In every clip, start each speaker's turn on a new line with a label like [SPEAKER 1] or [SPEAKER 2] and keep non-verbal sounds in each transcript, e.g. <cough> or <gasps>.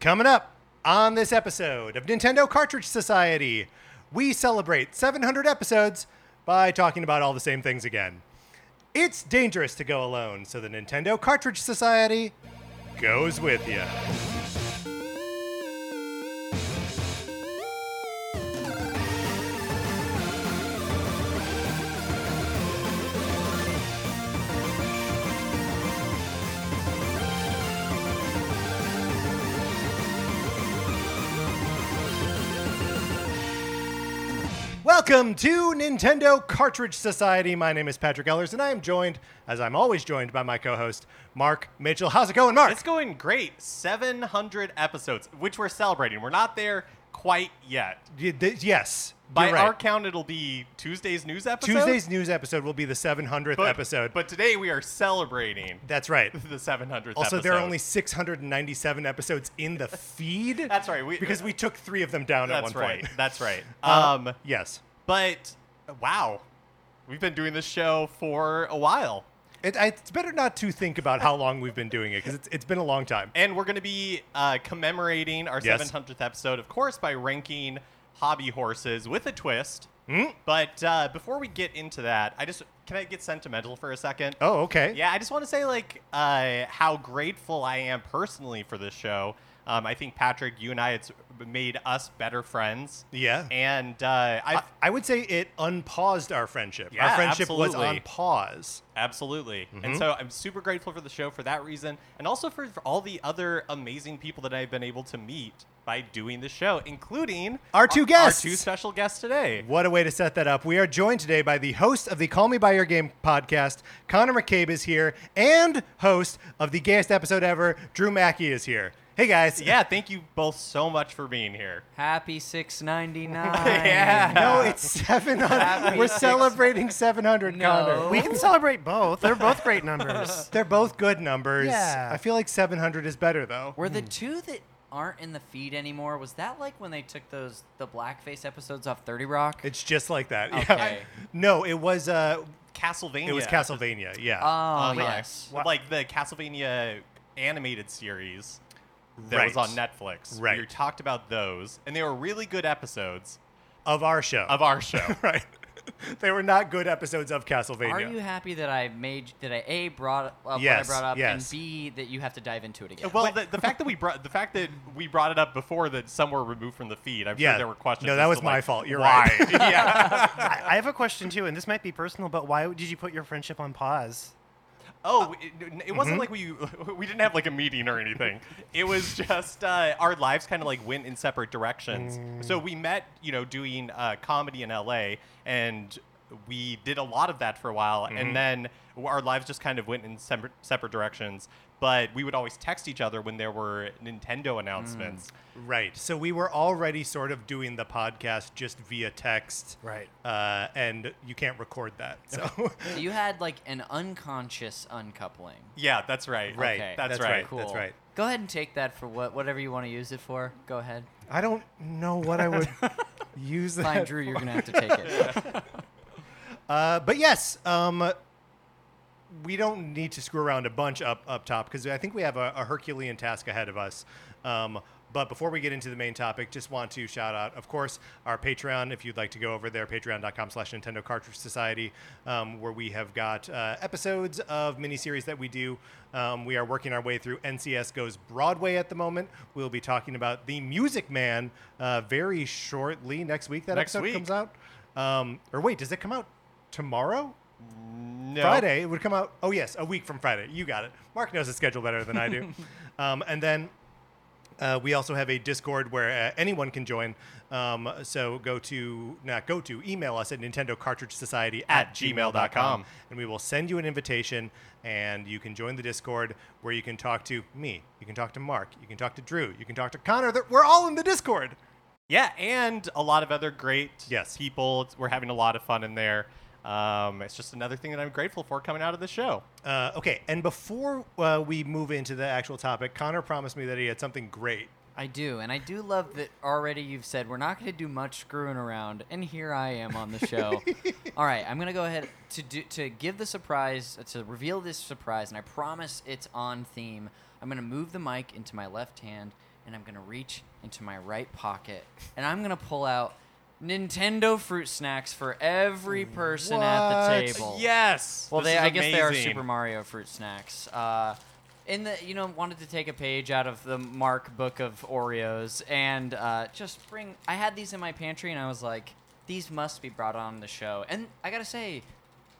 [SPEAKER 1] Coming up on this episode of Nintendo Cartridge Society, we celebrate 700 episodes by talking about all the same things again. It's dangerous to go alone, so the Nintendo Cartridge Society goes with you. Welcome to Nintendo Cartridge Society. My name is Patrick Ellers, and I am joined, as I'm always joined, by my co host, Mark Mitchell. How's it going, Mark?
[SPEAKER 2] It's going great. 700 episodes, which we're celebrating. We're not there quite yet.
[SPEAKER 1] Y- th- yes.
[SPEAKER 2] By
[SPEAKER 1] you're right.
[SPEAKER 2] our count, it'll be Tuesday's news episode.
[SPEAKER 1] Tuesday's news episode will be the 700th
[SPEAKER 2] but,
[SPEAKER 1] episode.
[SPEAKER 2] But today we are celebrating
[SPEAKER 1] That's right.
[SPEAKER 2] the 700th
[SPEAKER 1] Also,
[SPEAKER 2] episode.
[SPEAKER 1] there are only 697 episodes in the feed.
[SPEAKER 2] <laughs> That's right, we-
[SPEAKER 1] because we took three of them down at
[SPEAKER 2] That's
[SPEAKER 1] one
[SPEAKER 2] right.
[SPEAKER 1] point.
[SPEAKER 2] That's right.
[SPEAKER 1] Uh,
[SPEAKER 2] Um,
[SPEAKER 1] <laughs> yes.
[SPEAKER 2] but wow, we've been doing this show for a while.
[SPEAKER 1] It, I- it's better not to think about how long we've been doing it because it's, it's been a long time.
[SPEAKER 2] And we're going to be uh, commemorating our
[SPEAKER 1] Yes.
[SPEAKER 2] 700th episode, of course, by ranking hobby horses with a twist.
[SPEAKER 1] Hmm?
[SPEAKER 2] But uh, before we get into that, I just can I get sentimental for a second?
[SPEAKER 1] Oh, okay.
[SPEAKER 2] Yeah, I just want to say like uh, how grateful I am personally for this show. Um, I think Patrick, you and I, it's made us better friends.
[SPEAKER 1] Yeah.
[SPEAKER 2] And uh, I've
[SPEAKER 1] I, I would say it unpaused our friendship. our
[SPEAKER 2] Yeah,
[SPEAKER 1] friendship was on
[SPEAKER 2] absolutely.
[SPEAKER 1] pause.
[SPEAKER 2] Absolutely.
[SPEAKER 1] Mm-hmm.
[SPEAKER 2] And so I'm super grateful for the show for that reason and also for, for all the other amazing people that I've been able to meet by doing the show, including
[SPEAKER 1] Our two guests.
[SPEAKER 2] Our two special guests today.
[SPEAKER 1] What a way to set that up. We are joined today by the host of the Call Me By Your Game podcast, Connor McCabe is here, and host of the gayest episode ever, Drew Mackey is here. Hey, guys.
[SPEAKER 2] Yeah, thank you both so much for being here.
[SPEAKER 3] Happy 699.
[SPEAKER 1] <laughs>
[SPEAKER 2] Yeah.
[SPEAKER 1] No, it's 700.
[SPEAKER 3] Happy
[SPEAKER 1] We're
[SPEAKER 3] six-
[SPEAKER 1] celebrating 700, Connor.
[SPEAKER 3] No.
[SPEAKER 4] We can celebrate both. They're both great
[SPEAKER 1] <laughs>
[SPEAKER 4] numbers.
[SPEAKER 1] They're both good numbers.
[SPEAKER 4] Yeah.
[SPEAKER 1] I feel like 700 is better, though.
[SPEAKER 3] Were the two that aren't in the feed anymore, was that like when they took those the blackface episodes off 30 Rock?
[SPEAKER 1] It's just like that. <laughs> Yeah.
[SPEAKER 3] Okay.
[SPEAKER 1] No, it was uh,
[SPEAKER 2] Castlevania.
[SPEAKER 1] it was Castlevania. Yeah.
[SPEAKER 3] oh,
[SPEAKER 2] Uh,
[SPEAKER 3] yes.
[SPEAKER 2] yeah. Like the Castlevania animated series that was
[SPEAKER 1] Right.
[SPEAKER 2] on Netflix.
[SPEAKER 1] Right.
[SPEAKER 2] We talked about those, and they were really good episodes
[SPEAKER 1] of our show.
[SPEAKER 2] of our show.
[SPEAKER 1] right. <laughs> they were not good episodes of Castlevania.
[SPEAKER 3] Are you happy that I made that I A brought up
[SPEAKER 1] Yes,
[SPEAKER 3] what I brought up
[SPEAKER 1] yes.
[SPEAKER 3] and B that you have to dive into it again?
[SPEAKER 2] Well, the, the fact that we brought the fact that we brought it up before that some were removed from the feed. I'm
[SPEAKER 1] Yeah.
[SPEAKER 2] sure there were questions.
[SPEAKER 1] No, that
[SPEAKER 2] as
[SPEAKER 1] was
[SPEAKER 2] to,
[SPEAKER 1] my
[SPEAKER 2] like,
[SPEAKER 1] fault. You're
[SPEAKER 2] why.
[SPEAKER 1] right.
[SPEAKER 2] yeah.
[SPEAKER 4] I, I have a question too, and this might be personal, but why did you put your friendship on pause?
[SPEAKER 2] <laughs> Oh, it, it
[SPEAKER 1] Mm-hmm.
[SPEAKER 2] wasn't like we we <laughs> didn't have like a meeting or anything. It was <laughs> just uh, our lives kind of like went in separate directions.
[SPEAKER 1] Mm.
[SPEAKER 2] So we met, you know, doing uh, comedy in LA, and we did a lot of that for a while,
[SPEAKER 1] Mm-hmm.
[SPEAKER 2] and then our lives just kind of went in separate separate directions. But we would always text each other when there were Nintendo announcements.
[SPEAKER 1] Right. So we were already sort of doing the podcast just via text.
[SPEAKER 4] Right.
[SPEAKER 1] Uh, and you can't record that.
[SPEAKER 4] <laughs>
[SPEAKER 1] So
[SPEAKER 3] So you had like an unconscious uncoupling.
[SPEAKER 2] Yeah, that's right.
[SPEAKER 1] Right.
[SPEAKER 3] Okay.
[SPEAKER 2] That's,
[SPEAKER 1] That's
[SPEAKER 2] right.
[SPEAKER 1] right.
[SPEAKER 3] Cool.
[SPEAKER 1] That's right.
[SPEAKER 3] Go ahead and take that for what whatever you want to use it for.
[SPEAKER 1] <laughs>
[SPEAKER 3] Go ahead.
[SPEAKER 1] I don't know what I <laughs> would use that.
[SPEAKER 3] Fine, Drew, you're going to have to take it.
[SPEAKER 1] Uh, but yes, um, we don't need to screw around a bunch up up top because I think we have a, a Herculean task ahead of us. Um, but before we get into the main topic, just want to shout out, of course, our Patreon. If you'd like to go over there, patreon.com slash Nintendo Cartridge Society, um, where we have got uh, episodes of miniseries that we do. Um, we are working our way through NCS Goes Broadway at the moment. We'll be talking about The Music Man uh, very shortly next week. That
[SPEAKER 2] Next
[SPEAKER 1] episode
[SPEAKER 2] week.
[SPEAKER 1] comes out. Um, or wait, does it come out tomorrow?
[SPEAKER 2] No.
[SPEAKER 1] Friday. It would come out. Oh yes, a week from Friday. You got it. Mark knows his schedule better than I do. um, and then uh, we also have a Discord where uh, anyone can join. Um, so go to not go to email us at Nintendo Cartridge Society at gmail.com and we will send you an invitation and you can join the Discord where you can talk to me, you can talk to Mark, you can talk to Drew, you can talk to Connor. They're- We're all in the Discord.
[SPEAKER 2] Yeah, and a lot of other great
[SPEAKER 1] Yes.
[SPEAKER 2] people. It's- We're having a lot of fun in there. Um, it's just another thing that I'm grateful for coming out of the show.
[SPEAKER 1] Uh, okay, and before uh, we move into the actual topic, Connor promised me that he had something great.
[SPEAKER 3] I do, and I do love that already you've said we're not going to do much screwing around, and here I am on the show. All right, I'm going to go ahead to do to give the surprise uh, to reveal this surprise, and I promise it's on theme. I'm going to move the mic into my left hand and I'm gonna reach into my right pocket and I'm gonna pull out Nintendo fruit snacks for every person at the
[SPEAKER 1] What?
[SPEAKER 3] table.
[SPEAKER 2] Yes.
[SPEAKER 3] Well,
[SPEAKER 2] This
[SPEAKER 3] they
[SPEAKER 2] is
[SPEAKER 3] I guess they are
[SPEAKER 2] amazing.
[SPEAKER 3] Super Mario fruit snacks. Uh, in the you know wanted to take a page out of the Mark book of Oreos and uh, just bring. I had these in my pantry and I was like, these must be brought on the show. And I gotta say,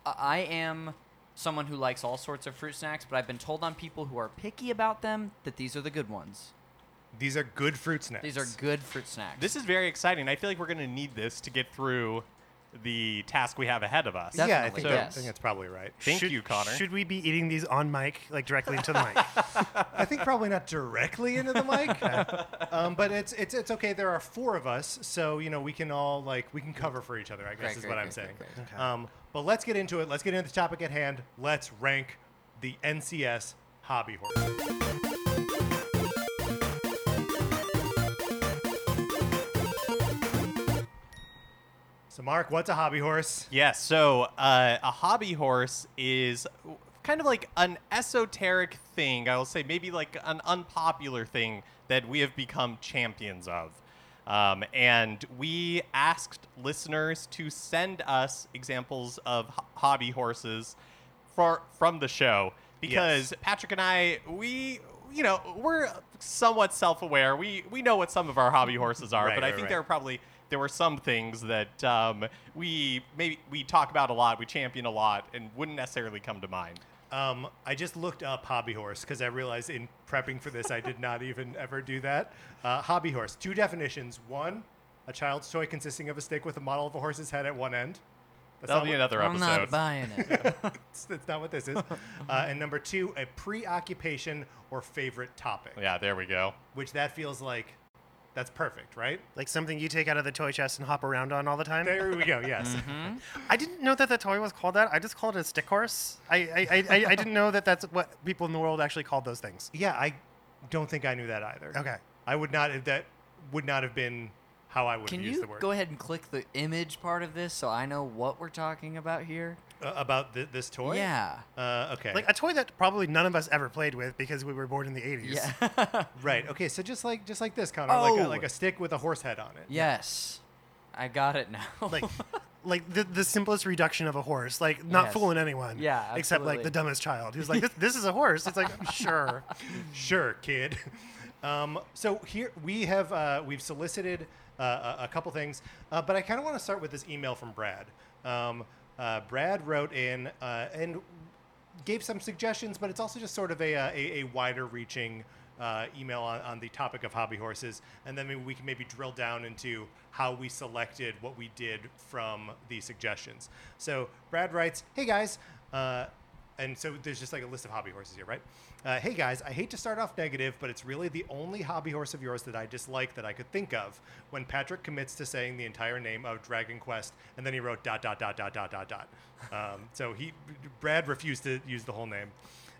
[SPEAKER 3] I- I am someone who likes all sorts of fruit snacks, but I've been told on people who are picky about them that these are the good ones.
[SPEAKER 1] These are good fruit snacks.
[SPEAKER 3] These are good fruit snacks.
[SPEAKER 2] This is very exciting. I feel like we're going to need this to get through the task we have ahead of us.
[SPEAKER 3] Def-
[SPEAKER 1] yeah, I
[SPEAKER 3] Definitely,
[SPEAKER 1] think, that-
[SPEAKER 3] yes.
[SPEAKER 1] I think that's probably right.
[SPEAKER 2] Thank
[SPEAKER 4] should,
[SPEAKER 2] you, Connor.
[SPEAKER 4] Should we be eating these on mic, like directly into the mic?
[SPEAKER 1] <laughs> I think probably not directly into the
[SPEAKER 4] <laughs>
[SPEAKER 1] mic, um, but it's it's it's okay. There are four of us, so you know we can all like we can cover for each other. I guess
[SPEAKER 3] Great,
[SPEAKER 1] is
[SPEAKER 3] great,
[SPEAKER 1] what I'm
[SPEAKER 3] great,
[SPEAKER 1] saying.
[SPEAKER 3] great, great.
[SPEAKER 1] Um, but let's get into it. Let's get into the topic at hand. Let's rank the NCS hobby horse. So, Mark, what's a hobby horse?
[SPEAKER 2] Yes. So uh, a hobby horse is kind of like an esoteric thing. I will say maybe like an unpopular thing that we have become champions of. Um, and we asked listeners to send us examples of ho- hobby horses for, from the show because Patrick and I, we, you know, we're somewhat self-aware. We we know what some of our hobby horses are,
[SPEAKER 1] Right,
[SPEAKER 2] but I
[SPEAKER 1] right,
[SPEAKER 2] think
[SPEAKER 1] right.
[SPEAKER 2] there are probably there were some things that um, we maybe we talk about a lot, we champion a lot, and wouldn't necessarily come to mind.
[SPEAKER 1] Um, I just looked up hobby horse because I realized in prepping for this I did not even ever do that. Uh, hobby horse. Two definitions. One, a child's toy consisting of a stick with a model of a horse's head at one end. That's
[SPEAKER 2] That'll
[SPEAKER 1] not
[SPEAKER 2] be
[SPEAKER 1] what-
[SPEAKER 2] another
[SPEAKER 3] I'm
[SPEAKER 2] episode.
[SPEAKER 3] not buying
[SPEAKER 2] <laughs>
[SPEAKER 3] it.
[SPEAKER 1] <laughs> That's, that's not what this is. Uh, and number two, a preoccupation or favorite topic.
[SPEAKER 2] Oh, yeah, there we go.
[SPEAKER 1] Which that feels like that's perfect, right?
[SPEAKER 4] like something you take out of the toy chest and hop around on all the time?
[SPEAKER 1] There we go. Yes.
[SPEAKER 2] Mm-hmm.
[SPEAKER 4] I didn't know that the toy was called that. I just called it a stick horse. I, I, I, I, I didn't know that that's what people in the world actually called those things.
[SPEAKER 1] <laughs> Yeah, I don't think I knew that either.
[SPEAKER 4] Okay.
[SPEAKER 1] I would not. That would not have been how I would
[SPEAKER 3] Can
[SPEAKER 1] use
[SPEAKER 3] you
[SPEAKER 1] the word
[SPEAKER 3] go ahead and click the image part of this so I know what we're talking about here?
[SPEAKER 1] Uh, about th- this toy.
[SPEAKER 3] Yeah.
[SPEAKER 1] Uh, okay.
[SPEAKER 4] Like a toy that probably none of us ever played with because we were born in the 80s.
[SPEAKER 2] <laughs>
[SPEAKER 3] Yeah.
[SPEAKER 1] Right. Okay. So just like just like this, Connor, like a,
[SPEAKER 3] Oh.
[SPEAKER 1] like a stick with a horse head on it.
[SPEAKER 3] yes. I got it now. <laughs>
[SPEAKER 4] Like, like the, the simplest reduction of a horse. Like, not
[SPEAKER 3] Yes.
[SPEAKER 4] fooling anyone.
[SPEAKER 3] Yeah,
[SPEAKER 4] Except, like,
[SPEAKER 3] absolutely.
[SPEAKER 4] the dumbest
[SPEAKER 3] <laughs>
[SPEAKER 4] child who's like, this, this is a horse. It's like, sure.
[SPEAKER 1] Sure, kid. Um, so here we have uh, we've solicited uh, a, a couple things, uh, but I kind of want to start with this email from Brad. Um, uh, Brad wrote in uh, and gave some suggestions, but it's also just sort of a uh, a, a wider reaching. Uh, email on, on the topic of hobby horses, and then maybe we can maybe drill down into how we selected what we did from the suggestions. So Brad writes, "Hey guys, uh, and so there's just like a list of hobby horses here, right? Uh, hey guys, I hate to start off negative, but it's really the only hobby horse of yours that I dislike that I could think of. When Patrick commits to saying the entire name of Dragon Quest, and then he wrote dot dot dot dot dot dot dot. Um, so he, Brad refused to use the whole name.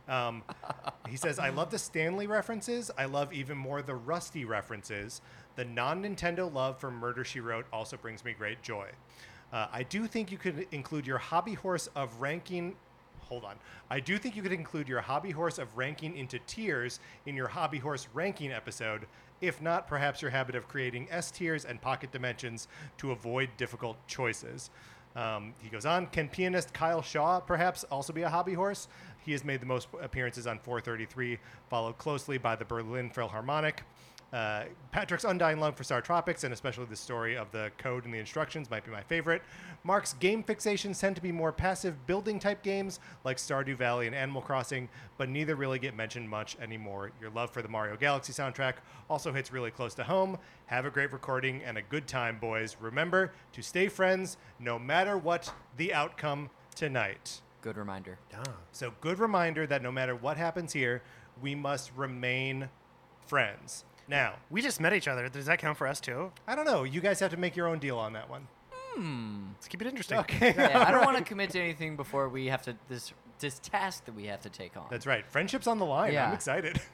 [SPEAKER 1] Um, he says, I love the Stanley references. I love even more the Rusty references. The non Nintendo love for Murder She Wrote also brings me great joy. Uh, I do think you could include your hobby horse of ranking. Hold on. I do think you could include your hobby horse of ranking into tiers in your hobby horse ranking episode. If not, perhaps your habit of creating S tiers and pocket dimensions to avoid difficult choices. Um, he goes on. Can pianist Kyle Shaw perhaps also be a hobby horse? He has made the most appearances on 433, followed closely by the Berlin Philharmonic. Uh, Patrick's undying love for Star Tropics, and especially the story of the code and the instructions, might be my favorite. Mark's game fixations tend to be more passive building type games like Stardew Valley and Animal Crossing, but neither really get mentioned much anymore. Your love for the Mario Galaxy soundtrack also hits really close to home. Have a great recording and a good time, boys. Remember to stay friends no matter what the outcome tonight. <laughs>
[SPEAKER 3] Good reminder.
[SPEAKER 1] So, good reminder that no matter what happens here, we must remain friends. Now,
[SPEAKER 4] We just met each other. Does that count for us, too?
[SPEAKER 1] I don't know. You guys have to make your own deal on that one.
[SPEAKER 4] Let's keep it interesting.
[SPEAKER 3] Yeah, I don't want to commit to anything before we have to this this task that we have to take on.
[SPEAKER 1] That's right. Friendship's on the line.
[SPEAKER 3] Yeah.
[SPEAKER 1] I'm excited. <laughs>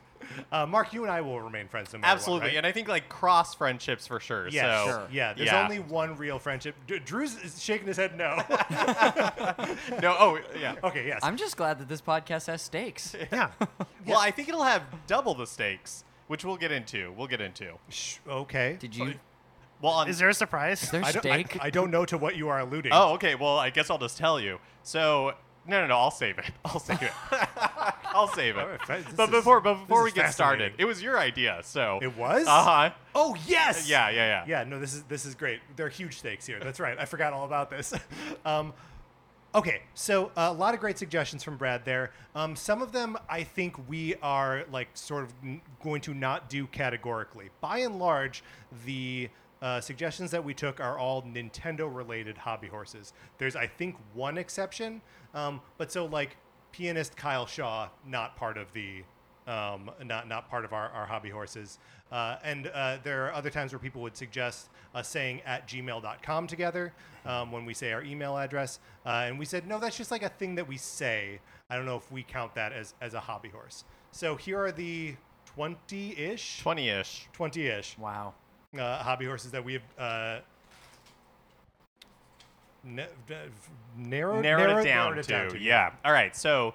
[SPEAKER 1] Uh, Mark, you and I will remain friends. No matter what,
[SPEAKER 2] Absolutely.
[SPEAKER 1] right?
[SPEAKER 2] And I think like cross friendships for sure.
[SPEAKER 1] yeah,
[SPEAKER 2] so
[SPEAKER 3] Sure.
[SPEAKER 1] yeah. There's
[SPEAKER 2] Yeah.
[SPEAKER 1] only one real friendship. D- Drew's is shaking his head
[SPEAKER 3] <laughs>
[SPEAKER 1] no.
[SPEAKER 2] no, oh yeah.
[SPEAKER 1] okay, yes. <laughs>
[SPEAKER 3] I'm just glad that this podcast has stakes.
[SPEAKER 4] Yeah.
[SPEAKER 2] Well, I think it'll have double the stakes which we'll get into. We'll get into.
[SPEAKER 1] Sh- okay.
[SPEAKER 3] Did you?
[SPEAKER 2] Well, on
[SPEAKER 4] Is there a surprise?
[SPEAKER 3] Is there
[SPEAKER 1] I don't, I,
[SPEAKER 3] steak?
[SPEAKER 1] I don't know to what you are alluding.
[SPEAKER 2] Oh, okay. Well, I guess I'll just tell you. So, no, no, no. I'll save it. <laughs> I'll
[SPEAKER 1] <laughs>
[SPEAKER 2] save it. I'll save
[SPEAKER 1] All
[SPEAKER 2] it.
[SPEAKER 1] right, fa- this
[SPEAKER 2] But
[SPEAKER 1] is-
[SPEAKER 2] before, but
[SPEAKER 1] this
[SPEAKER 2] before we
[SPEAKER 1] is
[SPEAKER 2] get started,
[SPEAKER 1] fascinating.
[SPEAKER 2] it was your idea. So
[SPEAKER 1] it was.
[SPEAKER 2] Uh huh.
[SPEAKER 1] Oh yes.
[SPEAKER 2] Yeah, yeah, yeah.
[SPEAKER 1] Yeah. No, this is this is great. There are huge stakes here. That's right. I forgot all about this. <laughs> Um, okay. So uh, a lot of great suggestions from Brad there. Um, some of them I think we are like sort of n- going to not do categorically. By and large, the uh, suggestions that we took are all Nintendo-related hobby horses. There's, I think, one exception, um, but so like pianist Kyle Shaw, not part of the um, not not part of our, our hobby horses. Uh, and uh, there are other times where people would suggest us saying at gmail.com together um, when we say our email address. Uh, and we said, no, that's just like a thing that we say. I don't know if we count that as, as a hobby horse. So here are the 20 ish,
[SPEAKER 2] Twenty-ish.
[SPEAKER 1] 20 ish
[SPEAKER 3] Wow.
[SPEAKER 1] uh, hobby horses that we have. Uh, na- d- f- narrowed,
[SPEAKER 2] Narrowed,
[SPEAKER 1] narrowed-
[SPEAKER 2] it down
[SPEAKER 1] narrowed
[SPEAKER 2] to yeah. All right. So,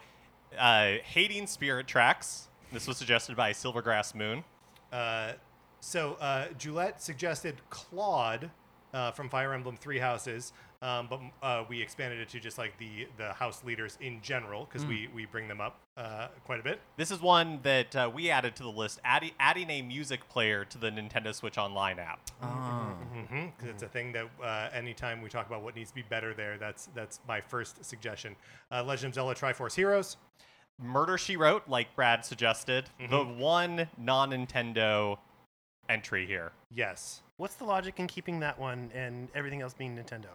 [SPEAKER 2] uh, hating spirit tracks. This was suggested by Silvergrass Moon.
[SPEAKER 1] Uh, so uh, Gillette suggested Claude uh, from Fire Emblem Three Houses, um, but uh, we expanded it to just like the the house leaders in general because we we bring them up uh, quite a bit.
[SPEAKER 2] This is one that uh, we added to the list, adding, adding a music player to the Nintendo Switch Online app.
[SPEAKER 1] Mm-hmm, because it's a thing that uh, anytime we talk about what needs to be better there, that's that's my first suggestion. Uh, Legend of Zelda Triforce Heroes.
[SPEAKER 2] Murder She Wrote, like Brad suggested, the one non Nintendo entry here.
[SPEAKER 1] Yes.
[SPEAKER 4] What's the logic in keeping that one and everything else being Nintendo?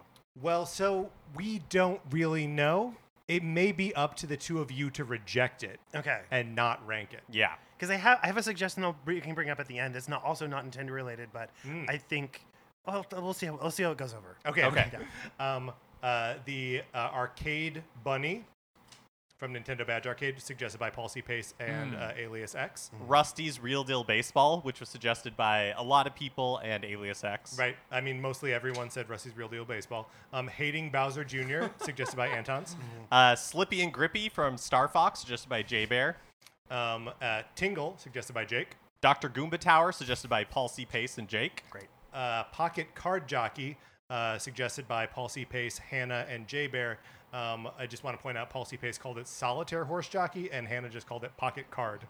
[SPEAKER 1] Well, so we don't really know. It may be up to the two of you to reject it
[SPEAKER 4] Okay,
[SPEAKER 1] and not rank it.
[SPEAKER 2] Yeah.
[SPEAKER 4] because I have I have a suggestion I'll br- you can bring up at the end. It's not also not Nintendo related, but
[SPEAKER 1] Mm.
[SPEAKER 4] I think well we'll see how we'll see how it goes over.
[SPEAKER 1] Okay.
[SPEAKER 2] Okay.
[SPEAKER 1] Um, uh, the uh, arcade bunny from Nintendo Badge Arcade, suggested by Paul C. Pace and uh, Alias X.
[SPEAKER 2] Hmm. Rusty's Real Deal Baseball, which was suggested by a lot of people and Alias X.
[SPEAKER 1] Right. I mean, mostly everyone said Rusty's Real Deal Baseball. Um, Hating Bowser Jr., suggested by Anton's.
[SPEAKER 2] Uh, Slippy and Grippy from Star Fox, suggested by J Bear.
[SPEAKER 1] Um, uh, Tingle, suggested by Jake.
[SPEAKER 2] Dr. Goomba Tower, suggested by Paul C. Pace and Jake.
[SPEAKER 4] Great.
[SPEAKER 1] Uh, Pocket Card Jockey, uh, suggested by Paul C. Pace, Hannah, and J Bear. Um, I just want to point out Paul C. Pace called it Solitaire Horse Jockey, and Hannah just called it Pocket Card.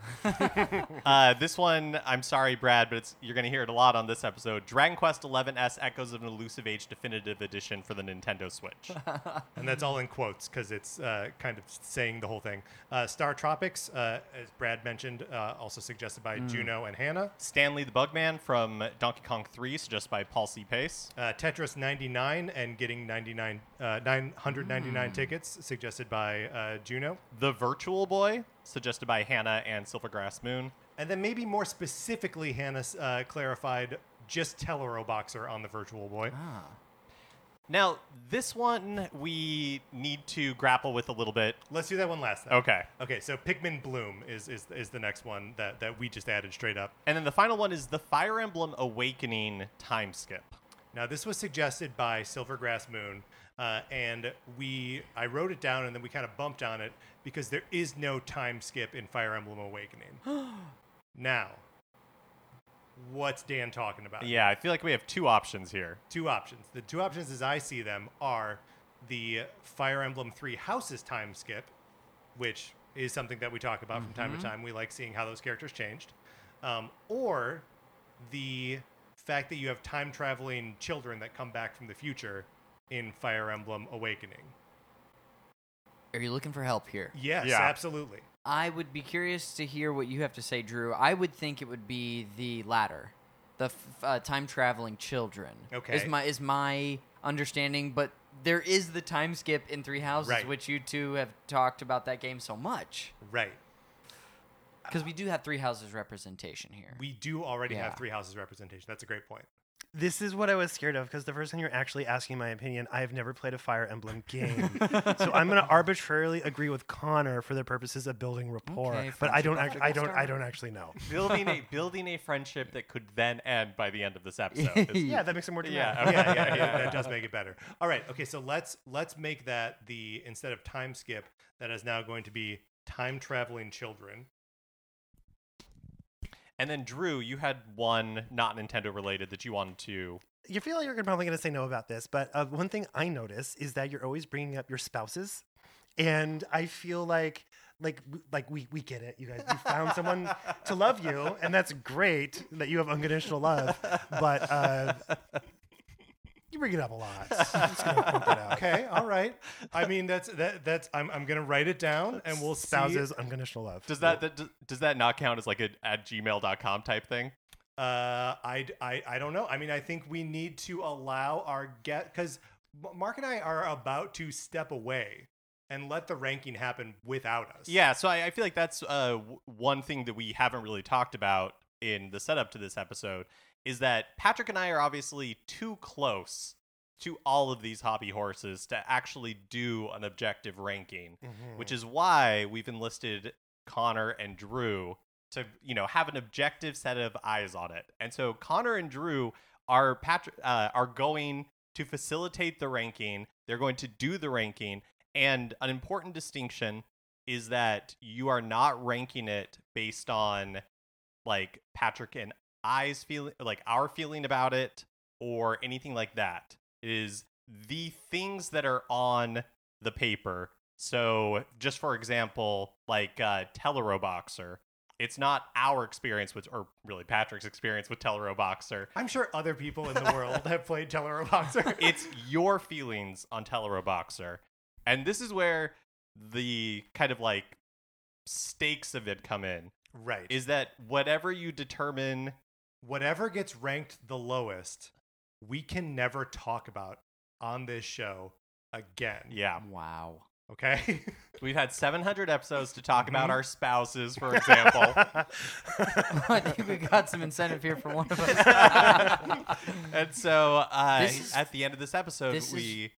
[SPEAKER 2] Uh, this one, I'm sorry, Brad, but it's, you're going to hear it a lot on this episode. Dragon Quest XI-S Echoes of an Elusive Age Definitive Edition for the Nintendo Switch.
[SPEAKER 1] and that's all in quotes because it's uh, kind of saying the whole thing. Uh, Star Tropics, uh, as Brad mentioned, uh, also suggested by Juno and Hannah.
[SPEAKER 2] Stanley the Bugman from Donkey Kong 3, suggested by Paul C. Pace.
[SPEAKER 1] Uh, Tetris 99 and getting 99, uh, 999 tickets suggested by uh, Juno.
[SPEAKER 2] The Virtual Boy, suggested by Hannah and Silvergrass Moon.
[SPEAKER 1] And then maybe more specifically, Hannah uh, clarified just Tellero Boxer on the Virtual Boy.
[SPEAKER 3] Ah.
[SPEAKER 2] Now, this one we need to grapple with a little bit.
[SPEAKER 1] Let's do that one last. Then.
[SPEAKER 2] Okay.
[SPEAKER 1] Okay, so Pikmin Bloom is, is is the next one that, that we just added straight up.
[SPEAKER 2] And then the final one is the Fire Emblem Awakening time skip.
[SPEAKER 1] Now, this was suggested by Silvergrass Moon, uh, and we I wrote it down and then we kind of bumped on it because there is no time skip in Fire Emblem Awakening. now, what's Dan talking about?
[SPEAKER 2] Yeah, I feel like we have two options here.
[SPEAKER 1] Two options. The two options as I see them are the Fire Emblem Three Houses time skip, which is something that we talk about from time to time. We like seeing how those characters changed. Um, or the fact that you have time traveling children that come back from the future in Fire Emblem Awakening.
[SPEAKER 3] Are you looking for help here?
[SPEAKER 1] Yes,
[SPEAKER 2] Yeah.
[SPEAKER 1] absolutely.
[SPEAKER 3] I would be curious to hear what you have to say, Drew. I would think it would be the latter, the f- uh, time traveling children. is
[SPEAKER 1] Okay.
[SPEAKER 3] my is my understanding. But there is the time skip in Three Houses,
[SPEAKER 1] Right.
[SPEAKER 3] which you two have talked about that game so much,
[SPEAKER 1] Right.
[SPEAKER 3] because we do have Three Houses representation here.
[SPEAKER 1] We do already
[SPEAKER 3] Yeah.
[SPEAKER 1] have Three Houses representation. That's a great point.
[SPEAKER 4] This is what I was scared of because the first time you're actually asking my opinion, I have never played a Fire Emblem game. so I'm going to arbitrarily agree with Connor for the purposes of building rapport,
[SPEAKER 3] Okay,
[SPEAKER 4] but I
[SPEAKER 3] friendship
[SPEAKER 4] don't
[SPEAKER 3] off
[SPEAKER 4] act-
[SPEAKER 3] to a
[SPEAKER 4] I
[SPEAKER 3] good
[SPEAKER 4] don't I
[SPEAKER 3] start.
[SPEAKER 4] don't actually know.
[SPEAKER 2] Building a <laughs> building a friendship that could then end by the end of this <laughs> episode. is-
[SPEAKER 4] Yeah, that makes it more dramatic.
[SPEAKER 2] yeah, okay,
[SPEAKER 1] yeah,
[SPEAKER 2] yeah,
[SPEAKER 1] yeah,
[SPEAKER 2] yeah.
[SPEAKER 1] yeah, that
[SPEAKER 2] <laughs>
[SPEAKER 1] does make it better. All right, okay, so let's let's make that the instead of time skip, that is now going to be time traveling children.
[SPEAKER 2] And then Drew, you had one not Nintendo related that you wanted to.
[SPEAKER 4] You feel like you're gonna- probably going to say no about this, but uh, one thing I notice is that you're always bringing up your spouses, and I feel like like w- like we we get it. You guys, you found someone to love you, and that's great that you have unconditional love. But uh, you bring it up a lot. I'm just gonna point that out.
[SPEAKER 1] Okay, all right. I mean,
[SPEAKER 4] <laughs>
[SPEAKER 1] that's that. That's I'm I'm gonna write it down, and we'll see-
[SPEAKER 4] Spouses, unconditional love.
[SPEAKER 2] Does that, that does that not count as like a at gmail.com type thing?
[SPEAKER 1] Uh, I, I, I don't know. I mean, I think we need to allow our get because Mark and I are about to step away and let the ranking happen without us.
[SPEAKER 2] Yeah, so I, I feel like that's uh, w- one thing that we haven't really talked about in the setup to this episode is that Patrick and I are obviously too close to all of these hobby horses to actually do an objective ranking,
[SPEAKER 1] Mm-hmm.
[SPEAKER 2] which is why we've enlisted Connor and Drew to you know have an objective set of eyes on it. And so Connor and Drew are Patrick uh, are going to facilitate the ranking. They're going to do the ranking, and an important distinction is that you are not ranking it based on like Patrick and I's feeling, like our feeling about it, or anything like that. It is the things that are on the paper. So, just for example, like uh, Teleroboxer, it's not our experience with, or really Patrick's experience with
[SPEAKER 3] <laughs>
[SPEAKER 2] Teleroboxer.
[SPEAKER 1] I'm sure other people in the world have played Teller Boxer.
[SPEAKER 2] it's your feelings on Teleroboxer. And this is where the kind of like stakes of it come in
[SPEAKER 1] right.
[SPEAKER 2] is that whatever you determine
[SPEAKER 1] <laughs> whatever gets ranked the lowest, we can never talk about on this show again.
[SPEAKER 2] yeah
[SPEAKER 3] Wow.
[SPEAKER 1] Okay. <laughs>
[SPEAKER 2] we've had 700 episodes to talk
[SPEAKER 3] Mm-hmm.
[SPEAKER 2] about our spouses
[SPEAKER 3] <laughs>
[SPEAKER 2] for example
[SPEAKER 3] <laughs> I think we got some incentive here for one of us.
[SPEAKER 2] and so uh,
[SPEAKER 3] This is-
[SPEAKER 2] at the end of this episode
[SPEAKER 3] this is-
[SPEAKER 2] we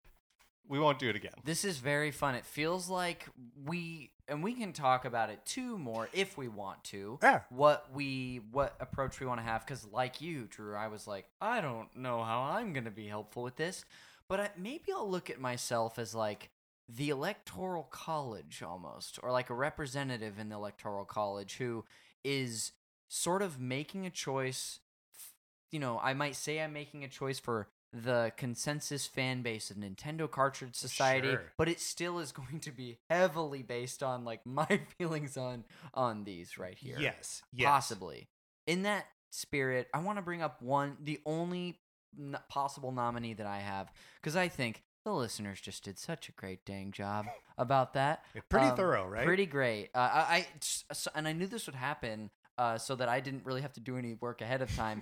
[SPEAKER 2] we won't do it again
[SPEAKER 3] this is very fun. It feels like we and we can talk about it too more if we want to.
[SPEAKER 4] Yeah.
[SPEAKER 3] What we what approach we want to have because like you, Drew, I was like, I don't know how I'm going to be helpful with this, but I, maybe I'll look at myself as like the electoral college almost or like a representative in the electoral college who is sort of making a choice f- you know i might say i'm making a choice for the consensus fan base of nintendo cartridge society
[SPEAKER 1] Sure.
[SPEAKER 3] but it still is going to be heavily based on like <laughs> my feelings on on these right here
[SPEAKER 1] Yes. Yes.
[SPEAKER 3] possibly in that spirit i want to bring up one the only n- possible nominee that i have because i think the listeners just did such a great dang job about that
[SPEAKER 1] Pretty
[SPEAKER 3] Um,
[SPEAKER 1] thorough, right?
[SPEAKER 3] Pretty great. Uh, I, I s- s- and I knew this would happen, uh, so that I didn't really have to do any work ahead of
[SPEAKER 1] <laughs>
[SPEAKER 3] time.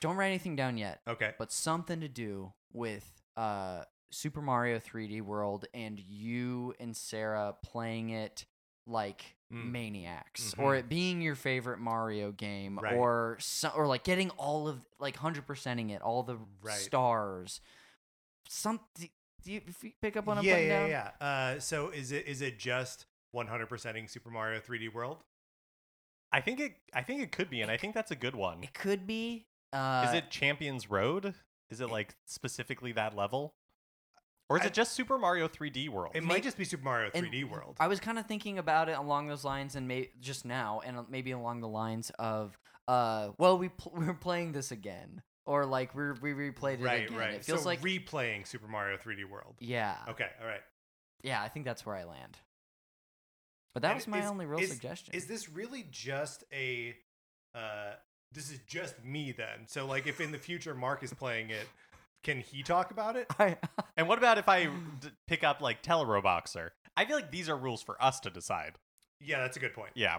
[SPEAKER 3] Don't write anything down yet,
[SPEAKER 1] Okay.
[SPEAKER 3] but something to do with uh, Super Mario 3D World and you and Sarah playing it like
[SPEAKER 1] Mm.
[SPEAKER 3] maniacs,
[SPEAKER 1] Mhm.
[SPEAKER 3] or it being your favorite Mario game,
[SPEAKER 1] Right.
[SPEAKER 3] or so, or like getting all of like hundred percenting it, all the
[SPEAKER 1] Right.
[SPEAKER 3] stars. Something. Do you, if you pick up on a
[SPEAKER 1] yeah,
[SPEAKER 3] button
[SPEAKER 1] yeah,
[SPEAKER 3] down?
[SPEAKER 1] yeah. Uh, so is it is it just 100%ing Super Mario 3D World?
[SPEAKER 2] i think it i think it could be and i think that's a good one
[SPEAKER 3] It could be. Uh,
[SPEAKER 2] is it champions road is it like specifically that level or is
[SPEAKER 1] I-
[SPEAKER 2] it just super mario 3d world
[SPEAKER 1] It
[SPEAKER 3] May-
[SPEAKER 1] might just be Super Mario
[SPEAKER 3] and
[SPEAKER 1] 3D World.
[SPEAKER 3] I was kind of thinking about it along those lines, and may- just now, and uh, maybe along the lines of, uh, well, we pl- <laughs> we're playing this again, or like we we replayed it
[SPEAKER 1] right,
[SPEAKER 3] again.
[SPEAKER 1] right.
[SPEAKER 3] It feels
[SPEAKER 1] so
[SPEAKER 3] like
[SPEAKER 1] replaying Super Mario 3D World.
[SPEAKER 3] yeah,
[SPEAKER 1] Okay, all right.
[SPEAKER 3] yeah. I think that's where I land. But that
[SPEAKER 1] And
[SPEAKER 3] was my
[SPEAKER 1] is-
[SPEAKER 3] only real
[SPEAKER 1] is-
[SPEAKER 3] suggestion. <laughs>
[SPEAKER 1] Is this really just a? Uh, this is just me then. So like, if in the future Mark is playing it, can he talk about it?
[SPEAKER 3] I,
[SPEAKER 2] And what about if
[SPEAKER 1] <sighs>
[SPEAKER 2] I d- pick up like Teleroboxer? I feel like these are rules for us to decide.
[SPEAKER 1] Yeah, that's a good point.
[SPEAKER 2] Yeah.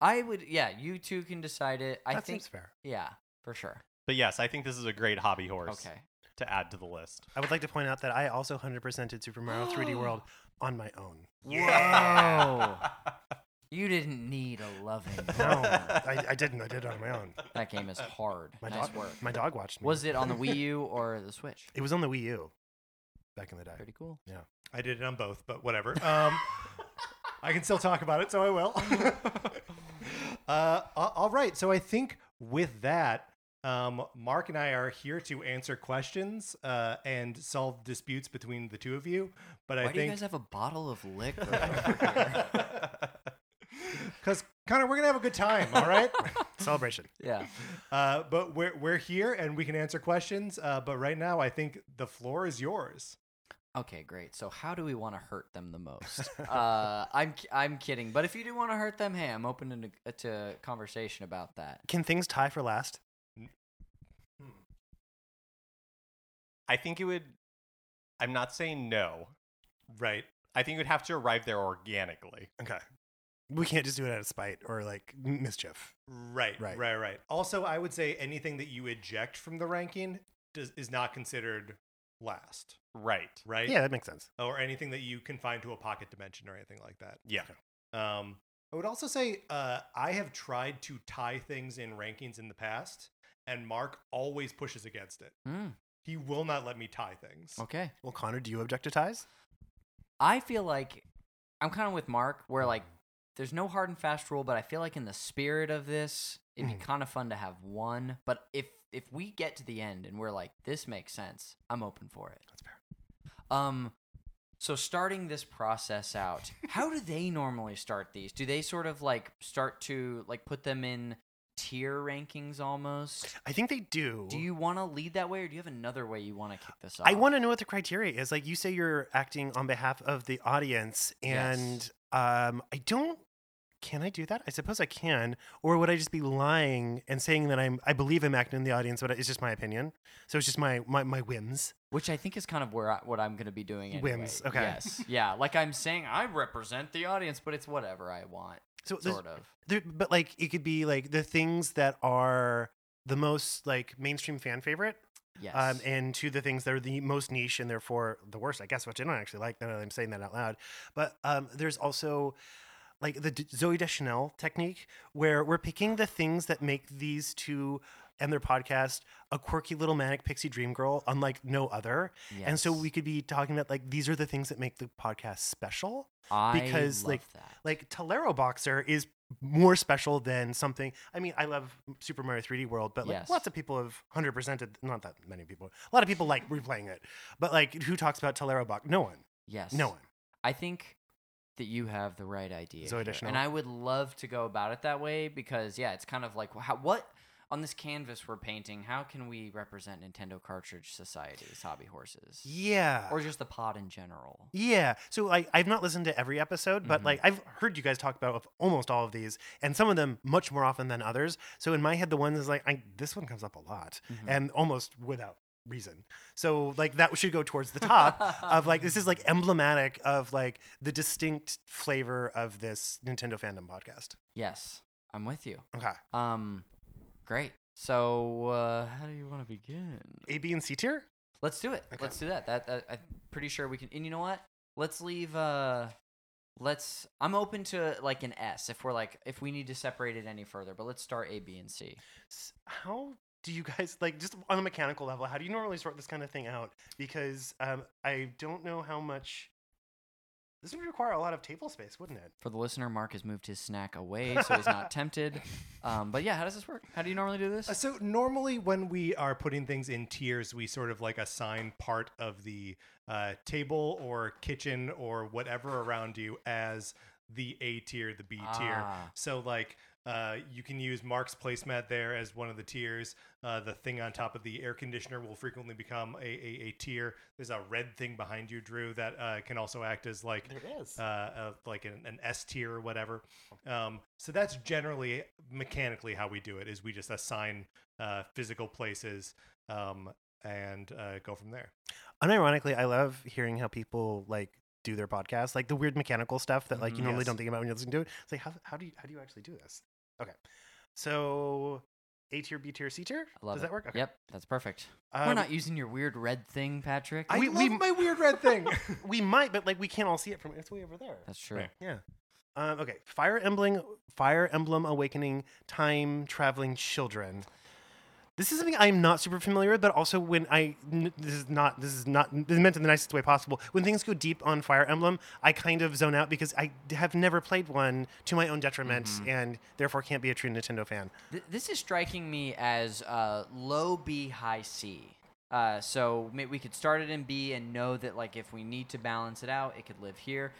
[SPEAKER 3] I would, yeah. You two can decide it. I
[SPEAKER 4] that
[SPEAKER 3] think,
[SPEAKER 4] seems fair.
[SPEAKER 3] yeah, for sure.
[SPEAKER 2] But yes, I think this is a great hobby horse
[SPEAKER 3] Okay.
[SPEAKER 2] to add to the list.
[SPEAKER 4] I would like to point out that I also 100%ed Super Mario
[SPEAKER 3] <gasps>
[SPEAKER 4] 3D World on my own.
[SPEAKER 1] Oh.
[SPEAKER 3] Whoa. <laughs> You didn't need a loving.
[SPEAKER 4] <laughs>
[SPEAKER 1] <laughs>
[SPEAKER 4] No,
[SPEAKER 3] partner.
[SPEAKER 4] I, I didn't. I did it on my own.
[SPEAKER 3] that game is hard.
[SPEAKER 4] My
[SPEAKER 3] nice
[SPEAKER 4] dog,
[SPEAKER 3] work.
[SPEAKER 4] <laughs> my dog watched me.
[SPEAKER 3] Was it on the Wii
[SPEAKER 1] <laughs>
[SPEAKER 3] U or the Switch?
[SPEAKER 4] It was on the Wii U back in the day.
[SPEAKER 3] Pretty cool.
[SPEAKER 1] I did it on both, but whatever. Um, I can still talk about it, so I will. <laughs> uh, a- all right. So I think with that, um, Mark and I are here to answer questions uh, and solve disputes between the two of you. But I
[SPEAKER 3] Why do you
[SPEAKER 1] think <laughs>
[SPEAKER 3] guys have a bottle of liquor?
[SPEAKER 1] Because Connor, we're gonna have a good time, all
[SPEAKER 3] <laughs>
[SPEAKER 1] right?
[SPEAKER 4] Celebration.
[SPEAKER 3] Yeah.
[SPEAKER 1] Uh, but we're we're here and we can answer questions. Uh, but right now, I think the floor is yours.
[SPEAKER 3] Okay, great. So how do we want to hurt them the most? uh, I'm ki- I'm kidding, but if you do want to hurt them, hey, I'm open to, to conversation about that.
[SPEAKER 4] Can things tie for last?
[SPEAKER 2] I think it would. I'm not saying <laughs> no.
[SPEAKER 1] Right.
[SPEAKER 2] I think you'd have to arrive there organically.
[SPEAKER 4] Okay. We can't just do it out of spite or like m- mischief.
[SPEAKER 1] Right,
[SPEAKER 4] Right.
[SPEAKER 1] right, right, right. Also, I would say anything that you eject from the ranking does, is not considered last,
[SPEAKER 2] Right.
[SPEAKER 1] right?
[SPEAKER 4] Yeah, that makes sense.
[SPEAKER 1] Or anything that you confine to a pocket dimension or anything like that.
[SPEAKER 2] Yeah.
[SPEAKER 1] Um, I would also say uh, I have tried to tie things in rankings in the past, and Mark always pushes against it.
[SPEAKER 3] Hmm.
[SPEAKER 1] He will not let me tie things.
[SPEAKER 3] okay.
[SPEAKER 4] Well, Connor, do you object to ties?
[SPEAKER 3] I feel like I'm kind of with Mark, where like there's no hard and fast rule, but I feel like in the spirit of this, it'd be kind of fun to have one. But if if we get to the end and we're like, this makes sense, I'm open for it. That's fair. Um, so starting this process out, how do they normally start these? Do they sort of like start to like put them in tier rankings almost?
[SPEAKER 4] I think they do.
[SPEAKER 3] Do you want to lead that way, or do you have another way you want to kick this off?
[SPEAKER 4] I want to know what the criteria is. Like you say, you're acting on behalf of the audience,
[SPEAKER 3] Yes.
[SPEAKER 4] and um, I don't. Can I do that? I suppose I can. Or would I just be lying and saying that I'm? I believe I'm acting in the audience, but it's just my opinion. So it's just my my, my whims.
[SPEAKER 3] Which I think is kind of where I, what I'm going to be doing. Anyway.
[SPEAKER 4] Whims, okay.
[SPEAKER 3] Yes. Yeah. Like I'm saying, I represent the audience, but it's whatever I want,
[SPEAKER 4] So there's-
[SPEAKER 3] sort of.
[SPEAKER 4] there, but like it could be like the things that are the most like mainstream fan favorite,
[SPEAKER 3] Yes.
[SPEAKER 4] um, and to the things that are the most niche and therefore the worst, I guess, which I don't actually like now that I'm saying that out loud. But um, there's also like the D- Zoe Deschanel technique where we're picking the things that make these two and their podcast a quirky little manic pixie dream girl unlike no other and so
[SPEAKER 3] Yes.
[SPEAKER 4] we could be talking about like these are the things that make the podcast special
[SPEAKER 3] I
[SPEAKER 4] because,
[SPEAKER 3] love
[SPEAKER 4] like,
[SPEAKER 3] that.
[SPEAKER 4] like Tolero Boxer is more special than something. I mean, I love Super Mario 3D World, but like
[SPEAKER 3] Yes.
[SPEAKER 4] lots of people have 100%ed, not that many people. A lot of people like replaying it. But like who talks about Tolero Box? No one.
[SPEAKER 3] yes.
[SPEAKER 4] No one.
[SPEAKER 3] I think that you have the right idea.
[SPEAKER 4] Zoe
[SPEAKER 3] here,
[SPEAKER 4] Deschanel.
[SPEAKER 3] And I would love to go about it that way because, yeah, it's kind of like how, what on this canvas we're painting, how can we represent Nintendo Cartridge Society's hobby horses?
[SPEAKER 4] Yeah.
[SPEAKER 3] Or just the pod in general?
[SPEAKER 4] yeah. So like I've not listened to every episode, but
[SPEAKER 3] Mhm.
[SPEAKER 4] like I've heard you guys talk about of almost all of these and some of them much more often than others. So in my head the ones is like I, this one comes up a lot
[SPEAKER 3] Mhm.
[SPEAKER 4] and almost without reason. So like that should go towards the
[SPEAKER 3] <laughs>
[SPEAKER 4] top. of like this is like emblematic of like the distinct flavor of this Nintendo fandom podcast.
[SPEAKER 3] yes. I'm with you.
[SPEAKER 4] Okay.
[SPEAKER 3] Um, great. So, uh, how do you want to begin?
[SPEAKER 4] A, B, and C tier?
[SPEAKER 3] Let's do it.
[SPEAKER 4] Okay.
[SPEAKER 3] Let's do that. That, that I'm pretty sure we can. And you know what? Let's leave. Uh, let's. I'm open to like an S if we're like if we need to separate it any further. But let's start A, B, and C.
[SPEAKER 4] S- How do you guys <laughs> like just on a mechanical level, how do you normally sort this kind of thing out? Because um I don't know how much this would require a lot of table space, wouldn't it?
[SPEAKER 3] For the listener, Mark has moved his snack away, so he's
[SPEAKER 4] <laughs>
[SPEAKER 3] not tempted. Um, but yeah, how does this work? How do you normally do this?
[SPEAKER 1] Uh, So normally, when we are putting things in tiers, we sort of like assign part of the uh, table or kitchen or whatever around you as the A tier, the B tier.
[SPEAKER 3] Ah.
[SPEAKER 1] So like. Uh, you can use Mark's placemat there as one of the tiers. Uh, the thing on top of the air conditioner will frequently become a, a, a tier. There's a red thing behind you, Drew, that uh, can also act as like
[SPEAKER 4] is.
[SPEAKER 1] uh, uh, like an, an S tier or whatever. Um, so that's generally mechanically how we do it: is we just assign uh, physical places um, and uh, go from there.
[SPEAKER 4] Unironically, I love hearing how people like do their podcasts, like the weird mechanical stuff that like you
[SPEAKER 1] Mhm.
[SPEAKER 4] normally don't
[SPEAKER 1] Yes.
[SPEAKER 4] think about when you're listening to it. It's like how, how do you how do you actually do this? Okay. So A tier, B tier, C tier?
[SPEAKER 3] I love it.
[SPEAKER 4] Does that work? Okay.
[SPEAKER 3] Yep, that's perfect.
[SPEAKER 4] Uh,
[SPEAKER 3] we're not using your weird red thing, Patrick.
[SPEAKER 1] I
[SPEAKER 4] We-
[SPEAKER 1] love
[SPEAKER 4] we-
[SPEAKER 1] my weird red thing.
[SPEAKER 4] <laughs> We might, but like we can't all see it from it's way over there.
[SPEAKER 3] that's true.
[SPEAKER 1] Right.
[SPEAKER 4] Yeah. Um, okay. Fire Emblem, Fire Emblem Awakening, Time Traveling Children. This is something I'm not super familiar with, but also when I n- this is not this is not this is meant in the nicest way possible. When things go deep on Fire Emblem, I kind of zone out because I d- have never played one to my own detriment,
[SPEAKER 1] Mm-hmm.
[SPEAKER 4] and therefore can't be a true Nintendo fan.
[SPEAKER 3] Th- this is striking me as uh, low B, high C. Uh, so may- we could start it in B and know that like if we need to balance it out, it could live here.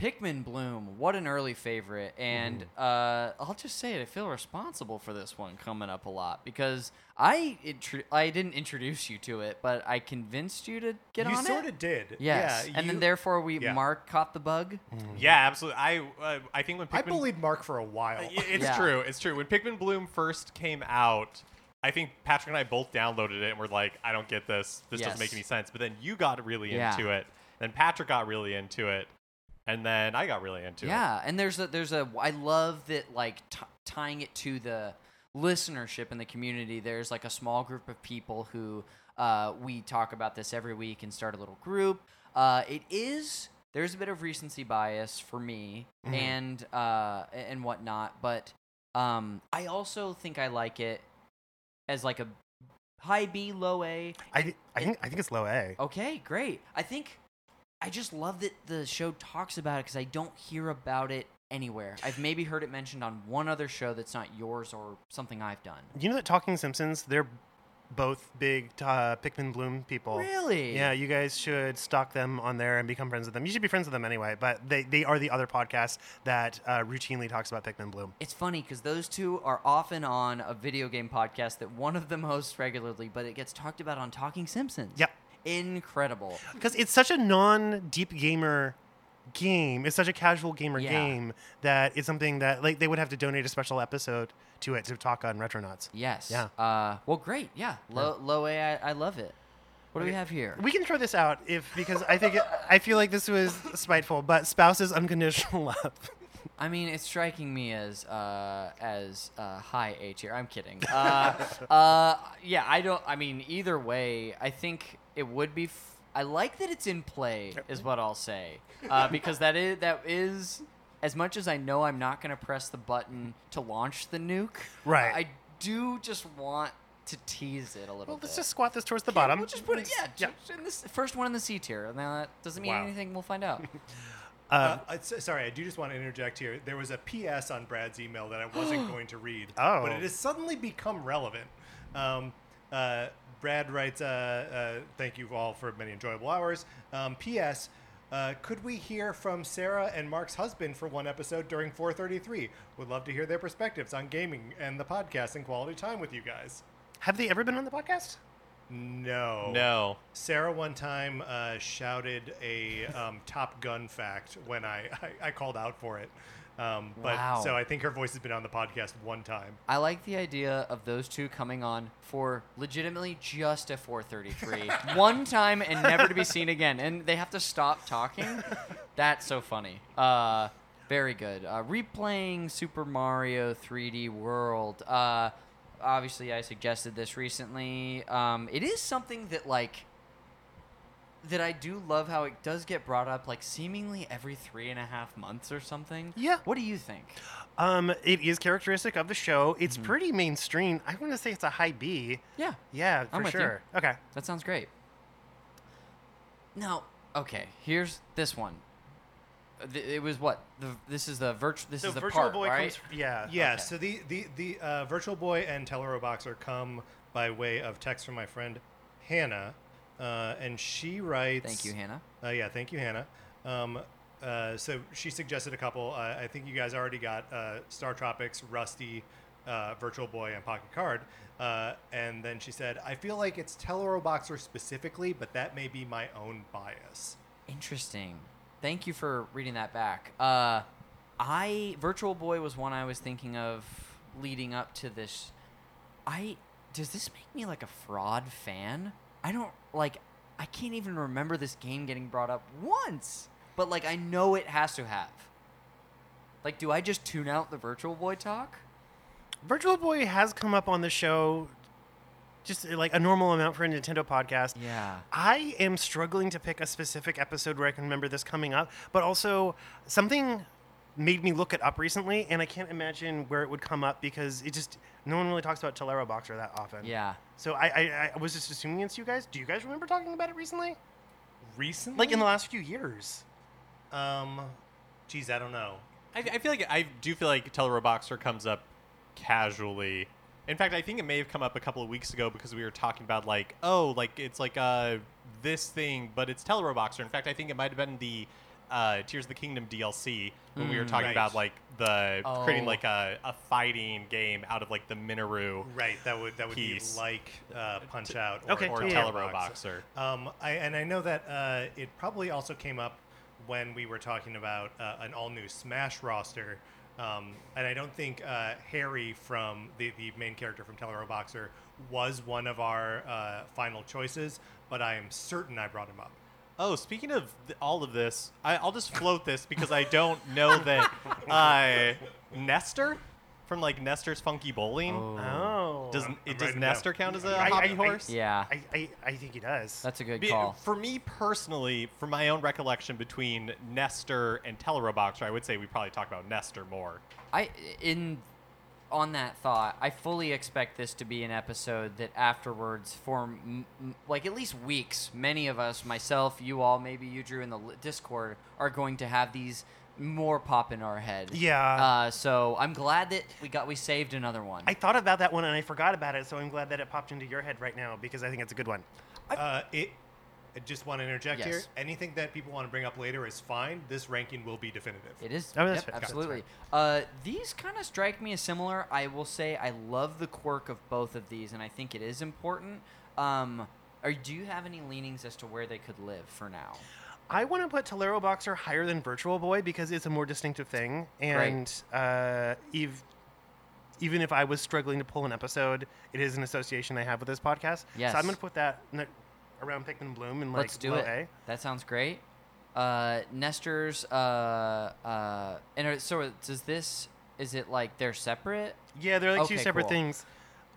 [SPEAKER 3] Pikmin Bloom, what an early favorite. And
[SPEAKER 1] Mm-hmm.
[SPEAKER 3] uh, I'll just say it, I feel responsible for this one coming up a lot because I intro- I didn't introduce you to it, but I convinced you to get
[SPEAKER 1] you
[SPEAKER 3] on
[SPEAKER 1] sort
[SPEAKER 3] it.
[SPEAKER 1] of did.
[SPEAKER 3] Yes.
[SPEAKER 1] Yeah,
[SPEAKER 3] and
[SPEAKER 1] you-
[SPEAKER 3] then therefore we
[SPEAKER 1] yeah.
[SPEAKER 3] Mark caught the bug.
[SPEAKER 2] Yeah, absolutely. I uh, I think when Pikmin
[SPEAKER 1] I bullied Mark for a while.
[SPEAKER 2] Y- It's
[SPEAKER 3] Yeah.
[SPEAKER 2] true. It's true. When Pikmin Bloom first came out, I think Patrick and I both downloaded it and were like, I don't get this. This doesn't make
[SPEAKER 3] Yes.
[SPEAKER 2] any sense. But then you got really
[SPEAKER 3] Yeah.
[SPEAKER 2] into it. Then Patrick got really into it. And then I got really into it.
[SPEAKER 3] yeah, and there's a there's a I love that like t- tying it to the listenership in the community. There's like a small group of people who uh, we talk about this every week and start a little group. Uh, it is there's a bit of recency bias for me and uh, a- and whatnot, but um, I also think I like it as like a high B low A.
[SPEAKER 4] I, thi- I think I think it's low A.
[SPEAKER 3] Okay, great. I think I just love that the show talks about it because I don't hear about it anywhere. I've maybe heard it mentioned on one other show that's not yours or something I've done.
[SPEAKER 4] You know that Talking Simpsons, they're both big uh, Pikmin Bloom people.
[SPEAKER 3] Really?
[SPEAKER 4] Yeah, you guys should stalk them on there and become friends with them. You should be friends with them anyway, but they, they are the other podcast that uh, routinely talks about Pikmin Bloom.
[SPEAKER 3] It's funny because those two are often on a video game podcast that one of them hosts regularly, but it gets talked about on Talking Simpsons.
[SPEAKER 4] Yep.
[SPEAKER 3] Incredible.
[SPEAKER 4] Because it's such a non deep gamer game. It's such a casual gamer
[SPEAKER 3] Yeah.
[SPEAKER 4] game that it's something that like they would have to donate a special episode to it to talk on Retronauts.
[SPEAKER 3] Yes.
[SPEAKER 4] Yeah.
[SPEAKER 3] Uh, well, great. Yeah. Low, low A, I, I love it. What do we have here?
[SPEAKER 4] We can throw this out if because I think it, I feel like this was spiteful, but spouses unconditional <laughs> love.
[SPEAKER 3] I mean, it's striking me as uh, as uh, high A tier. I'm kidding. Uh, <laughs> uh, yeah, I don't. I mean, either way, I think it would be. F- I like that it's in play, is what I'll say, uh, because that is that is as much as I know. I'm not going to press the button to launch the nuke.
[SPEAKER 4] Right.
[SPEAKER 3] I do just want to tease it a little
[SPEAKER 4] Well,
[SPEAKER 3] bit.
[SPEAKER 4] let's just squat this towards the bottom.
[SPEAKER 3] We'll just put it. Yeah,
[SPEAKER 4] Yeah.
[SPEAKER 3] just in this first one in the C tier. and Now that doesn't mean
[SPEAKER 1] Wow.
[SPEAKER 3] anything. We'll find out.
[SPEAKER 1] Uh, uh, so- sorry, I do just want to interject here. There was a PS on Brad's email that I wasn't going to read,
[SPEAKER 4] Oh.
[SPEAKER 1] but it has suddenly become relevant. Um, uh, Brad writes, uh, uh, "Thank you all for many enjoyable hours." Um, P.S. Uh, could we hear from Sarah and Mark's husband for one episode during 4:33? Would love to hear their perspectives on gaming and the podcast and quality time with you guys.
[SPEAKER 4] Have they ever been on the podcast?
[SPEAKER 1] No,
[SPEAKER 2] No.
[SPEAKER 1] Sarah one time uh, shouted a um, Top Gun fact when I, I, I called out for it. Um, but
[SPEAKER 3] Wow.
[SPEAKER 1] so I think her voice has been on the podcast one time.
[SPEAKER 3] I like the idea of those two coming on for legitimately just a 433 one time and never to be seen again, and they have to stop talking. That's so funny. Uh, very good. Uh, replaying Super Mario 3D World. Uh, obviously, I suggested this recently. Um, it is something that like that I do love how it does get brought up like seemingly every three and a half months or something.
[SPEAKER 4] Yeah.
[SPEAKER 3] What do you think?
[SPEAKER 4] Um, it is characteristic of the show. It's
[SPEAKER 3] Mm-hmm.
[SPEAKER 4] pretty mainstream. I want to say it's a high B.
[SPEAKER 3] Yeah.
[SPEAKER 4] Yeah, for
[SPEAKER 3] I'm with you.
[SPEAKER 4] sure. Okay.
[SPEAKER 3] That sounds great. Now, okay, here's this one. Uh, th- It was what the, this is the virtual. This is the part, right?
[SPEAKER 4] yeah.
[SPEAKER 1] Yeah,
[SPEAKER 3] Uh, Okay.
[SPEAKER 1] so the, the, the uh, Virtual Boy and Tellero Boxer come by way of text from my friend Hannah. Uh, and she writes.
[SPEAKER 3] Thank you, Hannah.
[SPEAKER 1] Uh, yeah, thank you, Hannah. Um, uh, so she suggested a couple. Uh, I think you guys already got uh, Star Tropics, Rusty, uh, Virtual Boy, and Pocket Card. Uh, and then she said, I feel like it's Tellero Boxer specifically, but that may be my own bias.
[SPEAKER 3] Interesting. Thank you for reading that back. Uh, I Virtual Boy was one I was thinking of leading up to this. I does this make me like a fraud fan? I don't like. I can't even remember this game getting brought up once, but like I know it has to have. Like, do I just tune out the Virtual Boy talk?
[SPEAKER 4] Virtual Boy has come up on the show, just uh, like a normal amount for a Nintendo podcast.
[SPEAKER 3] Yeah.
[SPEAKER 4] I am struggling to pick a specific episode where I can remember this coming up, but also something made me look it up recently, and I can't imagine where it would come up because it just no one really talks about Tolero Boxer that often.
[SPEAKER 3] Yeah.
[SPEAKER 4] So I, I, I was just assuming it's you guys. Do you guys remember talking about it recently?
[SPEAKER 1] Recently?
[SPEAKER 4] Like in the last few years.
[SPEAKER 1] Um, geez, I don't know.
[SPEAKER 2] I, I feel like I do feel like Teleroboxer comes up casually. In fact, I think it may have come up a couple of weeks ago because we were talking about like, oh, like it's like uh this thing, but it's Teleroboxer. In fact, I think it might have been the uh, Tears of the Kingdom DLC when we were
[SPEAKER 3] Mm.
[SPEAKER 2] talking
[SPEAKER 1] Right.
[SPEAKER 2] about like the creating
[SPEAKER 3] Oh.
[SPEAKER 2] like a, a fighting game out of like the Minoru
[SPEAKER 1] Right. That would that would
[SPEAKER 2] Piece.
[SPEAKER 1] be like uh, Punch Out or,
[SPEAKER 4] Okay,
[SPEAKER 2] or
[SPEAKER 4] yeah, yeah.
[SPEAKER 2] Telerobox or
[SPEAKER 1] Um, I, and I know that uh, it probably also came up when we were talking about uh, an all new Smash roster. Um, and I don't think uh, Harry from the, the main character from Tellero Boxer was one of our uh, final choices, but I am certain I brought him up.
[SPEAKER 2] Oh, speaking of th- all of this, I, I'll just float this because I don't know
[SPEAKER 4] <laughs>
[SPEAKER 2] that uh, Nestor from like Nestor's Funky Bowling
[SPEAKER 4] Oh.
[SPEAKER 2] does
[SPEAKER 1] I'm- I'm
[SPEAKER 2] it does
[SPEAKER 1] writing it down.
[SPEAKER 2] Nestor count as a
[SPEAKER 4] I- I-
[SPEAKER 2] hobby
[SPEAKER 4] I-
[SPEAKER 2] horse?
[SPEAKER 3] Yeah,
[SPEAKER 4] I, I, I think he does.
[SPEAKER 3] that's a good
[SPEAKER 2] Be-
[SPEAKER 3] call.
[SPEAKER 2] For me personally, from my own recollection between Nestor and Teleroboxer, I would say we probably talk about Nestor more.
[SPEAKER 3] I in on that thought, I fully expect this to be an episode that afterwards, for m- m- like at least weeks, many of us, myself, you all, maybe you, Drew, in the li- Discord, are going to have these more pop in our head.
[SPEAKER 4] Yeah.
[SPEAKER 3] Uh, so I'm glad that we got we saved another one.
[SPEAKER 4] I thought about that one and I forgot about it, so I'm glad that it popped into your head right now because I think it's a good one.
[SPEAKER 1] Uh, it, I just want to interject
[SPEAKER 3] Yes.
[SPEAKER 1] here. Anything that people want to bring up later is fine. This ranking will be definitive.
[SPEAKER 3] It is.
[SPEAKER 4] Oh, that's
[SPEAKER 3] yep,
[SPEAKER 4] fair. That's
[SPEAKER 3] absolutely. Uh, these kind of strike me as similar. I will say I love the quirk of both of these, and I think it is important. Um, or do you have any leanings as to where they could live for now?
[SPEAKER 4] I want to put Tolero Boxer higher than Virtual Boy because it's a more distinctive thing. And uh, Eve, even if I was struggling to pull an episode, it is an association I have with this podcast.
[SPEAKER 3] Yes.
[SPEAKER 4] So I'm going to put that n- around Pick and Bloom and like
[SPEAKER 3] Let's do
[SPEAKER 4] low
[SPEAKER 3] it.
[SPEAKER 4] A.
[SPEAKER 3] That sounds great. Uh, Nestor's. Uh, uh, and are- so does this? Is it like they're separate?
[SPEAKER 4] Yeah, they're like two
[SPEAKER 3] Okay,
[SPEAKER 4] separate
[SPEAKER 3] cool.
[SPEAKER 4] things.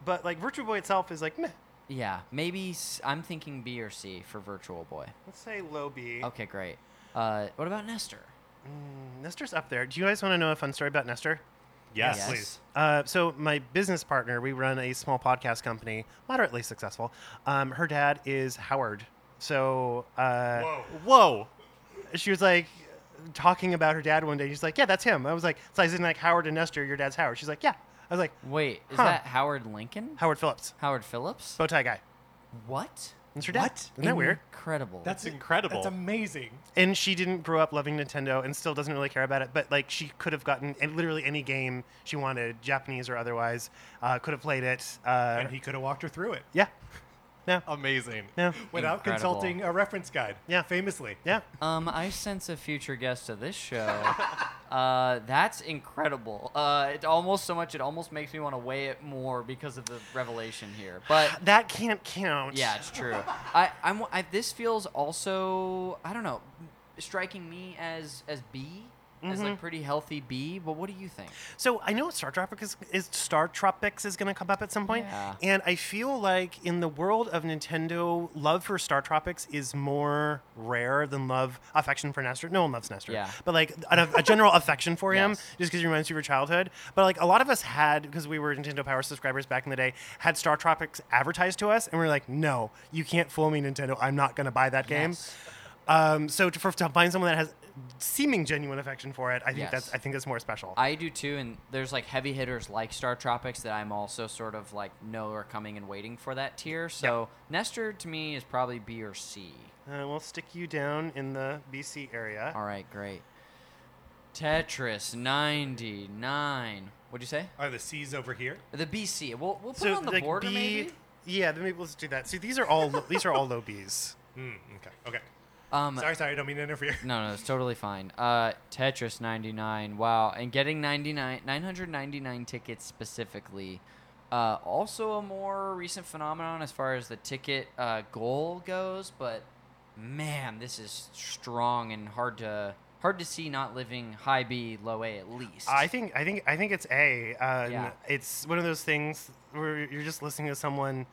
[SPEAKER 4] But like Virtual Boy itself is like meh.
[SPEAKER 3] Yeah, maybe s- I'm thinking B or C for Virtual Boy.
[SPEAKER 4] Let's say low B.
[SPEAKER 3] Okay, great. Uh, what about Nestor?
[SPEAKER 4] Mm, Nestor's up there. Do you guys want to know a fun story about Nestor?
[SPEAKER 1] Yes,
[SPEAKER 3] Yes.
[SPEAKER 1] please.
[SPEAKER 4] Uh, so my business partner, we run a small podcast company, moderately successful. Um, her dad is Howard. So uh,
[SPEAKER 1] Whoa.
[SPEAKER 2] Whoa!
[SPEAKER 4] she was like talking about her dad one day. She's like, "Yeah, that's him." I was like, "So I said like Howard and Nestor, your dad's Howard." She's like, "Yeah." I was like,
[SPEAKER 3] Wait, is
[SPEAKER 4] Huh.
[SPEAKER 3] that Howard Lincoln?
[SPEAKER 4] "Howard Phillips,
[SPEAKER 3] Howard Phillips?
[SPEAKER 4] bow tie guy."
[SPEAKER 3] What?
[SPEAKER 4] That's her dad.
[SPEAKER 1] What?
[SPEAKER 4] Isn't that weird?
[SPEAKER 3] Incredible.
[SPEAKER 2] That's incredible.
[SPEAKER 1] That's amazing.
[SPEAKER 4] And she didn't grow up loving Nintendo and still doesn't really care about it. But like, she could have gotten and literally any game she wanted, Japanese or otherwise, uh, could have played it. Uh,
[SPEAKER 1] And he could have walked her through it
[SPEAKER 4] yeah,
[SPEAKER 2] Amazing.
[SPEAKER 4] no,
[SPEAKER 1] without
[SPEAKER 3] Incredible.
[SPEAKER 1] consulting a reference guide.
[SPEAKER 4] Yeah.
[SPEAKER 1] famously.
[SPEAKER 4] yeah.
[SPEAKER 3] Um, I sense a future guest of this show. uh, that's incredible. Uh, it almost so much it almost makes me want to weigh it more because of the revelation here. But
[SPEAKER 4] That can't count.
[SPEAKER 3] yeah, it's true. I I'm I, this feels also I don't know striking me as as B as like pretty healthy B. But what do you think?
[SPEAKER 4] So I know Star Tropics is, is Star Tropics is going to come up at some point,
[SPEAKER 3] Yeah.
[SPEAKER 4] and I feel like in the world of Nintendo, love for Star Tropics is more rare than love affection for Nestor. No one loves Nestor,
[SPEAKER 3] Yeah.
[SPEAKER 4] but like an,
[SPEAKER 3] <laughs>
[SPEAKER 4] a general affection for him,
[SPEAKER 3] Yes.
[SPEAKER 4] just because he reminds you of your childhood. But like a lot of us had because we were Nintendo Power subscribers back in the day, had Star Tropics advertised to us, and we are like, no, you can't fool me, Nintendo. I'm not going to buy that game.
[SPEAKER 3] Yes.
[SPEAKER 4] Um, so to, for, to find someone that has seeming genuine affection for it, I think
[SPEAKER 3] Yes.
[SPEAKER 4] that's I think that's more special.
[SPEAKER 3] I do too, and there's like heavy hitters like Star Tropics that I'm also sort of like know are coming and waiting for that tier. So Nestor to me is probably B or C.
[SPEAKER 4] Uh, we'll stick you down in the BC area.
[SPEAKER 3] All right, great. Tetris 99. What'd you say?
[SPEAKER 1] Are Oh, the C's over here?
[SPEAKER 3] The BC. We'll, we'll put it on the
[SPEAKER 4] like,
[SPEAKER 3] border
[SPEAKER 4] B-
[SPEAKER 3] maybe.
[SPEAKER 4] Yeah, then maybe let's do that. See, these are all lo- these are all
[SPEAKER 3] <laughs>
[SPEAKER 4] low Bs.
[SPEAKER 1] Hmm. okay. Okay.
[SPEAKER 3] Um,
[SPEAKER 1] Sorry, sorry. I don't mean to interfere. <laughs>
[SPEAKER 3] No, no, it's totally fine. Uh, Tetris 99. Wow. And getting 99, 999 tickets specifically. Uh, also, a more recent phenomenon as far as the ticket uh, goal goes, but man, this is strong and hard to hard to see not living high B, low A at least.
[SPEAKER 4] I think I think I think it's A. Um,
[SPEAKER 3] Yeah.
[SPEAKER 4] It's one of those things where you're just listening to someone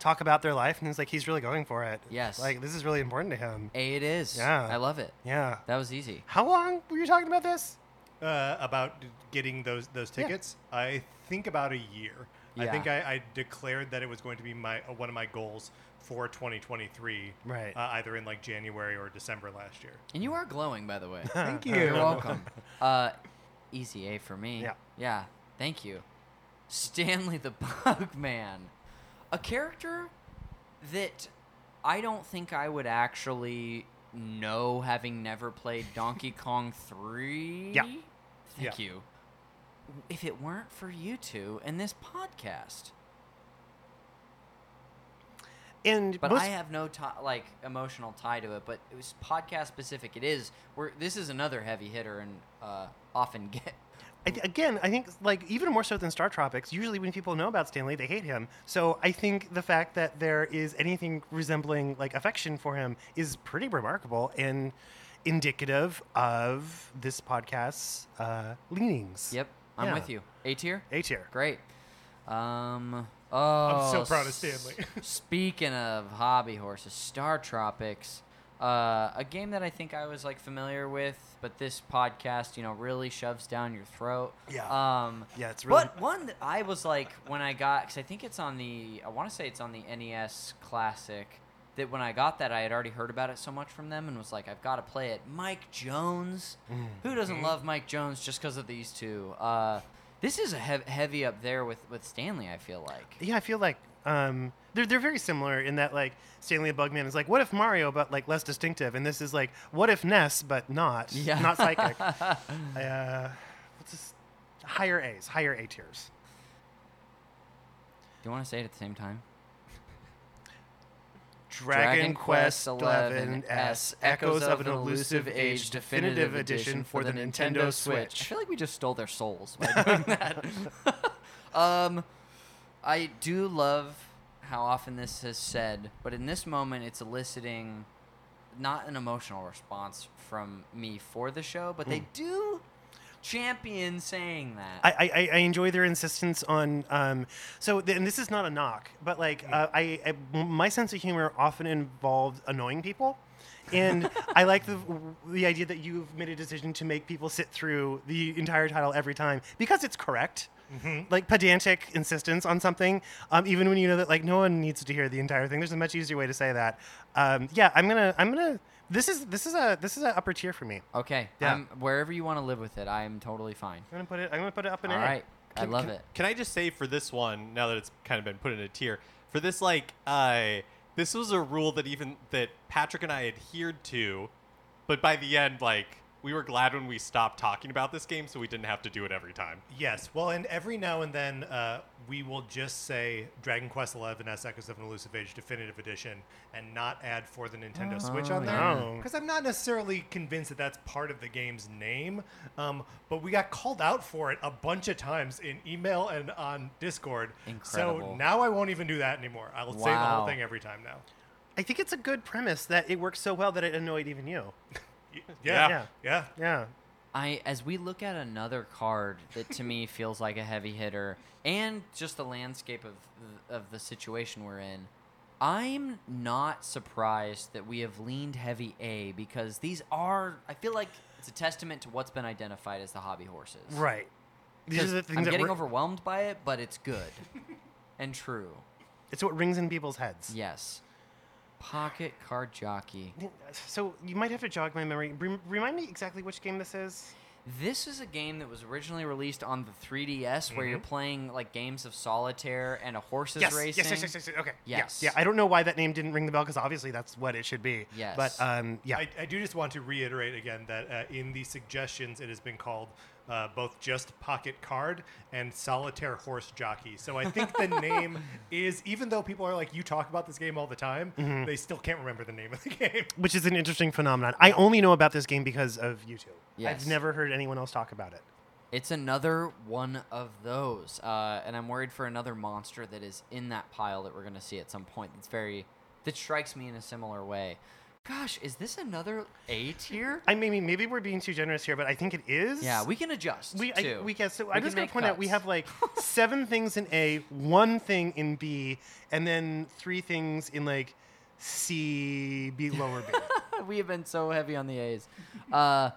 [SPEAKER 4] talk about their life, and it's like he's really going for it.
[SPEAKER 3] Yes.
[SPEAKER 4] Like this is really important to him.
[SPEAKER 3] A it is.
[SPEAKER 4] Yeah.
[SPEAKER 3] I love it.
[SPEAKER 4] Yeah.
[SPEAKER 3] That was easy.
[SPEAKER 4] How long were you talking about this?
[SPEAKER 1] Uh, about d- getting those those
[SPEAKER 4] Yeah.
[SPEAKER 1] tickets, I think about a year. I
[SPEAKER 3] Yeah.
[SPEAKER 1] think I, I declared that it was going to be my uh, one of my goals for 2023.
[SPEAKER 4] Right.
[SPEAKER 1] Uh, either in like January or December last year.
[SPEAKER 3] And you are glowing, by the <laughs> way.
[SPEAKER 1] Thank you.
[SPEAKER 3] You're welcome. <laughs> Uh, easy A for me.
[SPEAKER 4] Yeah.
[SPEAKER 3] Yeah. Thank you. Stanley the <laughs> Bug Man, a character that I don't think I would actually know, having never played
[SPEAKER 1] <laughs>
[SPEAKER 3] Donkey Kong 3.
[SPEAKER 4] Yeah.
[SPEAKER 3] Thank
[SPEAKER 1] Yeah.
[SPEAKER 3] you. If it weren't for you two and this podcast,
[SPEAKER 4] And
[SPEAKER 3] but
[SPEAKER 4] most,
[SPEAKER 3] I have no ti like emotional tie to it. But it was podcast specific. It is. We're, this is another heavy hitter and uh, often <laughs> get.
[SPEAKER 4] I th- again, I think like even more so than Star Tropics. Usually, when people know about Stanley, they hate him. So I think the fact that there is anything resembling like affection for him is pretty remarkable and indicative of this podcast's uh, leanings.
[SPEAKER 3] Yep, I'm
[SPEAKER 4] Yeah.
[SPEAKER 3] with you. A tier.
[SPEAKER 4] A tier.
[SPEAKER 3] Great. Um. Oh,
[SPEAKER 1] so proud of
[SPEAKER 3] s-
[SPEAKER 1] Stanley.
[SPEAKER 3] speaking of hobby horses, Star Tropics, uh, a game that I think I was like familiar with, but this podcast, you know, really shoves down your throat.
[SPEAKER 4] Yeah.
[SPEAKER 3] Um.
[SPEAKER 4] Yeah, it's really-
[SPEAKER 3] But one that I was like when I got, because I think it's on the, I want to say it's on the NES Classic. That when I got that, I had already heard about it so much from them, and was like, I've got to play it. Mike Jones, who doesn't love Mike Jones just because of these two? Uh, this is a hev- heavy up there with with Stanley. I feel like.
[SPEAKER 4] Yeah, I feel like um, they're they're very similar in that like Stanley the Bugman is like what if Mario but like less distinctive, and this is like what if Ness but not
[SPEAKER 3] Yeah. <laughs>
[SPEAKER 4] not psychic. uh, what's this? Higher A's, higher A tiers.
[SPEAKER 3] Do you want to say it at the same time?
[SPEAKER 4] Dragon Quest XI S Echoes of an Elusive Age Definitive Edition for the Nintendo
[SPEAKER 3] I
[SPEAKER 4] Switch.
[SPEAKER 3] feel like we just stole their souls <laughs> by doing that. um, I do love how often this is said, but in this moment, it's eliciting not an emotional response from me for the show, but they do champion saying that.
[SPEAKER 4] Hmm. I, I, I- I enjoy their insistence on um, so th- and this is not a knock but like uh, I, I m- my sense of humor often involved annoying people and <laughs> I like the the idea that you've made a decision to make people sit through the entire title every time because it's correct like pedantic insistence on something um, even when you know that like no one needs to hear the entire thing there's a much easier way to say that um, yeah I'm gonna I'm gonna this is this is a this is an upper tier for me
[SPEAKER 3] okay,
[SPEAKER 4] Yeah.
[SPEAKER 3] I'm, wherever you want to live with it, I am totally fine.
[SPEAKER 4] I'm gonna put it I'm gonna put it up in
[SPEAKER 3] All
[SPEAKER 4] A.
[SPEAKER 3] right, I
[SPEAKER 2] Can-
[SPEAKER 3] love
[SPEAKER 2] can-
[SPEAKER 3] it.
[SPEAKER 2] Can I just say for this one, now that it's kind of been put in a tier, for this like uh this was a rule that even that Patrick and I adhered to, but by the end, like we were glad when we stopped talking about this game so we didn't have to do it every time.
[SPEAKER 1] Yes. Well, and every now and then uh, we will just say Dragon Quest XI S Echoes of an Elusive Age Definitive Edition and not add for the Nintendo Switch on there
[SPEAKER 3] Oh.
[SPEAKER 4] yeah.
[SPEAKER 1] because I'm not necessarily convinced that that's part of the game's name. Um, but we got called out for it a bunch of times in email and on Discord. So
[SPEAKER 3] Incredible.
[SPEAKER 1] now I won't even do that anymore. I will say the whole
[SPEAKER 3] Wow.
[SPEAKER 1] thing every time now.
[SPEAKER 4] I think it's a good premise that it works so well that it annoyed even you.
[SPEAKER 1] Y- Yeah. Yeah.
[SPEAKER 4] Yeah. Yeah.
[SPEAKER 3] I as we look at another card that to me feels like a heavy hitter and just the landscape of the, of the situation we're in, I'm not surprised that we have leaned heavy A because these are I feel like it's a testament to what's been identified as the hobby horses.
[SPEAKER 4] Right. These are
[SPEAKER 3] 'Cause
[SPEAKER 4] the things
[SPEAKER 3] I'm
[SPEAKER 4] that
[SPEAKER 3] getting
[SPEAKER 4] ri-
[SPEAKER 3] overwhelmed by it, but it's good and true.
[SPEAKER 4] it's what rings in people's heads.
[SPEAKER 3] Yes. Pocket card jockey.
[SPEAKER 4] So you might have to jog my memory. Rem- remind me exactly which game this is.
[SPEAKER 3] This is a game that was originally released on the 3DS where you're playing like games of solitaire and a horses
[SPEAKER 4] Mm-hmm. Yes, yes,
[SPEAKER 3] racing.
[SPEAKER 4] yes, yes, yes, yes, Okay. Yeah,
[SPEAKER 3] Yes.
[SPEAKER 4] Yeah, I don't know why that name didn't ring the bell because obviously that's what it should be.
[SPEAKER 3] Yes.
[SPEAKER 4] But um, yeah.
[SPEAKER 1] I, I do just want to reiterate again that uh, in the suggestions, it has been called uh, both just pocket card and solitaire horse jockey. So I think the name is, even though people are like, you talk about this game all the time, they still can't remember the name of the <laughs> game.
[SPEAKER 4] which is an interesting phenomenon. I only know about this game because of YouTube.
[SPEAKER 3] Yes.
[SPEAKER 4] I've never heard anyone else talk about it.
[SPEAKER 3] It's another one of those, uh, and I'm worried for another monster that is in that pile that we're gonna see at some point. That's very that strikes me in a similar way. Gosh, is this another A tier?
[SPEAKER 4] I mean, maybe we're being too generous here, but I think it is.
[SPEAKER 3] Yeah, we can adjust.
[SPEAKER 4] We, I,
[SPEAKER 3] too.
[SPEAKER 4] we guess. So
[SPEAKER 3] We
[SPEAKER 4] I'm
[SPEAKER 3] can
[SPEAKER 4] just going
[SPEAKER 3] make
[SPEAKER 4] to point out we
[SPEAKER 3] cuts. <laughs>
[SPEAKER 4] have like seven things in A, one thing in B, and then three things in like C, B,
[SPEAKER 3] <laughs>
[SPEAKER 4] lower B.
[SPEAKER 3] we have been so heavy on the A's. Uh,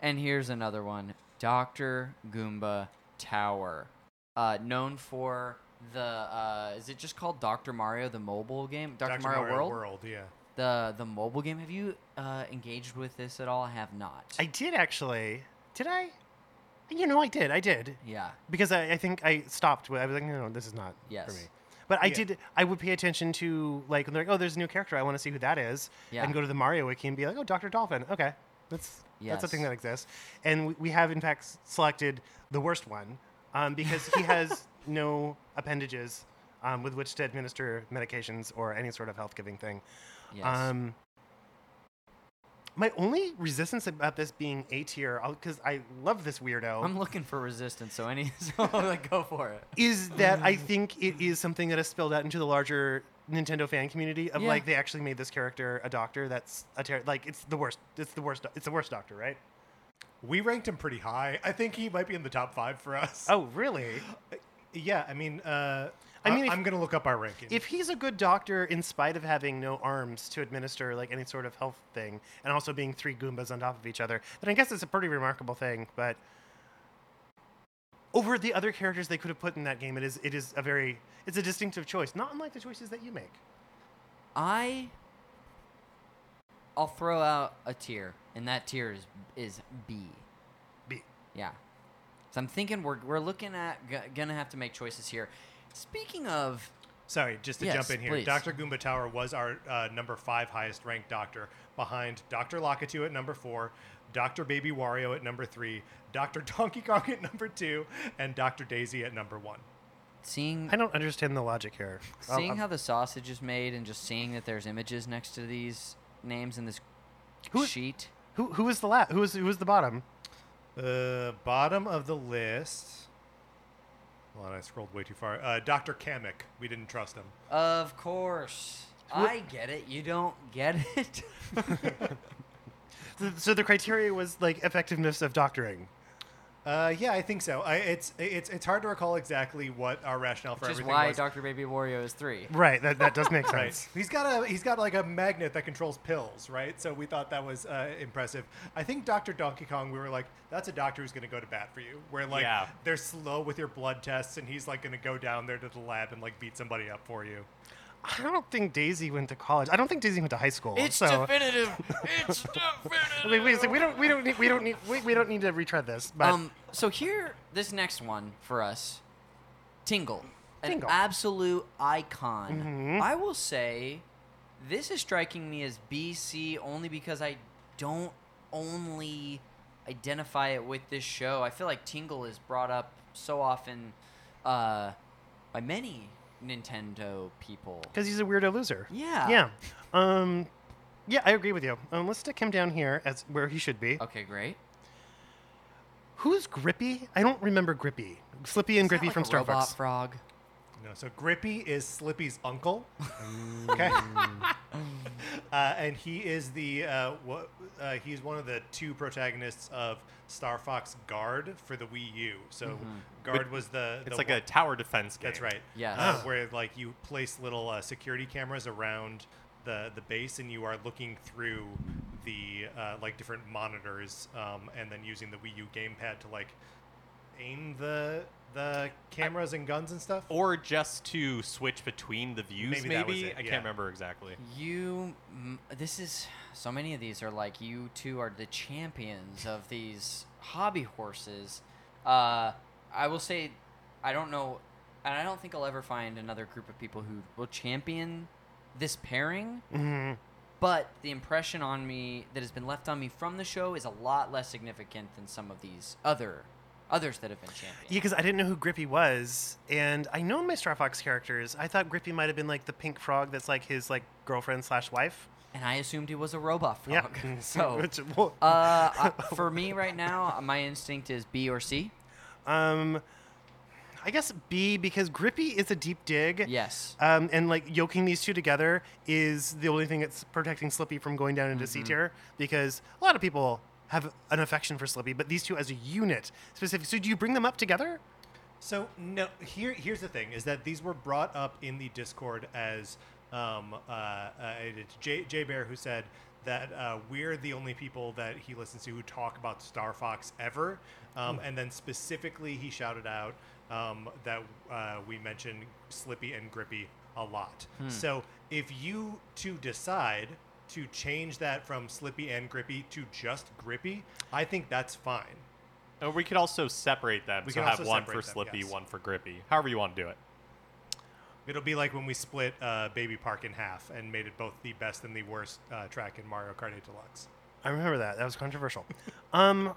[SPEAKER 3] and here's another one Dr. Goomba Tower. Uh, known for the, uh, is it just called Dr. Mario, the mobile game? Dr. Mario, World?
[SPEAKER 1] yeah.
[SPEAKER 3] The, the mobile game. Have you uh, engaged with this at all? I have not.
[SPEAKER 4] I did actually. Did I? You know, I did. I did.
[SPEAKER 3] yeah.
[SPEAKER 4] Because I, I think I stopped. when I was like, no, no, this is not
[SPEAKER 3] Yes.
[SPEAKER 4] for me. But I
[SPEAKER 1] Yeah.
[SPEAKER 4] did. I would pay attention to like when they're like, oh, there's a new character. I want to see who that is.
[SPEAKER 3] Yeah.
[SPEAKER 4] And go to the Mario wiki and be like, oh, Doctor Dolphin. Okay, that's that's a thing
[SPEAKER 3] Yes.
[SPEAKER 4] that exists. And we, we have in fact s- selected the worst one um, because
[SPEAKER 3] <laughs>
[SPEAKER 4] he has no appendages um, with which to administer medications or any sort of health giving thing.
[SPEAKER 3] Yes.
[SPEAKER 4] Um, my only resistance about this being A tier, because I love this weirdo,
[SPEAKER 3] I'm looking for resistance, so any <laughs> so like go for it.
[SPEAKER 4] is that I think it is something that has spilled out into the larger Nintendo fan community of
[SPEAKER 3] Yeah.
[SPEAKER 4] like they actually made this character a doctor. That's a ter- like it's the worst. It's the worst. It's the worst doctor, right?
[SPEAKER 1] We ranked him pretty high. I think he might be in the top five for us.
[SPEAKER 4] Oh, really?
[SPEAKER 1] yeah. I mean, uh,
[SPEAKER 4] I
[SPEAKER 1] I
[SPEAKER 4] mean,
[SPEAKER 1] mean,
[SPEAKER 4] if-
[SPEAKER 1] I, am gonna look up our ranking.
[SPEAKER 4] If he's a good doctor in spite of having no arms to administer like any sort of health thing, and also being three Goombas on top of each other, then I guess it's a pretty remarkable thing. But over the other characters they could have put in that game, it is it is a very it's a distinctive choice, not unlike the choices that you make.
[SPEAKER 3] I I'll throw out a tier, and that tier is is B.
[SPEAKER 4] B.
[SPEAKER 3] Yeah. So I'm thinking we're we're looking at g- gonna have to make choices here. Speaking of,
[SPEAKER 1] Sorry, just to
[SPEAKER 3] Yes,
[SPEAKER 1] jump in here.
[SPEAKER 3] please.
[SPEAKER 1] Dr. Goomba Tower was our uh, number five highest ranked doctor, behind Dr. Lockatoo at number four, Dr. Baby Wario at number three, Dr. <laughs> Donkey Kong at number two, and Dr. Daisy at number one.
[SPEAKER 3] seeing
[SPEAKER 4] I don't understand the logic here. I'll-
[SPEAKER 3] seeing
[SPEAKER 4] I'll-
[SPEAKER 3] how the sausage is made and just seeing that there's images next to these names in this
[SPEAKER 4] Who-
[SPEAKER 3] sheet.
[SPEAKER 4] Who who was the la- who was who was the bottom?
[SPEAKER 1] Uh, bottom of the list. Hold on, I scrolled way too far. Uh, Dr. Kamek. We didn't trust him.
[SPEAKER 3] Of course. I get it. You don't get <laughs> it.
[SPEAKER 4] Th- So the criteria was like effectiveness of doctoring.
[SPEAKER 1] Uh, yeah, I think so. I, it's it's it's hard to recall exactly what our rationale for
[SPEAKER 3] Which is
[SPEAKER 1] everything
[SPEAKER 3] why
[SPEAKER 1] was.
[SPEAKER 3] Dr. Baby Wario is three.
[SPEAKER 4] Right, that, that does make
[SPEAKER 3] <laughs>
[SPEAKER 4] sense.
[SPEAKER 1] Right. He's got a he's got like a magnet that controls pills, right? So we thought that was uh, impressive. I think Doctor Donkey Kong, we were like, that's a doctor who's going to go to bat for you. Where like
[SPEAKER 2] Yeah.
[SPEAKER 1] they're slow with your blood tests, and he's like going to go down there to the lab and like beat somebody up for you.
[SPEAKER 4] I don't think Daisy went to college. I don't think Daisy went to high school.
[SPEAKER 3] It's
[SPEAKER 4] so
[SPEAKER 3] definitive.
[SPEAKER 4] <laughs>
[SPEAKER 3] It's definitive.
[SPEAKER 4] wait, wait, so we don't we don't need we don't need we, we don't need to retread this. But
[SPEAKER 3] Um, so here, this next one for us, Tingle, an
[SPEAKER 4] Tingle. Mm-hmm.
[SPEAKER 3] absolute icon. I will say, this is striking me as BC only because I don't only identify it with this show. I feel like Tingle is brought up so often uh, by many Nintendo people.
[SPEAKER 4] because he's a weirdo loser.
[SPEAKER 3] Yeah.
[SPEAKER 4] Yeah. Um yeah, I agree with you. Um, let's stick him down here as where he should be.
[SPEAKER 3] Okay, great.
[SPEAKER 4] Who's Grippy? I don't remember Grippy. Slippy and
[SPEAKER 3] Is that
[SPEAKER 4] Grippy
[SPEAKER 3] like
[SPEAKER 4] from
[SPEAKER 3] a
[SPEAKER 4] Star
[SPEAKER 3] robot
[SPEAKER 4] Fox.
[SPEAKER 3] Frog.
[SPEAKER 1] No, so Grippy is Slippy's
[SPEAKER 2] <laughs>
[SPEAKER 1] uncle. okay. uh, and he is the uh, what? Uh, he's one of the two protagonists of Star Fox Guard for the Wii U. So Guard was the, the
[SPEAKER 2] Mm-hmm. It's like
[SPEAKER 1] one-
[SPEAKER 2] a tower defense game.
[SPEAKER 1] That's right.
[SPEAKER 3] Yes.
[SPEAKER 1] Uh, where like you place little uh, security cameras around the the base, and you are looking through the uh, like different monitors, um, and then using the Wii U gamepad to like aim the the cameras and guns and stuff.
[SPEAKER 2] Or just to switch between the views, maybe.
[SPEAKER 1] Maybe that was it,
[SPEAKER 2] I
[SPEAKER 1] yeah.
[SPEAKER 2] can't remember exactly.
[SPEAKER 3] You, m- this is so many of these are like you two are the champions of these hobby horses. Uh, I will say, I don't know, and I don't think I'll ever find another group of people who will champion this pairing.
[SPEAKER 4] Mhm.
[SPEAKER 3] But the impression on me that has been left on me from the show is a lot less significant than some of these other others that have been championed.
[SPEAKER 4] Yeah, because I didn't know who Grippy was, and I know my Star Fox characters. I thought Grippy might have been like the pink frog that's like his like girlfriend slash wife.
[SPEAKER 3] And I assumed he was a robot
[SPEAKER 4] <laughs> Yeah.
[SPEAKER 3] frog. <laughs> So,
[SPEAKER 4] Which- well,
[SPEAKER 3] uh,
[SPEAKER 4] <laughs>
[SPEAKER 3] I- for me right now, my instinct is B or C.
[SPEAKER 4] um, I guess B because Grippy is a deep dig.
[SPEAKER 3] Yes.
[SPEAKER 4] Um, and like yoking these two together is the only thing that's protecting Slippy from going down into
[SPEAKER 3] Mm-hmm.
[SPEAKER 4] C tier because a lot of people have an affection for Slippy, but these two as a unit specific. So do you bring them up together?
[SPEAKER 1] So no, here here's the thing: is that these were brought up in the Discord as um, uh, uh, it's Jay, Jay Bear who said that uh, we're the only people that he listens to who talk about Star Fox ever, um, and then specifically he shouted out um, that uh, we mentioned Slippy and Grippy a lot. So if you two decide to change that from Slippy and Grippy to just Grippy, I think that's fine.
[SPEAKER 2] Or Oh, we could also separate them.
[SPEAKER 1] We
[SPEAKER 2] so
[SPEAKER 1] can
[SPEAKER 2] have
[SPEAKER 1] also
[SPEAKER 2] one
[SPEAKER 1] separate
[SPEAKER 2] for
[SPEAKER 1] them,
[SPEAKER 2] Slippy,
[SPEAKER 1] yes.
[SPEAKER 2] one for Grippy. However you want to do it.
[SPEAKER 1] It'll be like when we split uh, Baby Park in half and made it both the best and the worst uh, track in Mario Kart 8 Deluxe.
[SPEAKER 4] I remember that. That was controversial. um,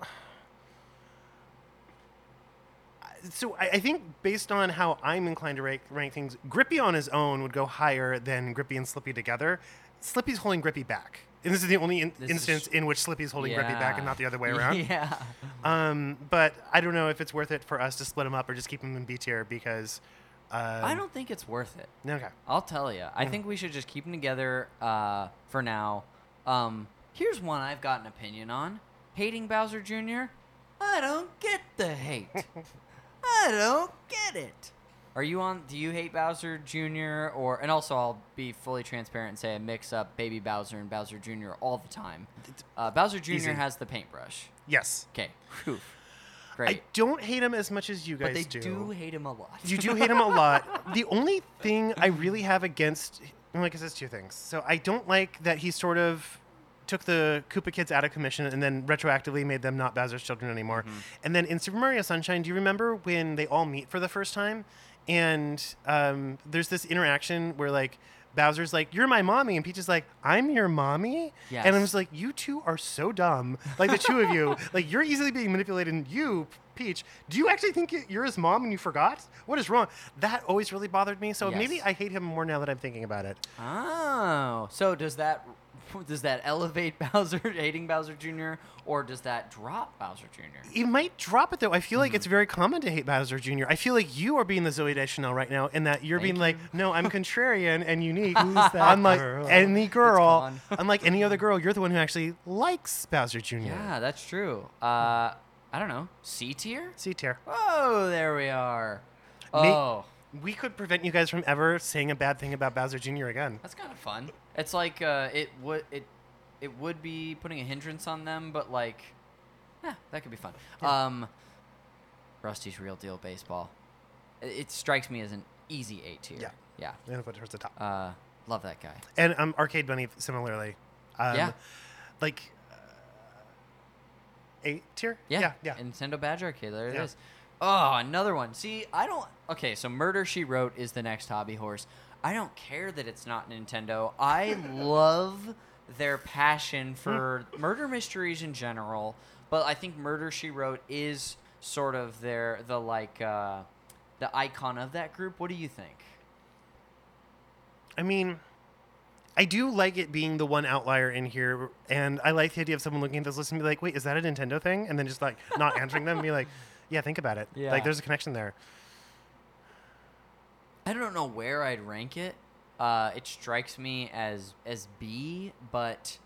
[SPEAKER 4] so I, I think based on how I'm inclined to rank, rank things, Grippy on his own would go higher than Grippy and Slippy together. Slippy's holding Grippy back. And this is the only in-
[SPEAKER 3] This is-
[SPEAKER 4] instance in which Slippy's holding Grippy back and
[SPEAKER 3] Yeah.
[SPEAKER 4] not the other way around.
[SPEAKER 3] <laughs> Yeah.
[SPEAKER 4] <laughs> Um, but I don't know if it's worth it for us to split them up or just keep them in B tier because. Uh,
[SPEAKER 3] I don't think it's worth it.
[SPEAKER 4] Okay.
[SPEAKER 3] I'll tell you. I think we should just keep them together uh, for now. Um, here's one I've got an opinion on: hating Bowser Jr. I don't get the hate.
[SPEAKER 4] <laughs>
[SPEAKER 3] I don't get it. Are you on? Do you hate Bowser Jr. or? And also, I'll be fully transparent and say I mix up Baby Bowser and Bowser Jr. all the time. Uh, Bowser Jr.
[SPEAKER 4] Easy.
[SPEAKER 3] has the paintbrush.
[SPEAKER 4] Yes.
[SPEAKER 3] Okay. Whew. Great.
[SPEAKER 4] I don't hate him as much as you guys
[SPEAKER 3] but they do. hate him a lot.
[SPEAKER 4] You do hate him a lot. The only thing I really have against, well, I guess it's two things. So I don't like that he sort of took the Koopa kids out of commission and then retroactively made them not Bowser's children anymore. And then in Super Mario Sunshine, do you remember when they all meet for the first time? And um, there's this interaction where like Bowser's like, "You're my mommy," and Peach is like, "I'm your mommy." And I'm
[SPEAKER 3] Yes.
[SPEAKER 4] just like, "You two are so dumb. Like the two of
[SPEAKER 3] <laughs>
[SPEAKER 4] you, like you're easily being manipulated. And you, Peach, do you actually think you- you're his mom and you forgot? What is wrong?" That always really bothered me. So maybe
[SPEAKER 3] Yes.
[SPEAKER 4] I hate him more now that I'm thinking about it.
[SPEAKER 3] Oh, so does that does that elevate <laughs> Bowser hating Bowser Jr. or does that drop Bowser Jr.?
[SPEAKER 4] It might drop it though. I feel like
[SPEAKER 3] Mm-hmm.
[SPEAKER 4] it's very common to hate Bowser Jr. I feel like you are being the Zoe Deschanel right now, in that you're
[SPEAKER 3] Thank
[SPEAKER 4] being like,
[SPEAKER 3] <laughs>
[SPEAKER 4] "No, I'm contrarian and unique."
[SPEAKER 1] that
[SPEAKER 4] unlike
[SPEAKER 1] girl?
[SPEAKER 4] any girl,
[SPEAKER 3] gone.
[SPEAKER 4] unlike any other girl, you're the one who actually likes Bowser Jr.
[SPEAKER 3] Yeah, that's true. Uh, I don't know. C tier?
[SPEAKER 4] See, tear.
[SPEAKER 3] Oh, there we are. Oh,
[SPEAKER 4] We could prevent you guys from ever saying a bad thing about Bowser Jr. again.
[SPEAKER 3] that's kind of fun. It's like uh, it would it it would be putting a hindrance on them, but like, yeah, that could be fun. Um, Rusty's real deal baseball. It, it strikes me as an easy A tier.
[SPEAKER 4] Yeah.
[SPEAKER 3] Yeah.
[SPEAKER 4] And put towards the top.
[SPEAKER 3] Uh, love that guy.
[SPEAKER 4] And um, Arcade Bunny similarly. Um,
[SPEAKER 3] Yeah.
[SPEAKER 4] Like uh, eight tier.
[SPEAKER 3] Yeah,
[SPEAKER 4] Yeah. yeah.
[SPEAKER 3] Nintendo Badger Arcade. There it is.
[SPEAKER 4] Yeah.
[SPEAKER 3] Oh, another one. See, I don't. Okay, so Murder She Wrote is the next hobby horse. I don't care that it's not Nintendo.
[SPEAKER 4] <laughs>
[SPEAKER 3] I love their
[SPEAKER 4] Hmm.
[SPEAKER 3] passion for murder mysteries in general, but I think Murder She Wrote is sort of their the like uh, the icon of that group. What do you think?
[SPEAKER 4] I mean, I do like it being the one outlier in here, and I like the idea of someone looking at this list and be like, "Wait, is that a Nintendo thing?" And then just like not answering them, and be like, "Yeah, think about it.
[SPEAKER 3] Yeah.
[SPEAKER 4] Like, there's a connection there."
[SPEAKER 3] I don't know where I'd rank it. Uh, it strikes me as as B, but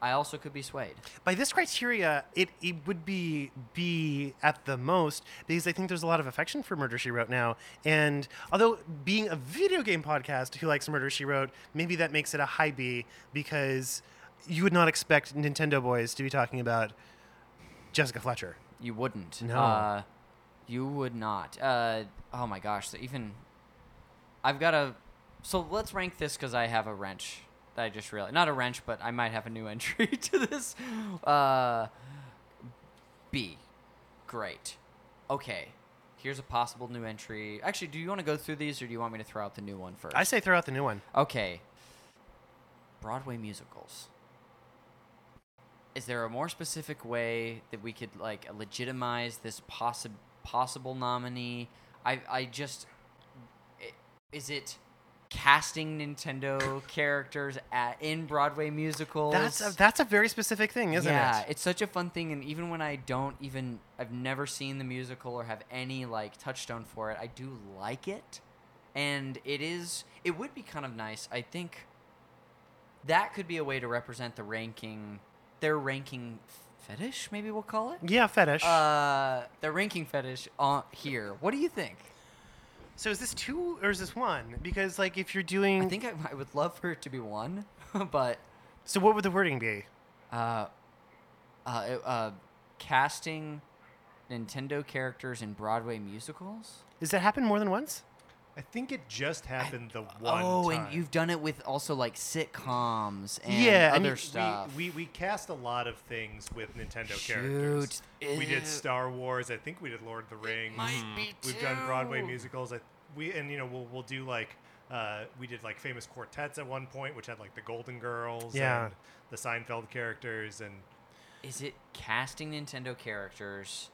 [SPEAKER 3] I also could be swayed.
[SPEAKER 4] By this criteria, it, it would be B at the most because I think there's a lot of affection for Murder She Wrote now. And although being a video game podcast who likes Murder She Wrote, maybe that makes it a high B because you would not expect Nintendo boys to be talking about Jessica Fletcher.
[SPEAKER 3] You wouldn't.
[SPEAKER 4] No.
[SPEAKER 3] Uh, you would not. Uh, oh my gosh. So even. I've got a. So let's rank this because I have a wrench that I just realized. Not a wrench, but I might have a new <laughs> entry to this. Uh, B. Great. Okay. Here's a possible new entry. Actually, do you want to go through these or do you want me to throw out the new one first?
[SPEAKER 4] I say throw out the new one.
[SPEAKER 3] Okay. Broadway musicals. Is there a more specific way that we could like legitimize this possi- possible nominee? I I just i- is it casting Nintendo characters at, in Broadway musicals?
[SPEAKER 4] That's a, that's a very specific thing, isn't
[SPEAKER 3] yeah,
[SPEAKER 4] it?
[SPEAKER 3] it's such a fun thing, and even when I don't even I've never seen the musical or have any like touchstone for it, I do like it, and it is it would be kind of nice. I think that could be a way to represent the ranking, their ranking fetish, maybe we'll call it.
[SPEAKER 4] Yeah, fetish.
[SPEAKER 3] Uh, their ranking fetish on here. What do you think?
[SPEAKER 4] so is this two or is this one? Because like if you're doing,
[SPEAKER 3] I think I, I would love for it to be one, <laughs> but
[SPEAKER 4] so what would the wording be?
[SPEAKER 3] uh, uh, uh, casting Nintendo characters in Broadway musicals.
[SPEAKER 4] Does that happen more than once?
[SPEAKER 1] I think it just happened the one
[SPEAKER 3] oh,
[SPEAKER 1] time.
[SPEAKER 3] and you've done it with also like sitcoms and
[SPEAKER 4] Yeah, I
[SPEAKER 3] other
[SPEAKER 4] mean, we-
[SPEAKER 3] stuff.
[SPEAKER 1] We, we we cast a lot of things with Nintendo
[SPEAKER 3] Shoot.
[SPEAKER 1] characters. We
[SPEAKER 3] Ew.
[SPEAKER 1] did Star Wars. I think we did Lord of the Rings.
[SPEAKER 3] Might be
[SPEAKER 1] We've done Broadway
[SPEAKER 3] too.
[SPEAKER 1] musicals. I, we and you know we'll we'll do like uh, we did like famous quartets at one point, which had like the Golden Girls,
[SPEAKER 4] Yeah.
[SPEAKER 1] and the Seinfeld characters, and
[SPEAKER 3] Is it casting Nintendo characters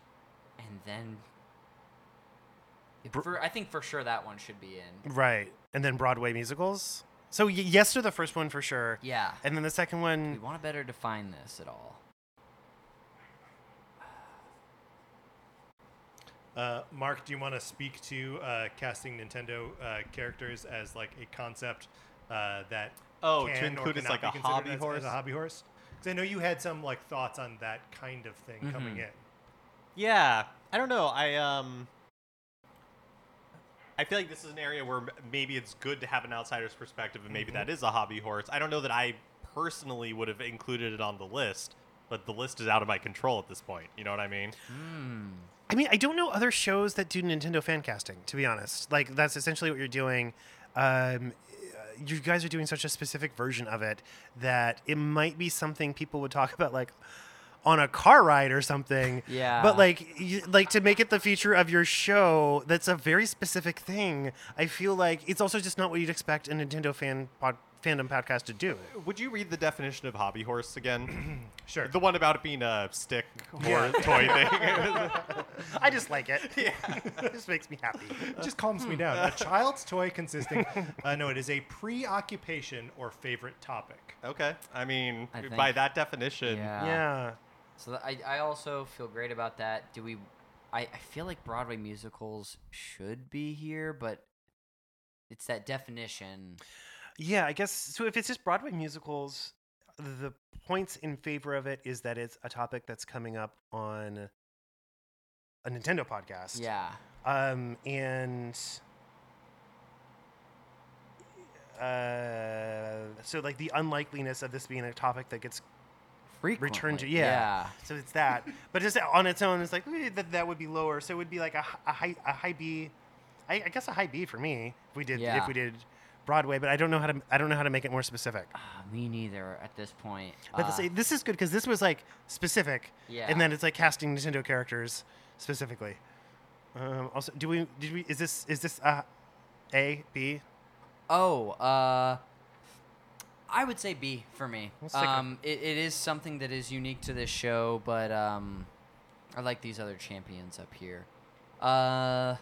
[SPEAKER 3] and then for, I think for sure that one should be in.
[SPEAKER 4] Right. And then Broadway musicals. So y- yes to the first one for sure.
[SPEAKER 3] Yeah.
[SPEAKER 4] And then the second
[SPEAKER 3] We
[SPEAKER 4] one,
[SPEAKER 3] want to better define this at all.
[SPEAKER 1] Uh, Mark, do you want to speak to uh, casting Nintendo uh, characters as like a concept uh, that
[SPEAKER 2] Oh, to
[SPEAKER 1] can or
[SPEAKER 2] include as,
[SPEAKER 1] cannot
[SPEAKER 2] like,
[SPEAKER 1] be
[SPEAKER 2] a
[SPEAKER 1] considered
[SPEAKER 2] hobby
[SPEAKER 1] as- as
[SPEAKER 2] horse?
[SPEAKER 1] a hobby horse? Because I know you had some like thoughts on that kind of thing
[SPEAKER 2] Mm-hmm.
[SPEAKER 1] coming in.
[SPEAKER 2] Yeah, I don't know. I um, I feel like this is an area where m- maybe it's good to have an outsider's perspective, and maybe that is a hobby horse. I don't know that I personally would have included it on the list, but the list is out of my control at this point. You know what I mean?
[SPEAKER 4] I mean, I don't know other shows that do Nintendo fan casting. To be honest, like that's essentially what you're doing. Um, you guys are doing such a specific version of it that it might be something people would talk about, like on a car ride or something.
[SPEAKER 3] Yeah.
[SPEAKER 4] But like, you, like to make it the feature of your show, that's a very specific thing. I feel like it's also just not what you'd expect a Nintendo fan pod, fandom podcast to do.
[SPEAKER 2] Would you read the definition of hobby horse <clears throat> again?
[SPEAKER 1] Sure.
[SPEAKER 2] the one about it being a stick or <laughs> toy thing.
[SPEAKER 4] I just like <laughs> it. Yeah. this makes me happy.
[SPEAKER 1] It just calms
[SPEAKER 2] hmm.
[SPEAKER 1] me down.
[SPEAKER 2] <laughs>
[SPEAKER 1] A child's toy consisting. Uh, no, it is a preoccupation or favorite topic.
[SPEAKER 2] okay. I mean,
[SPEAKER 3] I
[SPEAKER 2] by
[SPEAKER 3] think-
[SPEAKER 2] that definition,
[SPEAKER 3] Yeah.
[SPEAKER 4] yeah.
[SPEAKER 3] So th- I, I also feel great about that. Do we? I, I feel like Broadway musicals should be here, but it's that definition.
[SPEAKER 4] Yeah, I guess so. If it's just Broadway musicals, the points in favor of it is that it's a topic that's coming up on a Nintendo podcast.
[SPEAKER 3] Yeah.
[SPEAKER 4] Um, and uh, so like the unlikeliness of this being a topic that gets
[SPEAKER 3] Frequently.
[SPEAKER 4] returned to yeah. So it's that, but just on its own, it's like eh, that that would be lower. So it would be like a, h- a high a high B, I, I guess a high B for me if we did
[SPEAKER 3] Yeah.
[SPEAKER 4] if we did Broadway, but I don't know how to I don't know how to make it more specific.
[SPEAKER 3] Ah, me neither at this point.
[SPEAKER 4] But
[SPEAKER 3] Uh,
[SPEAKER 4] this, this is good because this was like specific,
[SPEAKER 3] Yeah.
[SPEAKER 4] and then it's like casting Nintendo characters specifically. Um, also, do we did we is this is this uh, A B?
[SPEAKER 3] Oh, uh, I would say B for me.
[SPEAKER 4] Let's take a-
[SPEAKER 3] Um, it, it is something that is unique to this show, but um, I like these other champions up here. Uh,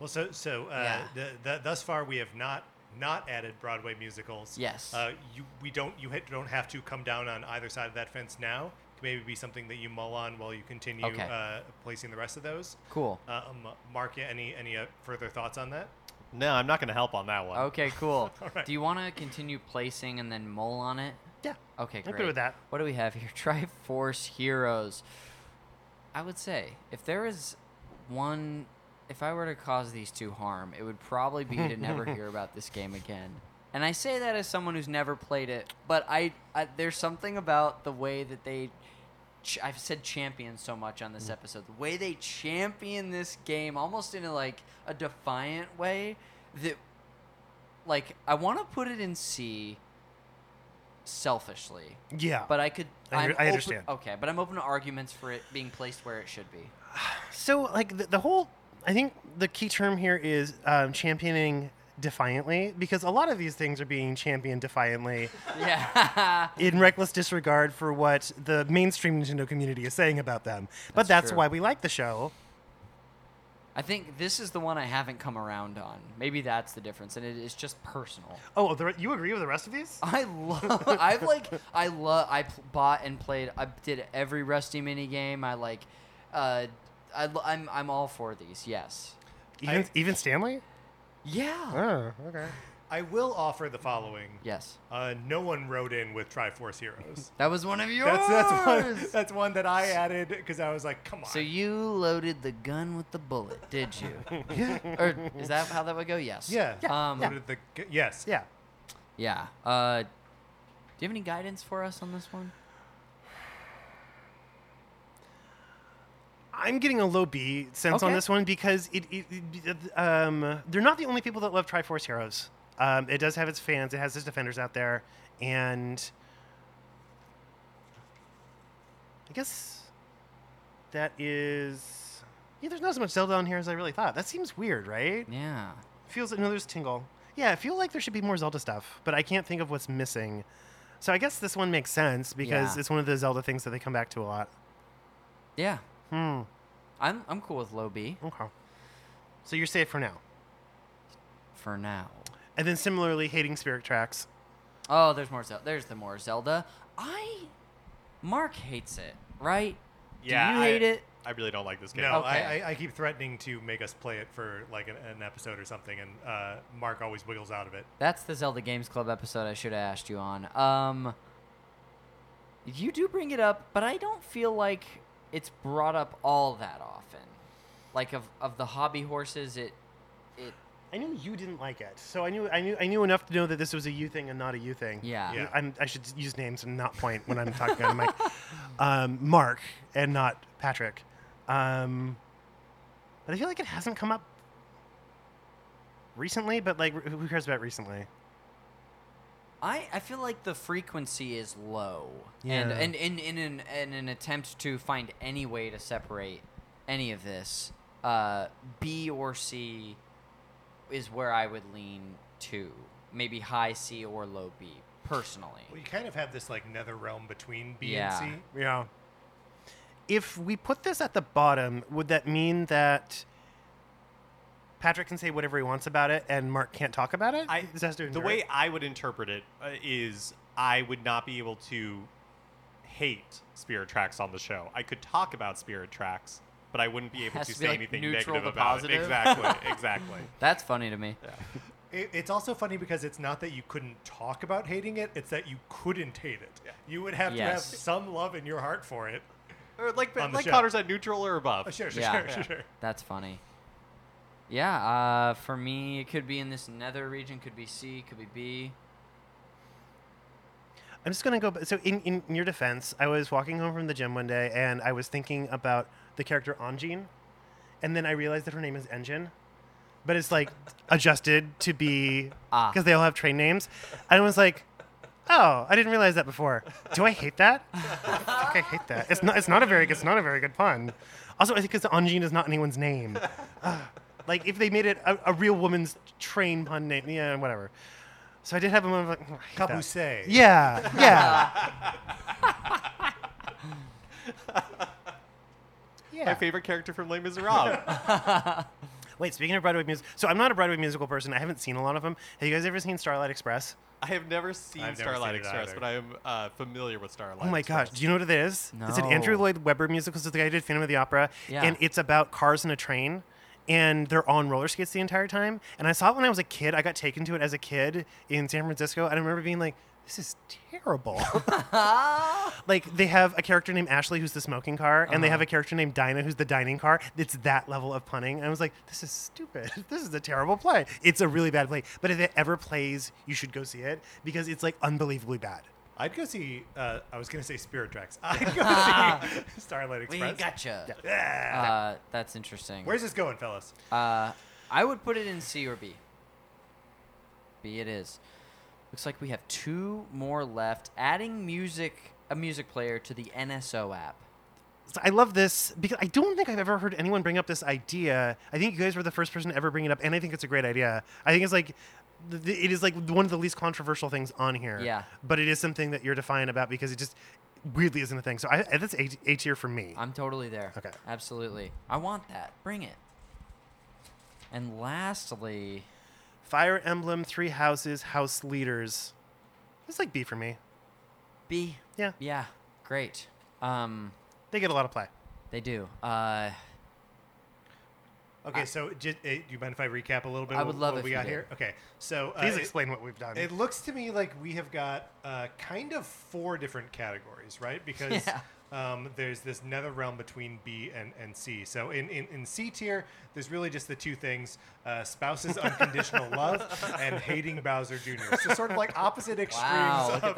[SPEAKER 1] Well, so so uh,
[SPEAKER 3] Yeah.
[SPEAKER 1] the, the, thus far we have not not added Broadway musicals.
[SPEAKER 3] Yes.
[SPEAKER 1] Uh, you we don't you hit, don't have to come down on either side of that fence now. It could maybe be something that you mull on while you continue
[SPEAKER 3] Okay.
[SPEAKER 1] uh, placing the rest of those.
[SPEAKER 3] cool.
[SPEAKER 1] Um, Mark, yeah, any any uh, further thoughts on that?
[SPEAKER 2] no, I'm not going to help on that one.
[SPEAKER 3] Okay,
[SPEAKER 4] <laughs>
[SPEAKER 3] cool.
[SPEAKER 1] right.
[SPEAKER 3] Do you want to continue placing and then mull on it?
[SPEAKER 4] Yeah,
[SPEAKER 3] Okay,
[SPEAKER 4] I'm
[SPEAKER 3] great.
[SPEAKER 4] good with that.
[SPEAKER 3] What do we have here? <laughs> Triforce Heroes. I would say if there is one, if I were to cause these two harm, it would probably be to never
[SPEAKER 4] <laughs>
[SPEAKER 3] hear about this game again. And I say that as someone who's never played it, but I, I there's something about the way that they. Ch- I've said champion so much on this
[SPEAKER 4] Mm.
[SPEAKER 3] episode. The way they champion this game, almost in a like a defiant way, that like I want to put it in C. Selfishly,
[SPEAKER 4] Yeah,
[SPEAKER 3] but I could.
[SPEAKER 4] I under-
[SPEAKER 3] I'm
[SPEAKER 4] I
[SPEAKER 3] open-
[SPEAKER 4] understand.
[SPEAKER 3] okay, but I'm open to arguments for it being placed where it should be.
[SPEAKER 4] so like the, the whole i think the key term here is um, championing defiantly because a lot of these things are being championed defiantly
[SPEAKER 3] Yeah. <laughs>
[SPEAKER 4] in reckless disregard for what the mainstream nintendo community is saying about them but
[SPEAKER 3] That's
[SPEAKER 4] that's,
[SPEAKER 3] true.
[SPEAKER 4] why we like the show
[SPEAKER 3] I think this is the one I haven't come around on. Maybe that's the difference, and it is just personal.
[SPEAKER 4] oh the, re- you agree with the rest of these
[SPEAKER 3] I love. <laughs> I've like. I love. I pl- bought and played. I did every Rusty mini game. I like. Uh, I, lo- I'm I'm all for these. Yes.
[SPEAKER 4] even, even stanley
[SPEAKER 3] Yeah.
[SPEAKER 4] oh okay
[SPEAKER 1] I will offer the following.
[SPEAKER 3] Yes.
[SPEAKER 1] Uh, no one wrote in with Triforce Heroes.
[SPEAKER 3] That was one of yours.
[SPEAKER 1] That's that's one that's one that I added because I was like, come on.
[SPEAKER 3] So you loaded the gun with the bullet, did you? Or is that how that would go? Yes.
[SPEAKER 1] yeah.
[SPEAKER 3] Um,
[SPEAKER 1] Voted the g- yes.
[SPEAKER 4] yeah
[SPEAKER 3] Yeah. Uh, do you have any guidance for us on this one?
[SPEAKER 4] I'm getting a low B sense on
[SPEAKER 3] Okay.
[SPEAKER 4] this one because it, it, it- um, they're not the only people that love Triforce Heroes. Um, it does have its fans. It has its defenders out there, and I guess that is yeah, there's not as much Zelda on here as I really thought. That seems weird, right?
[SPEAKER 3] Yeah.
[SPEAKER 4] Feels no, there's Tingle. Yeah, I feel like there should be more Zelda stuff, but I can't think of what's missing. So I guess this one makes sense because
[SPEAKER 3] Yeah.
[SPEAKER 4] it's one of the Zelda things that they come back to a lot.
[SPEAKER 3] Yeah.
[SPEAKER 4] Hmm.
[SPEAKER 3] I'm I'm cool with low B
[SPEAKER 4] Okay. So you're safe for now.
[SPEAKER 3] for now.
[SPEAKER 4] And then similarly, hating Spirit Tracks.
[SPEAKER 3] Oh, there's more Zelda. There's the more Zelda. I Mark hates it, right?
[SPEAKER 2] Yeah,
[SPEAKER 3] Do you
[SPEAKER 2] I-
[SPEAKER 3] hate it?
[SPEAKER 2] I really don't like this game.
[SPEAKER 1] No,
[SPEAKER 3] Okay.
[SPEAKER 1] I, I, I keep threatening to make us play it for like an, an episode or something, and uh, Mark always wiggles out of it.
[SPEAKER 3] That's the Zelda Games Club episode I should have asked you on. Um You do bring it up, but I don't feel like it's brought up all that often. Like of of the hobby horses, it it
[SPEAKER 4] I knew you didn't like it, so I knew I knew I knew enough to know that this was a you thing and not a you thing.
[SPEAKER 3] yeah.
[SPEAKER 1] Yeah.
[SPEAKER 4] I'm, I should use names and not point when I'm talking on a mic. <laughs> Um, Mark and not Patrick. Um, but I feel like it hasn't come up recently. But like, who cares about recently?
[SPEAKER 3] I, I feel like the frequency is low.
[SPEAKER 4] Yeah.
[SPEAKER 3] And, and in, in, an, in an attempt to find any way to separate any of this, uh, B or C is where I would lean to. Maybe high C or low B, personally.
[SPEAKER 1] Well, you kind of have this like nether realm between B
[SPEAKER 3] Yeah.
[SPEAKER 1] and C.
[SPEAKER 4] Yeah. If we put this at the bottom, would that mean that Patrick can say whatever he wants about it and Mark can't talk about it?
[SPEAKER 2] <laughs> I-
[SPEAKER 4] This has to
[SPEAKER 2] the
[SPEAKER 4] endure
[SPEAKER 2] way
[SPEAKER 4] it?
[SPEAKER 2] I would interpret it uh, is I would not be able to hate Spirit Tracks on the show. I could talk about Spirit Tracks, but I wouldn't be able
[SPEAKER 3] Has
[SPEAKER 2] to
[SPEAKER 3] to
[SPEAKER 2] say
[SPEAKER 3] be, like,
[SPEAKER 2] anything
[SPEAKER 3] neutral
[SPEAKER 2] negative
[SPEAKER 3] to
[SPEAKER 2] about
[SPEAKER 3] positive.
[SPEAKER 2] it. <laughs> Exactly, exactly.
[SPEAKER 3] That's funny to me.
[SPEAKER 1] It, it's also funny because it's not that you couldn't talk about hating it; it's that you couldn't hate it. You would have to have
[SPEAKER 3] Yes.
[SPEAKER 1] some love in your heart for it.
[SPEAKER 2] Or like
[SPEAKER 1] On the
[SPEAKER 2] like
[SPEAKER 1] show.
[SPEAKER 2] Connor said, neutral or above.
[SPEAKER 1] Oh, sure, sure,
[SPEAKER 3] Yeah.
[SPEAKER 1] sure,
[SPEAKER 3] Yeah.
[SPEAKER 1] sure.
[SPEAKER 3] That's funny. Yeah, uh, for me, it could be in this nether region, could be C, could be B.
[SPEAKER 4] I'm just gonna go. b- So, in, in in your defense, I was walking home from the gym one day and I was thinking about the character Anjin, and then I realized that her name is Engine, but it's like adjusted to be
[SPEAKER 3] Ah.
[SPEAKER 4] because they all have train names. And I was like, oh, I didn't realize that before. Do I hate that? Fuck, I hate that. It's not. It's not a very. It's not a very good pun. Also, I think because Anjin is not anyone's name. Ah, like if they made it a, a real woman's train pun name, yeah, whatever. So I did have a moment of like, oh, I hate that.
[SPEAKER 1] Kabuse.
[SPEAKER 4] Yeah, yeah. <laughs>
[SPEAKER 2] My
[SPEAKER 4] yeah.
[SPEAKER 2] favorite character from Les Miserables.
[SPEAKER 4] Wait, speaking of Broadway music, so I'm not a Broadway musical person. I haven't seen a lot of them. Have you guys ever seen Starlight Express?
[SPEAKER 2] <laughs> I have never seen
[SPEAKER 1] I've never seen
[SPEAKER 2] Starlight
[SPEAKER 1] it
[SPEAKER 2] Express,
[SPEAKER 1] either.
[SPEAKER 2] but I am uh, familiar with Starlight.
[SPEAKER 4] Oh my
[SPEAKER 2] Express.
[SPEAKER 4] gosh, do you know what it is? It's an Andrew
[SPEAKER 3] No.
[SPEAKER 4] Lloyd Webber musical. So the guy who did Phantom of the Opera,
[SPEAKER 3] Yeah.
[SPEAKER 4] and it's about cars and a train, and they're on roller skates the entire time. And I saw it when I was a kid. I got taken to it as a kid in San Francisco, and I remember being like, "This is
[SPEAKER 3] <laughs>
[SPEAKER 4] terrible." like they have a character named Ashley who's the smoking car, and they
[SPEAKER 3] Uh-huh.
[SPEAKER 4] have a character named Dinah who's the dining car. It's that level of punning. And I was like, this is stupid. <laughs> this is a terrible play. It's a really bad play. But if it ever plays, you should go see it because it's like unbelievably bad.
[SPEAKER 1] I'd go see. Uh, I was gonna say Spirit Tracks. <laughs> I'd
[SPEAKER 3] <laughs>
[SPEAKER 1] go see Starlight
[SPEAKER 3] We
[SPEAKER 1] Express.
[SPEAKER 3] gotcha.
[SPEAKER 1] Yeah.
[SPEAKER 3] Uh, that's interesting.
[SPEAKER 1] Where's this going, fellas?
[SPEAKER 3] Uh, I would put it in C or B. B it is. Looks like we have two more left. Adding music, a music player to the NSO app.
[SPEAKER 4] So I love this because I don't think I've ever heard anyone bring up this idea. I think you guys were the first person to ever bring it up, and I think it's a great idea. I think it's like th- th- it is like one of the least controversial things on here.
[SPEAKER 3] Yeah.
[SPEAKER 4] But it is something that you're defiant about because it just weirdly isn't a thing. So I, I- that's A, a tier for me.
[SPEAKER 3] I'm totally there.
[SPEAKER 4] Okay.
[SPEAKER 3] Absolutely. I want that. Bring it. And lastly,
[SPEAKER 4] Fire Emblem, Three Houses, House Leaders. It's like B for me.
[SPEAKER 3] B.
[SPEAKER 4] Yeah,
[SPEAKER 3] Yeah. Great. Um,
[SPEAKER 4] they get a lot of play.
[SPEAKER 3] they do. Uh,
[SPEAKER 1] Okay, so j- uh, do you mind if I recap a little bit?
[SPEAKER 3] I
[SPEAKER 1] of
[SPEAKER 3] would love
[SPEAKER 1] what
[SPEAKER 3] if
[SPEAKER 1] we
[SPEAKER 3] you
[SPEAKER 1] got
[SPEAKER 3] did.
[SPEAKER 1] here. Okay, so uh,
[SPEAKER 4] Please
[SPEAKER 1] it-
[SPEAKER 4] explain what we've done.
[SPEAKER 1] It looks to me like we have got uh, kind of four different categories, right? Because
[SPEAKER 3] Yeah.
[SPEAKER 1] um, there's this nether realm between B and, and C. So in, in, in C tier, there's really just the two things uh, spouses'
[SPEAKER 3] <laughs>
[SPEAKER 1] unconditional love and hating Bowser Jr. So sort of like opposite extremes
[SPEAKER 3] wow. Look at
[SPEAKER 1] of,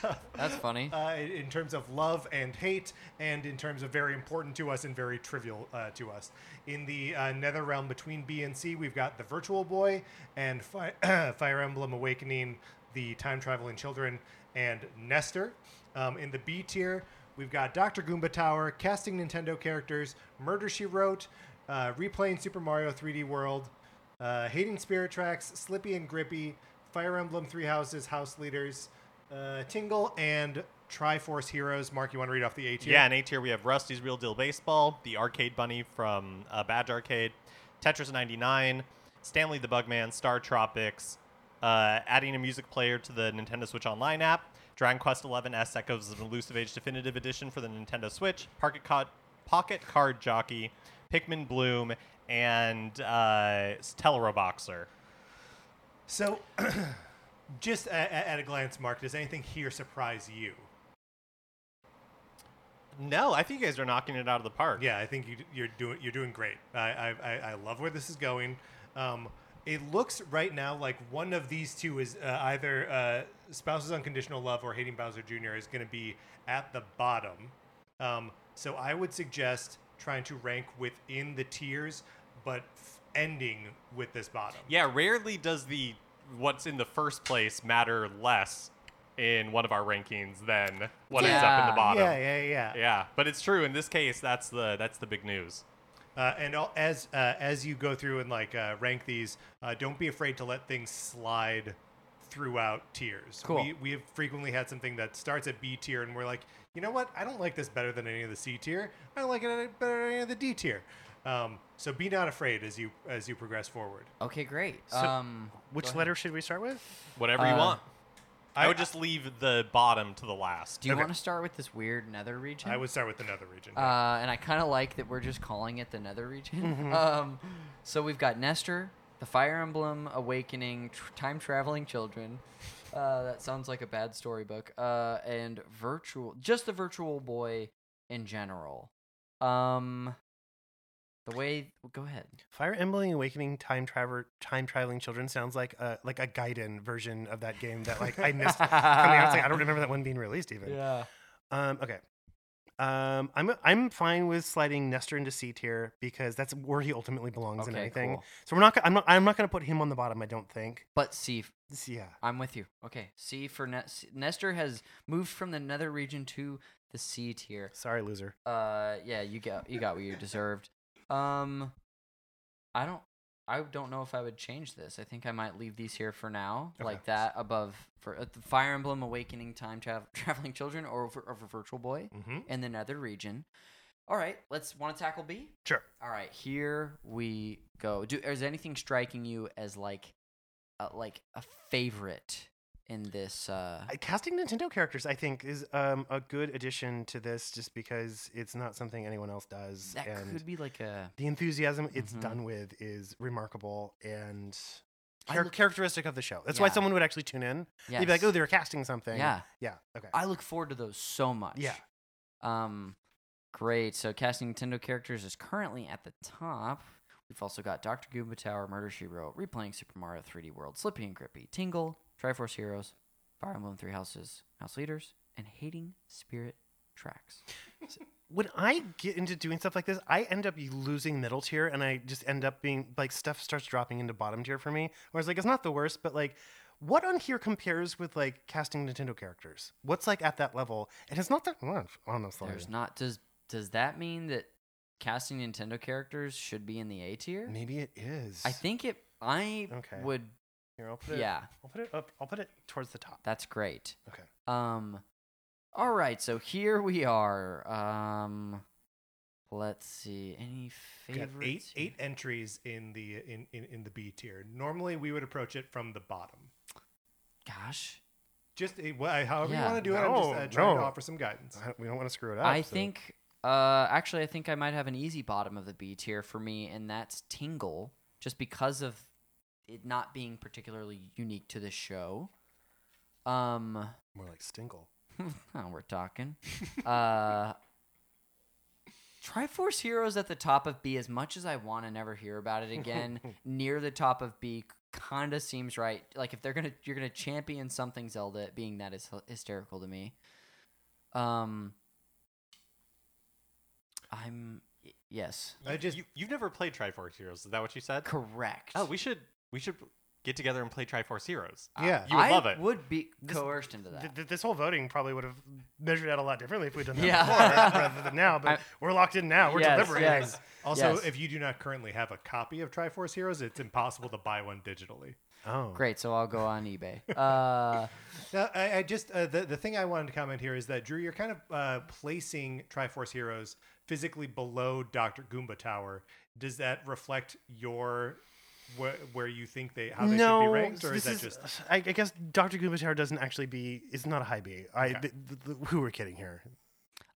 [SPEAKER 3] that.
[SPEAKER 1] <laughs>
[SPEAKER 3] That's funny.
[SPEAKER 1] uh, in in terms of love and hate, and in terms of very important to us and very trivial uh, to us. In the uh, nether realm between B and C, we've got the Virtual Boy and Fi- <clears throat> Fire Emblem Awakening, the Time Traveling Children, and Nestor. Um, in the B tier, we've got Dr. Goomba Tower, casting Nintendo characters, Murder She Wrote, uh, replaying Super Mario 3D World, uh, hating Spirit Tracks, Slippy and Grippy, Fire Emblem Three Houses, House Leaders, uh, Tingle, and Triforce Heroes. Mark, you want to read off the A tier?
[SPEAKER 2] Yeah, in A tier we have Rusty's Real Deal Baseball, the Arcade Bunny from uh, Badge Arcade, Tetris 99, Stanley the Bugman, Star Tropics, uh, adding a music player to the Nintendo Switch Online app, Dragon Quest XI S Echoes of an Elusive Age Definitive Edition for the Nintendo Switch, Pocket, Cod- Pocket Card Jockey, Pikmin Bloom, and uh, Teleroboxer.
[SPEAKER 1] So, <clears throat> just at, at a glance, Mark, does anything here surprise you?
[SPEAKER 2] No, I think you guys are knocking it out of the park.
[SPEAKER 1] Yeah, I think you, you're doing you're doing great. I, I, I, I love where this is going. Um, it looks right now like one of these two is uh, either uh, spouse's unconditional love or hating Bowser Jr. is going to be at the bottom. Um, so I would suggest trying to rank within the tiers, but f- ending with this bottom.
[SPEAKER 2] Yeah, rarely does the what's in the first place matter less in one of our rankings than what ends up in the
[SPEAKER 3] Yeah.
[SPEAKER 2] bottom.
[SPEAKER 1] Yeah, yeah, yeah.
[SPEAKER 2] Yeah, but it's true. In this case, that's the that's the big news.
[SPEAKER 1] Uh, and all, as uh, as you go through and like uh, rank these, uh, don't be afraid to let things slide throughout tiers.
[SPEAKER 3] Cool.
[SPEAKER 1] We, we have frequently had something that starts at B tier, and we're like, you know what? I don't like this better than any of the C tier. I don't like it any- better than any of the D tier. Um, so be not afraid as you as you progress forward.
[SPEAKER 3] Okay, great.
[SPEAKER 4] So,
[SPEAKER 3] um, go
[SPEAKER 4] Which
[SPEAKER 3] ahead.
[SPEAKER 4] letter should we start with?
[SPEAKER 2] Whatever you
[SPEAKER 3] Uh,
[SPEAKER 2] want. I
[SPEAKER 1] I-
[SPEAKER 2] would just leave the bottom to the last.
[SPEAKER 3] Do you
[SPEAKER 1] Okay.
[SPEAKER 3] want to start with this weird nether region?
[SPEAKER 1] I would start with another region.
[SPEAKER 3] Uh, and I kind of like that we're just calling it the Nether region.
[SPEAKER 1] Mm-hmm.
[SPEAKER 3] <laughs> Um, so we've got Nestor, the Fire Emblem Awakening, tr- time traveling children. Uh, that sounds like a bad storybook. Uh, and virtual, just the Virtual Boy in general. Um, the way, go ahead.
[SPEAKER 4] Fire Emblem Awakening Time Traver Time Traveling Children sounds like a like a Gaiden version of that game that like
[SPEAKER 3] <laughs>
[SPEAKER 4] I missed coming out. It's like, I don't remember that one being released even.
[SPEAKER 3] Yeah.
[SPEAKER 4] Um, okay. Um, I'm I'm fine with sliding Nestor into C tier because that's where he ultimately belongs in
[SPEAKER 3] Okay,
[SPEAKER 4] anything.
[SPEAKER 3] cool.
[SPEAKER 4] So we're not gonna- I'm not I'm not going to put him on the bottom. I don't think.
[SPEAKER 3] But C,
[SPEAKER 4] This- yeah.
[SPEAKER 3] I'm with you. Okay, C for ne- C- Nestor has moved from the Nether region to the C tier.
[SPEAKER 4] Sorry, loser.
[SPEAKER 3] Uh, yeah, you got you got what you deserved. Um, I don't I don't know if I would change this. I think I might leave these here for now,
[SPEAKER 4] Okay.
[SPEAKER 3] like that above for uh, the Fire Emblem Awakening Time Trav <laughs> Traveling Children or over, over Virtual Boy
[SPEAKER 1] mm-hmm.
[SPEAKER 3] in the Nether region. All right, let's want to tackle B.
[SPEAKER 4] Sure.
[SPEAKER 3] All right, here we go. Do is anything striking you as like, uh, like a favorite in this? Uh,
[SPEAKER 4] Uh, Casting Nintendo characters, I think, is um, a good addition to this, just because it's not something anyone else does,
[SPEAKER 3] that
[SPEAKER 4] and
[SPEAKER 3] could be like a
[SPEAKER 4] the enthusiasm it's
[SPEAKER 3] Mhm.
[SPEAKER 4] done with is remarkable and
[SPEAKER 3] I
[SPEAKER 4] char-
[SPEAKER 3] look-
[SPEAKER 4] characteristic of the show. That's why
[SPEAKER 3] Yeah.
[SPEAKER 4] someone would actually tune in.
[SPEAKER 3] yes.
[SPEAKER 4] They'd be like, "Oh, they're casting something."
[SPEAKER 3] yeah.
[SPEAKER 4] Yeah. Okay.
[SPEAKER 3] I look forward to those so much.
[SPEAKER 4] Yeah.
[SPEAKER 3] Um, great. So casting Nintendo characters is currently at the top. We've also got Doctor Goomba Tower, Murder She Wrote, replaying Super Mario 3D World, Slippy and Grippy, Tingle, Triforce Heroes, Fire Emblem Three Houses, House Leaders, and Hating Spirit Tracks.
[SPEAKER 4] when I get into doing stuff like this, I end up losing middle tier and I just end up being like stuff starts dropping into bottom tier for me. Whereas like it's not the worst, but like what on here compares with like casting Nintendo characters? What's like at that level? And it's not that much, honestly.
[SPEAKER 3] There's not does does that mean that casting Nintendo characters should be in the A tier?
[SPEAKER 4] Maybe it is.
[SPEAKER 3] I think it. I
[SPEAKER 4] Okay.
[SPEAKER 3] would.
[SPEAKER 4] Here, I'll put it.
[SPEAKER 3] Yeah,
[SPEAKER 4] I'll put it up. I'll put it towards the top.
[SPEAKER 3] that's great.
[SPEAKER 4] Okay.
[SPEAKER 3] Um, all right, so here we are. Um, let's see. Any
[SPEAKER 1] Got
[SPEAKER 3] favorites?
[SPEAKER 1] eight
[SPEAKER 3] here?
[SPEAKER 1] eight entries in the in, in, in the B tier. Normally we would approach it from the bottom.
[SPEAKER 3] Gosh,
[SPEAKER 1] Just uh, wh- however
[SPEAKER 3] Yeah.
[SPEAKER 1] you want to do it.
[SPEAKER 4] No,
[SPEAKER 1] I'm just uh, trying
[SPEAKER 4] no.
[SPEAKER 1] to offer some guidance.
[SPEAKER 4] I don't- we don't want to screw it up.
[SPEAKER 3] I
[SPEAKER 4] so-
[SPEAKER 3] think. Uh, actually, I think I might have an easy bottom of the B tier for me, and that's Tingle, just because of it not being particularly unique to the show. Um,
[SPEAKER 4] more like Stinkle.
[SPEAKER 3] now we're talking. uh, Triforce Heroes at the top of B, as much as I want to never hear about it again, near the top of B kinda seems right. Like if they're gonna you're gonna champion something Zelda, it being that is hy- hysterical to me. Um, I'm y- yes,
[SPEAKER 1] I just-
[SPEAKER 2] you, you've never played Triforce Heroes. Is that what you said?
[SPEAKER 3] correct.
[SPEAKER 2] Oh, we should we should get together and play Triforce Heroes.
[SPEAKER 1] Yeah.
[SPEAKER 2] You would
[SPEAKER 3] I
[SPEAKER 2] love it.
[SPEAKER 3] would be coerced into that.
[SPEAKER 4] Th- th- this whole voting probably would have measured out a lot differently if we'd done that
[SPEAKER 3] Yeah.
[SPEAKER 4] before rather than now. But
[SPEAKER 3] I-
[SPEAKER 4] we're locked in now. We're
[SPEAKER 3] Yes,
[SPEAKER 4] delivering.
[SPEAKER 3] yes.
[SPEAKER 1] Also,
[SPEAKER 3] Yes.
[SPEAKER 1] if you do not currently have a copy of Triforce Heroes, it's impossible to buy one digitally.
[SPEAKER 4] Oh,
[SPEAKER 3] Great, so I'll go on eBay. Uh,
[SPEAKER 1] Now, I, I just uh, the the thing I wanted to comment here is that Drew, you're kind of uh, placing Triforce Heroes physically below Doctor Goomba Tower. Does that reflect your wh- where you think they how they should be ranked,
[SPEAKER 4] so
[SPEAKER 1] or is
[SPEAKER 4] this
[SPEAKER 1] that just
[SPEAKER 4] <sighs> I, I guess Doctor Goomba Tower doesn't actually be. It's not a high B. I
[SPEAKER 1] Okay.
[SPEAKER 4] th- th- th- who we're kidding here.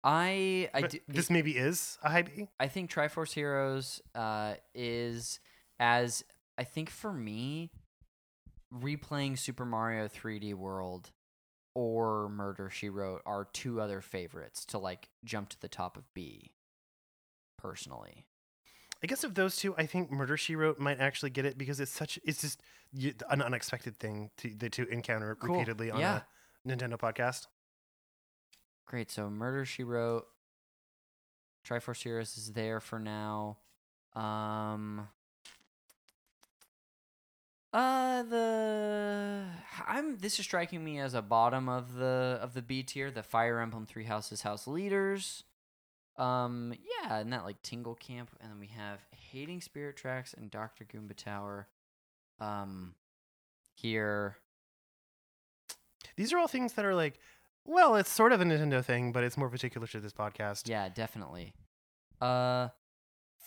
[SPEAKER 3] I I
[SPEAKER 4] But
[SPEAKER 3] do,
[SPEAKER 4] this maybe is a high B.
[SPEAKER 3] I think Triforce Heroes uh, is as I think for me replaying Super Mario 3D World or Murder She Wrote are two other favorites to like jump to the top of B personally.
[SPEAKER 4] I guess of those two, I think Murder She Wrote might actually get it because it's such. It's just you, an unexpected thing to the to encounter
[SPEAKER 3] Cool.
[SPEAKER 4] repeatedly on
[SPEAKER 3] Yeah.
[SPEAKER 4] a Nintendo podcast.
[SPEAKER 3] Great, so Murder She Wrote Triforce Heroes is there for now. Um Uh the I'm this is striking me as a bottom of the of the B tier, the Fire Emblem Three Houses House Leaders. Um yeah, and that like Tingle Camp, and then we have Hating Spirit Tracks and Doctor Goomba Tower. Um here.
[SPEAKER 4] These are all things that are like, well, it's sort of a Nintendo thing, but it's more particular to this podcast.
[SPEAKER 3] Yeah, definitely. Uh,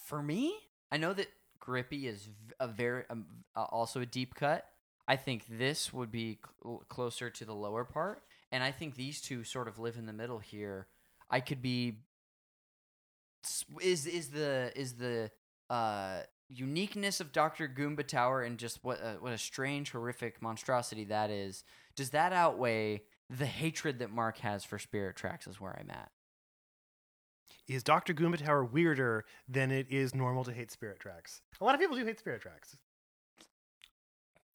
[SPEAKER 3] for me, I know that Grippy is v- a very um, uh, also a deep cut. I think this would be cl- closer to the lower part, and I think these two sort of live in the middle here. I could be s- is is the is the uh uniqueness of Doctor Goomba Tower and just what a, what a strange horrific monstrosity that is. Does that outweigh the hatred that Mark has for Spirit Tracks? Is where I'm at.
[SPEAKER 4] Is Doctor Goomba Tower weirder than it is normal to hate Spirit Tracks? A lot of people do hate Spirit Tracks.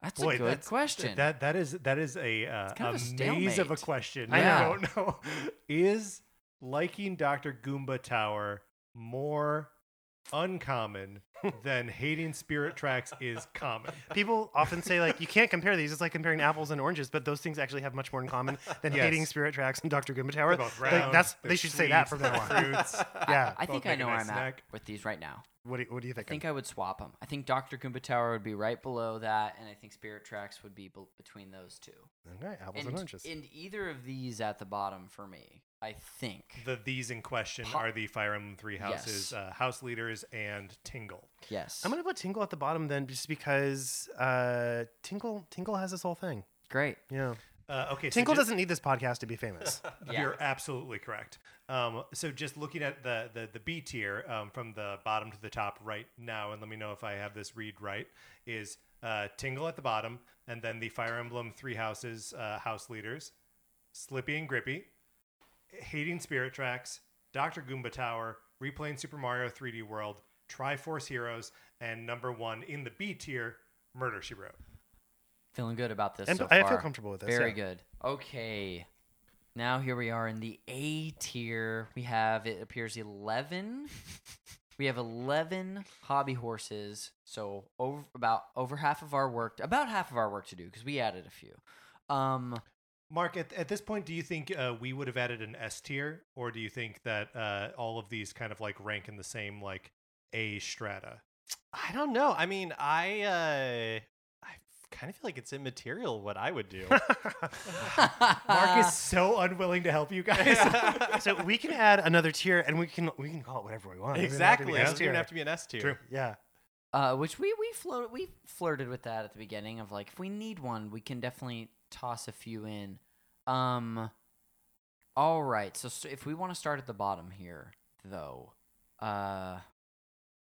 [SPEAKER 3] That's
[SPEAKER 1] Boy,
[SPEAKER 3] a good
[SPEAKER 1] that's-
[SPEAKER 3] question.
[SPEAKER 1] that that is that is a, uh,
[SPEAKER 3] kind
[SPEAKER 1] a,
[SPEAKER 3] of a
[SPEAKER 1] maze of a
[SPEAKER 3] stalemate.
[SPEAKER 1] question. I
[SPEAKER 4] I
[SPEAKER 3] know.
[SPEAKER 1] don't know. <laughs> Is liking Doctor Goomba Tower more uncommon than hating Spirit Tracks is common?
[SPEAKER 4] People often say like you can't compare these. It's like comparing apples and oranges, but those things actually have much more in common than
[SPEAKER 1] Yes.
[SPEAKER 4] hating Spirit Tracks and Doctor Goomba Tower.
[SPEAKER 1] They're both
[SPEAKER 4] Like,
[SPEAKER 1] round,
[SPEAKER 4] that's
[SPEAKER 1] they're
[SPEAKER 4] they should say that
[SPEAKER 1] sweet,
[SPEAKER 4] from now
[SPEAKER 1] they're <laughs>
[SPEAKER 4] on.
[SPEAKER 1] fruits.
[SPEAKER 4] <laughs> yeah.
[SPEAKER 3] I think
[SPEAKER 1] both
[SPEAKER 3] I
[SPEAKER 1] make a
[SPEAKER 3] know where
[SPEAKER 1] nice
[SPEAKER 3] I'm
[SPEAKER 1] snack.
[SPEAKER 3] at with these right now.
[SPEAKER 4] What do you, what do you
[SPEAKER 3] I
[SPEAKER 4] think?
[SPEAKER 3] think I would swap them. I think Dr. Goomba Tower would be right below that, and I think Spirit Tracks would be bel between those two.
[SPEAKER 4] okay, apples and,
[SPEAKER 3] And,
[SPEAKER 4] oranges.
[SPEAKER 3] and either of these at the bottom for me, I think.
[SPEAKER 1] The these in question
[SPEAKER 3] Po-
[SPEAKER 1] are the Fire Emblem Three Houses,
[SPEAKER 3] Yes.
[SPEAKER 1] uh, House Leaders, and Tingle.
[SPEAKER 3] yes.
[SPEAKER 4] I'm gonna put Tingle at the bottom then, just because uh, Tingle Tingle has this whole thing.
[SPEAKER 3] Great.
[SPEAKER 4] Yeah,
[SPEAKER 1] Uh, okay, so
[SPEAKER 4] Tingle
[SPEAKER 1] just-
[SPEAKER 4] doesn't need this podcast to be famous.
[SPEAKER 3] Yeah.
[SPEAKER 1] You're absolutely correct. Um, so just looking at the the, the B tier um, from the bottom to the top right now, and let me know if I have this read right. Is uh, Tingle at the bottom, and then the Fire Emblem Three Houses uh, house leaders, Slippy and Grippy, Hating Spirit Tracks, Doctor Goomba Tower, replaying Super Mario 3D World, Triforce Heroes, and number one in the B tier, Murder She Wrote.
[SPEAKER 3] Feeling good about this.
[SPEAKER 4] And
[SPEAKER 3] so
[SPEAKER 4] I feel
[SPEAKER 3] far.
[SPEAKER 4] comfortable with this,
[SPEAKER 3] Very
[SPEAKER 4] yeah.
[SPEAKER 3] good. Okay. Now here we are in the A tier. We have it appears eleven. we have eleven hobby horses. So over about over half of our work, about half of our work to do because we added a few. Um,
[SPEAKER 1] Mark, at, at this point, do you think uh, we would have added an S tier, or do you think that uh, all of these kind of like rank in the same like A strata?
[SPEAKER 2] I don't know. I mean, I uh, I kind of feel like it's immaterial what I
[SPEAKER 1] <laughs>
[SPEAKER 2] would do.
[SPEAKER 3] Ah.
[SPEAKER 1] Mark is so unwilling to help you guys. <laughs>
[SPEAKER 2] <laughs>
[SPEAKER 4] so we can add another tier, and we can we can call it whatever we want. It doesn't have to
[SPEAKER 2] <laughs>
[SPEAKER 4] be
[SPEAKER 2] exactly. It
[SPEAKER 4] S
[SPEAKER 2] doesn't even
[SPEAKER 4] tier.
[SPEAKER 2] have to be an S tier.
[SPEAKER 1] True.
[SPEAKER 4] Yeah.
[SPEAKER 3] Uh, which we we floated we flirted with that at the beginning of like if we need one we can definitely toss a few in. Um, all right. So, s if we want to start at the bottom here, though, uh,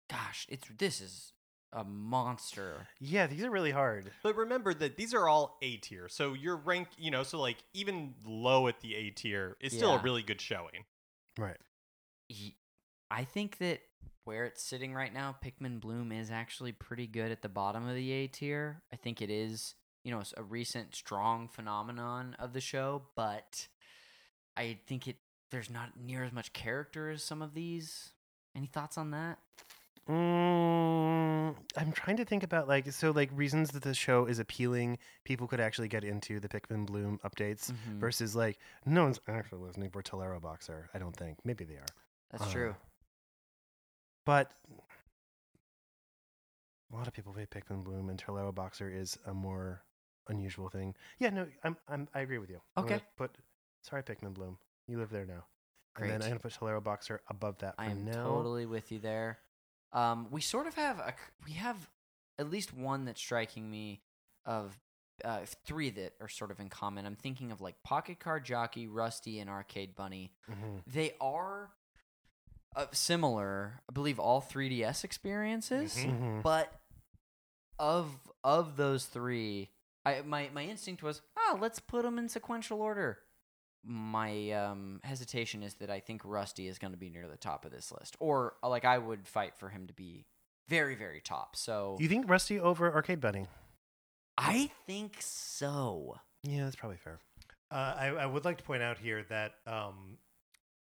[SPEAKER 3] gosh, it's this is a monster.
[SPEAKER 4] Yeah, these are really hard.
[SPEAKER 2] But remember that these are all A tier. So your rank, you know, so like even low at the A tier is still a
[SPEAKER 3] Yeah.
[SPEAKER 2] really good showing.
[SPEAKER 4] Right.
[SPEAKER 3] Ye- I think that where it's sitting right now, Pikmin Bloom is actually pretty good at the bottom of the A tier. I think it is, you know, s- a recent strong phenomenon of the show, but I think it there's not near as much character as some of these. Any thoughts on that?
[SPEAKER 4] Mm, I'm trying to think about like so like reasons that the show is appealing. People could actually get into the Pikmin Bloom updates
[SPEAKER 3] Mm-hmm.
[SPEAKER 4] versus like no one's actually listening for Tolero Boxer. I don't think. Maybe they are,
[SPEAKER 3] That's
[SPEAKER 4] Uh,
[SPEAKER 3] true.
[SPEAKER 4] but a lot of people play Pikmin Bloom, and Tolero Boxer is a more unusual thing. Yeah, no, I'm, I'm I agree with you. I'm gonna
[SPEAKER 3] Okay.
[SPEAKER 4] put sorry Pikmin Bloom. You live there now.
[SPEAKER 3] Great.
[SPEAKER 4] And then I'm gonna put Tolero Boxer above that. For
[SPEAKER 3] I am
[SPEAKER 4] now.
[SPEAKER 3] totally with you there. Um, we sort of have a c- we have at least one that's striking me of uh, three that are sort of in common. I'm thinking of like Pocket Car Jockey, Rusty, and Arcade Bunny.
[SPEAKER 4] Mhm.
[SPEAKER 3] They are uh, similar, I believe, all 3DS experiences,
[SPEAKER 1] Mhm.
[SPEAKER 4] Mhm.
[SPEAKER 3] but of of those three, I my my instinct was ah, let's put them in sequential order. My um, hesitation is that I think Rusty is going to be near the top of this list, or uh, like I would fight for him to be very very top. So
[SPEAKER 4] You think Rusty over Arcade Bunny?
[SPEAKER 3] I think so.
[SPEAKER 4] Yeah, that's probably fair.
[SPEAKER 1] Uh, I, I would like to point out here that um,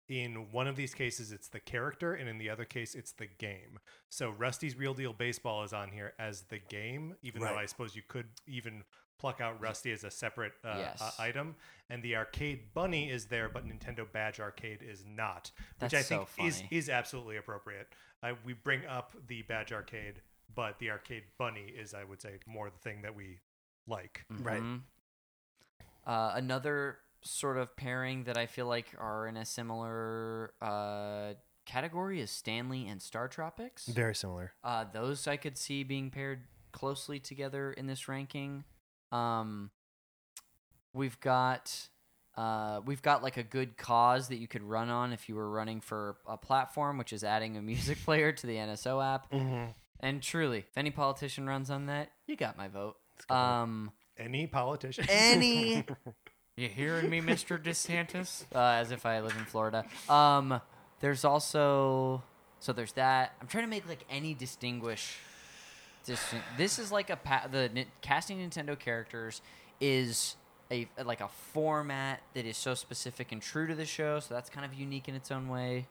[SPEAKER 1] in one of these cases, it's the character, and in the other case, it's the game. So Rusty's Real Deal Baseball is on here as the game, even though
[SPEAKER 4] Right.
[SPEAKER 1] I suppose you could even pluck out Rusty as a separate uh, uh,
[SPEAKER 3] Yes.
[SPEAKER 1] item. And the Arcade Bunny is there, but Nintendo Badge Arcade is not, which
[SPEAKER 3] That's
[SPEAKER 1] I
[SPEAKER 3] so
[SPEAKER 1] think is,
[SPEAKER 3] funny.
[SPEAKER 1] is absolutely appropriate. I, we bring up the Badge Arcade, but the Arcade Bunny is, I would say, more the thing that we like.
[SPEAKER 4] Right.
[SPEAKER 3] Mhm. Uh, another sort of pairing that I feel like are in a similar uh, category is Stanley and Star Tropics.
[SPEAKER 4] Very similar.
[SPEAKER 3] Uh, those I could see being paired closely together in this ranking. Um, we've got uh, we've got like a good cause that you could run on if you were running for a platform, which is adding a music <laughs> player to the NSO app.
[SPEAKER 4] Mm-hmm.
[SPEAKER 3] And truly, if any politician runs on that, you got my vote.
[SPEAKER 4] a good vote.
[SPEAKER 3] Um,
[SPEAKER 1] Any
[SPEAKER 3] <laughs>
[SPEAKER 1] politician?
[SPEAKER 3] any. You hearing me, Mr. DeSantis? Uh, as if I live in Florida. Um, there's also so there's that. I'm trying to make like any distinguish. Distin- this is like a pa- the Ni- casting Nintendo characters is a like a format that is so specific and true to the show. So that's kind of unique in its own way.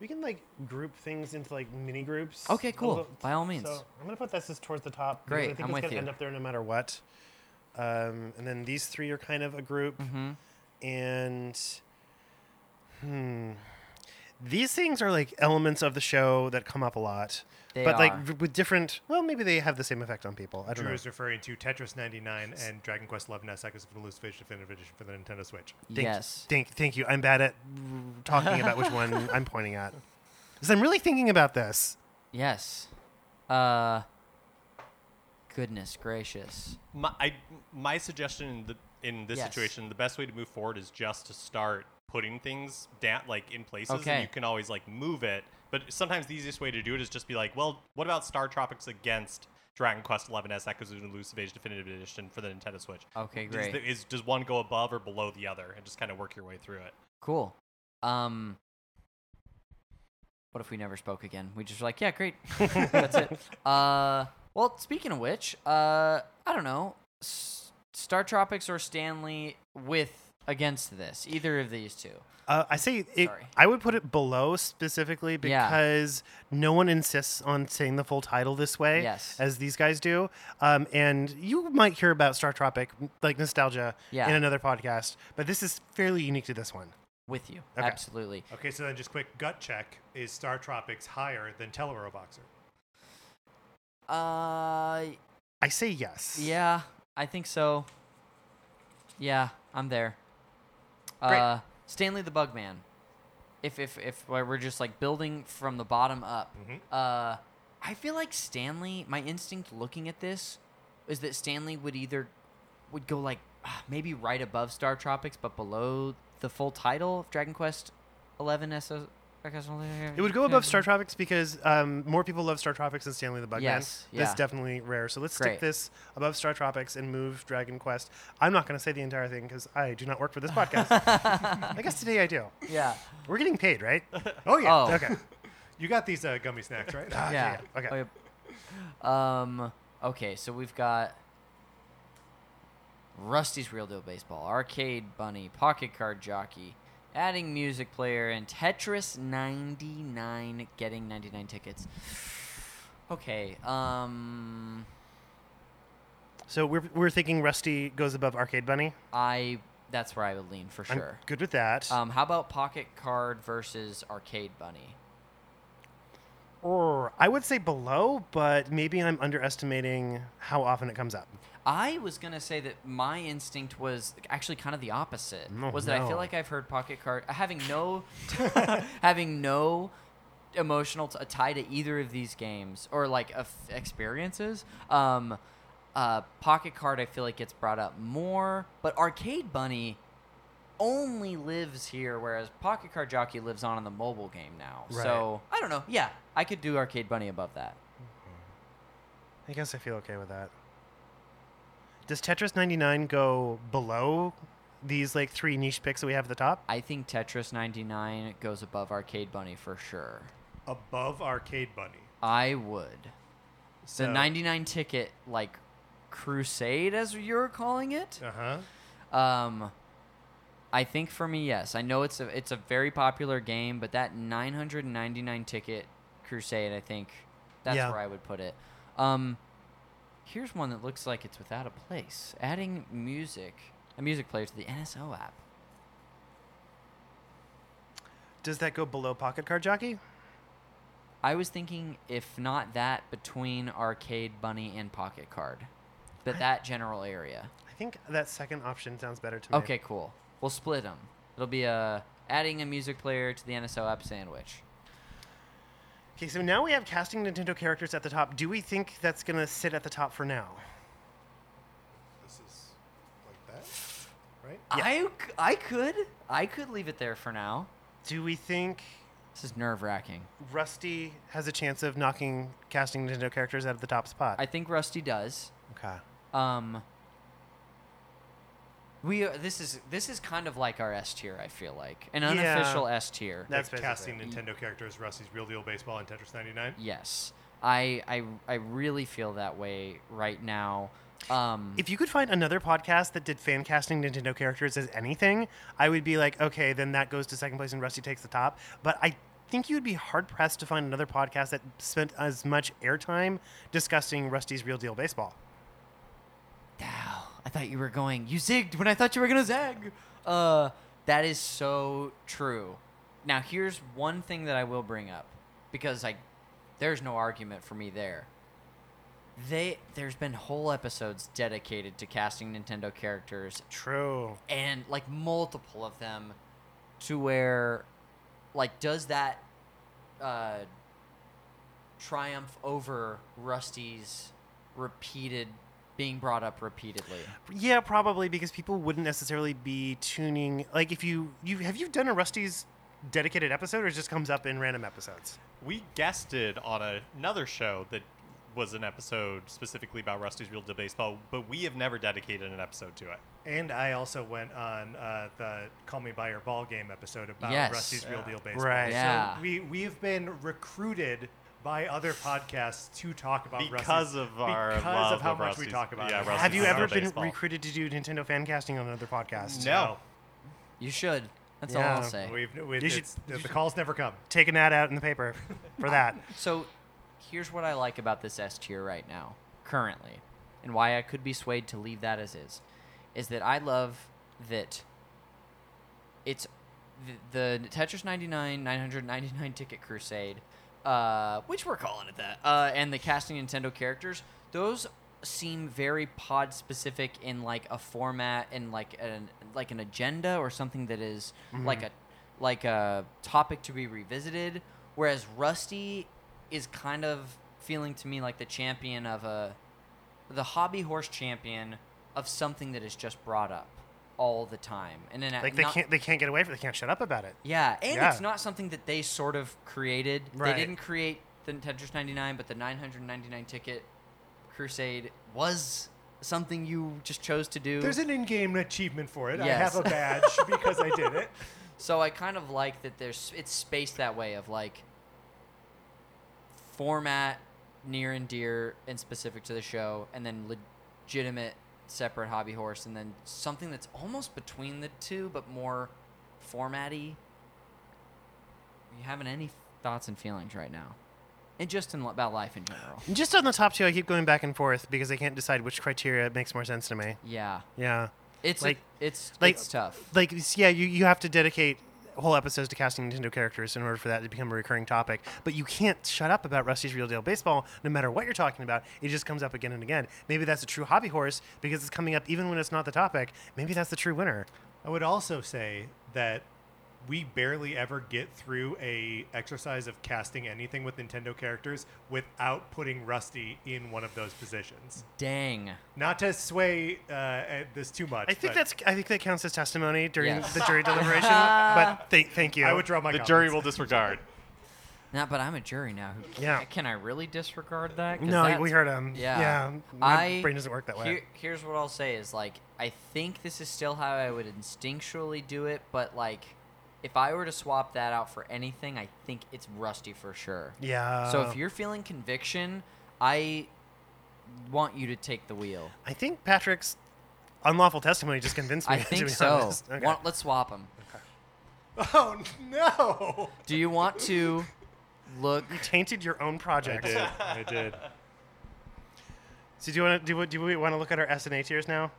[SPEAKER 4] We can like group things into like mini groups.
[SPEAKER 3] Okay,
[SPEAKER 4] a
[SPEAKER 3] cool.
[SPEAKER 4] little-
[SPEAKER 3] By all means.
[SPEAKER 4] So I'm gonna put this as towards the top. because
[SPEAKER 3] Great,
[SPEAKER 4] I think
[SPEAKER 3] I'm
[SPEAKER 4] it's
[SPEAKER 3] with
[SPEAKER 4] gonna
[SPEAKER 3] you.
[SPEAKER 4] end up there no matter what. Um, and then these three are kind of a group,
[SPEAKER 3] Mm-hmm.
[SPEAKER 4] and hmm, these things are like elements of the show that come up a lot,
[SPEAKER 3] They
[SPEAKER 4] but like
[SPEAKER 3] are.
[SPEAKER 4] v- with different. Well, maybe they have the same effect on people. I don't
[SPEAKER 1] Drew
[SPEAKER 4] know.
[SPEAKER 1] is referring to Tetris 99 and Dragon Quest 11 SX of the Loose Fish Definitive Edition for the Nintendo Switch.
[SPEAKER 4] Thank,
[SPEAKER 3] Yes.
[SPEAKER 4] Thank, thank you. I'm bad at r- talking about which one
[SPEAKER 3] <laughs>
[SPEAKER 4] I'm pointing at. Because I'm really thinking about this.
[SPEAKER 3] Yes. Uh. Goodness gracious.
[SPEAKER 2] My, I, my suggestion in, the, in this
[SPEAKER 3] Yes.
[SPEAKER 2] situation, the best way to move forward is just to start putting things down, like in places,
[SPEAKER 3] Okay.
[SPEAKER 2] and you can always like move it. But sometimes the easiest way to do it is just be like, well, what about Star Tropics against Dragon Quest XI S Echoes of an Elusive Age Definitive Edition for the Nintendo Switch?
[SPEAKER 3] Okay,
[SPEAKER 2] Does,
[SPEAKER 3] great.
[SPEAKER 2] the, is, does one go above or below the other, and just kind of work your way through it?
[SPEAKER 3] Cool. Um, what if we never spoke again? We just were like, yeah,
[SPEAKER 4] <laughs>
[SPEAKER 3] great. That's it. Uh, well, speaking of which, uh, I don't know, S- Star Tropics or Stanley with against this, either of these two.
[SPEAKER 4] Uh, I say it,
[SPEAKER 3] Sorry.
[SPEAKER 4] I would put it below specifically
[SPEAKER 3] Yeah.
[SPEAKER 4] because no one insists on saying the full title this way
[SPEAKER 3] Yes.
[SPEAKER 4] as these guys do. Um, and you might hear about Star Tropic, like nostalgia,
[SPEAKER 3] Yeah.
[SPEAKER 4] in another podcast, but this is fairly unique to this one.
[SPEAKER 3] With you,
[SPEAKER 4] Okay.
[SPEAKER 3] absolutely.
[SPEAKER 1] Okay, so then just quick gut check is Star Tropics higher than Tellero Boxer?
[SPEAKER 3] Uh,
[SPEAKER 4] I say yes.
[SPEAKER 3] yeah, I think so. Yeah, I'm there.
[SPEAKER 4] Great.
[SPEAKER 3] Uh, Stanley the Bugman. If if if we're just like building from the bottom up,
[SPEAKER 4] Mm-hmm.
[SPEAKER 3] uh, I feel like Stanley. My instinct looking at this is that Stanley would either would go like ah, maybe right above Star Tropics, but below the full title of Dragon Quest Eleven SO.
[SPEAKER 4] It would go above Star Tropics because um, more people love Star Tropics than Stanley the Bugman.
[SPEAKER 3] Yes,
[SPEAKER 4] That's
[SPEAKER 3] yeah.
[SPEAKER 4] definitely rare. So let's
[SPEAKER 3] Great.
[SPEAKER 4] stick this above Star Tropics and move Dragon Quest. I'm not going to say the entire thing because I do not work for
[SPEAKER 3] <laughs>
[SPEAKER 4] this podcast. I guess today I do.
[SPEAKER 3] Yeah.
[SPEAKER 4] We're getting paid, right?
[SPEAKER 1] Oh, yeah.
[SPEAKER 3] Oh.
[SPEAKER 4] Okay. Ah,
[SPEAKER 1] You got these uh, gummy snacks,
[SPEAKER 3] <laughs>
[SPEAKER 4] <laughs>
[SPEAKER 1] right?
[SPEAKER 3] yeah. Oh,
[SPEAKER 4] Okay.
[SPEAKER 3] Um. Okay, so we've got Rusty's Real Deal Baseball, Arcade Bunny, Pocket Card Jockey, adding music player and Tetris 99 getting 99 tickets. Okay. Um
[SPEAKER 4] So we're, we're thinking Rusty goes above Arcade Bunny.
[SPEAKER 3] I that's where I would lean for sure.
[SPEAKER 4] I'm good with that.
[SPEAKER 3] Um how about Pocket Card versus Arcade Bunny?
[SPEAKER 4] or I would say below, but maybe I'm underestimating how often it comes up.
[SPEAKER 3] I was gonna say that my instinct was actually kind of the opposite.
[SPEAKER 4] No,
[SPEAKER 3] was that I
[SPEAKER 4] Oh, no.
[SPEAKER 3] feel like I've heard Pocket Card having
[SPEAKER 4] <laughs>
[SPEAKER 3] no, <laughs> having no emotional t- tie to either of these games or like of experiences. Um, uh, Pocket Card I feel like gets brought up more, but Arcade Bunny only lives here, whereas Pocket Card Jockey lives on in the mobile game now.
[SPEAKER 4] Right.
[SPEAKER 3] So I don't know. Yeah, I could do Arcade Bunny above that.
[SPEAKER 4] I guess I feel okay with that. Does Tetris 99 go below these like three niche picks that we have at the top?
[SPEAKER 3] I think Tetris 99 goes above Arcade Bunny for sure.
[SPEAKER 1] above Arcade Bunny.
[SPEAKER 3] I would.
[SPEAKER 1] So,
[SPEAKER 3] the 99 ticket, like, crusade, as you're calling it.
[SPEAKER 1] Uh huh.
[SPEAKER 3] Um, I think for me, yes. I know it's a, it's a very popular game, but that 999 ticket crusade, I think that's
[SPEAKER 4] Yeah.
[SPEAKER 3] where I would put it. Um, here's one that looks like it's without a place. Adding music, a music player to the NSO app.
[SPEAKER 4] Does that go below Pocket Card Jockey?
[SPEAKER 3] I was thinking, if not that, between Arcade Bunny and Pocket Card, but that general area.
[SPEAKER 4] I think that second option sounds better to me.
[SPEAKER 3] Okay, cool. We'll split them. It'll be a adding a music player to the NSO app sandwich.
[SPEAKER 4] Okay, so now we have casting Nintendo characters at the top. Do we think that's going to sit at the top for now?
[SPEAKER 1] This is like that, right?
[SPEAKER 3] I c- I could I could leave it there for now.
[SPEAKER 4] Do we think
[SPEAKER 3] This is nerve wracking.
[SPEAKER 4] Rusty has a chance of knocking casting Nintendo characters out of the top spot?
[SPEAKER 3] I think Rusty does.
[SPEAKER 4] okay.
[SPEAKER 3] Um. We are, this is this is kind of like our S tier. I feel like an
[SPEAKER 4] Yeah.
[SPEAKER 3] unofficial S tier.
[SPEAKER 4] That's
[SPEAKER 1] like
[SPEAKER 4] basically
[SPEAKER 1] casting Nintendo characters, Rusty's Real Deal Baseball and Tetris 99.
[SPEAKER 3] Yes, I I I really feel that way right now. Um,
[SPEAKER 4] If you could find another podcast that did fan casting Nintendo characters as anything, I would be like, okay, then that goes to second place and Rusty takes the top. But I think you'd be hard pressed to find another podcast that spent as much airtime discussing Rusty's real deal baseball.
[SPEAKER 3] Ow, I thought you were going. You zigged when I thought you were gonna zag. Uh, that is so true. Now here's one thing that I will bring up because I, there's no argument for me there. They there's been whole episodes dedicated to casting Nintendo characters
[SPEAKER 4] True.
[SPEAKER 3] and like multiple of them to where like does that uh triumph over rusty's repeated being brought up repeatedly
[SPEAKER 4] Yeah, probably because people wouldn't necessarily be tuning. Like, if you you have you done a Rusty's dedicated episode, or it just comes up in random episodes?
[SPEAKER 2] We guested on a- another show that was an episode specifically about Rusty's Real Deal Baseball, but we have never dedicated an episode to it.
[SPEAKER 1] And I also went on uh, the Call Me By Your Ball Game episode about
[SPEAKER 3] Yes.
[SPEAKER 1] Rusty's Real Deal Baseball.
[SPEAKER 4] Right.
[SPEAKER 3] Yeah.
[SPEAKER 1] So we, we've been recruited by other podcasts to talk about
[SPEAKER 2] Because
[SPEAKER 1] Rusty's,
[SPEAKER 2] of our
[SPEAKER 1] because
[SPEAKER 2] love
[SPEAKER 1] of how
[SPEAKER 2] of
[SPEAKER 1] much we
[SPEAKER 2] Rusty's-
[SPEAKER 1] talk about
[SPEAKER 2] yeah,
[SPEAKER 1] it.
[SPEAKER 2] Rusty's
[SPEAKER 4] have you
[SPEAKER 2] Real
[SPEAKER 4] ever
[SPEAKER 2] Deal
[SPEAKER 4] been
[SPEAKER 2] Baseball.
[SPEAKER 4] recruited to do Nintendo fan casting on another podcast?
[SPEAKER 2] No.
[SPEAKER 3] you should that's all i'll
[SPEAKER 4] Yeah,
[SPEAKER 3] say
[SPEAKER 1] We've, we
[SPEAKER 4] You should-
[SPEAKER 1] it's- the calls never come.
[SPEAKER 4] Taking that out in the paper for that.
[SPEAKER 3] so here's what i like about this s tier right now currently and why i could be swayed to leave that as is is that i love that it's the, the Tetris 99 999 ticket crusade, uh, which we're calling it that, uh, and the casting Nintendo characters. Those seem very pod specific in like a format and like an like an agenda or something that is like a like a topic to be revisited. Whereas Rusty is kind of feeling to me like the champion of a the hobby horse champion of something that is just brought up all the time and then
[SPEAKER 4] like they
[SPEAKER 3] not-
[SPEAKER 4] can't they can't get away from it. They can't shut up about it.
[SPEAKER 3] yeah, and
[SPEAKER 4] Yeah.
[SPEAKER 3] it's not something that they sort of created.
[SPEAKER 4] Right.
[SPEAKER 3] They didn't create the Tetris 99, but the 999 ticket crusade was something you just chose to do.
[SPEAKER 1] There's an in-game achievement for it.
[SPEAKER 3] Yes.
[SPEAKER 1] I have a
[SPEAKER 4] <laughs>
[SPEAKER 1] badge because I did it.
[SPEAKER 3] so I kind of like that there's it's spaced that way of like format near and dear and specific to the show and then legitimate separate hobby horse and then something that's almost between the two but more formatty. Are you having any thoughts and feelings right now? And just in, about life in
[SPEAKER 4] <laughs>
[SPEAKER 3] general.
[SPEAKER 4] Just on the top two, I keep going back and forth because I can't decide which criteria makes more sense to me.
[SPEAKER 3] Yeah.
[SPEAKER 4] Yeah.
[SPEAKER 3] It's
[SPEAKER 4] Like-
[SPEAKER 3] like, it's
[SPEAKER 4] like-
[SPEAKER 3] it's tough.
[SPEAKER 4] like it's- yeah, you, you have to dedicate whole episodes to casting Nintendo characters in order for that to become a recurring topic. But you can't shut up about Rusty's Real Deal Baseball no matter what you're talking about. It just comes up again and again. Maybe that's a true hobby horse because it's coming up even when it's not the topic. Maybe that's the true winner.
[SPEAKER 1] I would also say that we barely ever get through a exercise of casting anything with Nintendo characters without putting Rusty in one of those positions.
[SPEAKER 3] Dang.
[SPEAKER 1] Not to sway uh, at this too much.
[SPEAKER 4] I
[SPEAKER 1] but
[SPEAKER 4] think that's I think that counts as testimony during
[SPEAKER 3] Yes.
[SPEAKER 4] the jury deliberation.
[SPEAKER 3] <laughs>
[SPEAKER 4] but th- thank you.
[SPEAKER 1] I would draw my.
[SPEAKER 2] the jury will
[SPEAKER 1] comments.
[SPEAKER 2] disregard.
[SPEAKER 3] Not, but I'm a jury now. Who-
[SPEAKER 4] Yeah.
[SPEAKER 3] Can I really disregard that? 'Cause
[SPEAKER 4] No,
[SPEAKER 3] that's-
[SPEAKER 4] we heard him.
[SPEAKER 3] Yeah.
[SPEAKER 4] my
[SPEAKER 3] I-
[SPEAKER 4] brain doesn't work that way.
[SPEAKER 3] Here, here's what I'll say is like I think this is still how I would instinctually do it, but like if I were to swap that out for anything, I think it's Rusty for sure.
[SPEAKER 4] yeah.
[SPEAKER 3] so if you're feeling conviction, I want you to take the wheel.
[SPEAKER 4] I think Patrick's unlawful testimony just convinced me.
[SPEAKER 3] I
[SPEAKER 4] <laughs> <laughs> to
[SPEAKER 3] think
[SPEAKER 4] be
[SPEAKER 3] so.
[SPEAKER 4] honest. Okay.
[SPEAKER 3] Want- let's swap
[SPEAKER 4] <laughs>
[SPEAKER 3] them.
[SPEAKER 1] Oh no!
[SPEAKER 3] Do you want to
[SPEAKER 4] <laughs>
[SPEAKER 3] look?
[SPEAKER 4] You tainted your own
[SPEAKER 1] I
[SPEAKER 4] project.
[SPEAKER 1] did. I did.
[SPEAKER 4] <laughs> So do you want to do? we- Do we want to look at our S and A tiers now?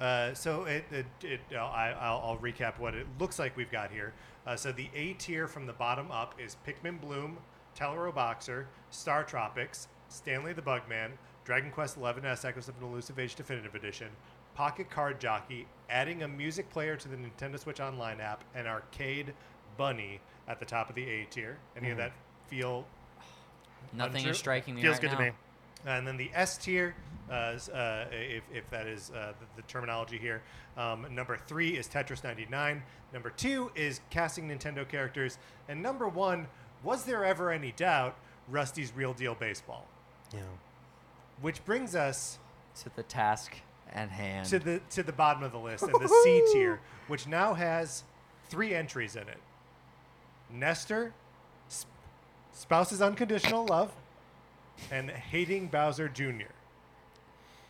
[SPEAKER 1] Uh, so it, it, it uh, I, I'll, I'll recap what it looks like we've got here. Uh, so the A tier from the bottom up is Pikmin Bloom, Tellero Boxer, Star Tropics, Stanley the Bugman, Dragon Quest XI S Echoes of an Elusive Age Definitive Edition, Pocket Card Jockey, adding a music player to the Nintendo Switch Online app, and Arcade Bunny at the top of the A tier. Any of that feel
[SPEAKER 3] Nothing
[SPEAKER 1] Untrue.
[SPEAKER 3] is striking me
[SPEAKER 4] Feels
[SPEAKER 3] right
[SPEAKER 4] good
[SPEAKER 3] now.
[SPEAKER 4] to me.
[SPEAKER 1] Uh, and then the S tier, uh, is, uh, if, if that is uh, the, the terminology here, um, number three is Tetris 99. Number two is casting Nintendo characters. And number one, was there ever any doubt, Rusty's Real Deal Baseball?
[SPEAKER 4] Yeah.
[SPEAKER 1] Which brings us
[SPEAKER 3] To the task at hand.
[SPEAKER 1] to the, to the bottom of the list and the C tier, which now has three entries in it Nestor, sp- Spouse's Unconditional Love, and Hating Bowser Jr.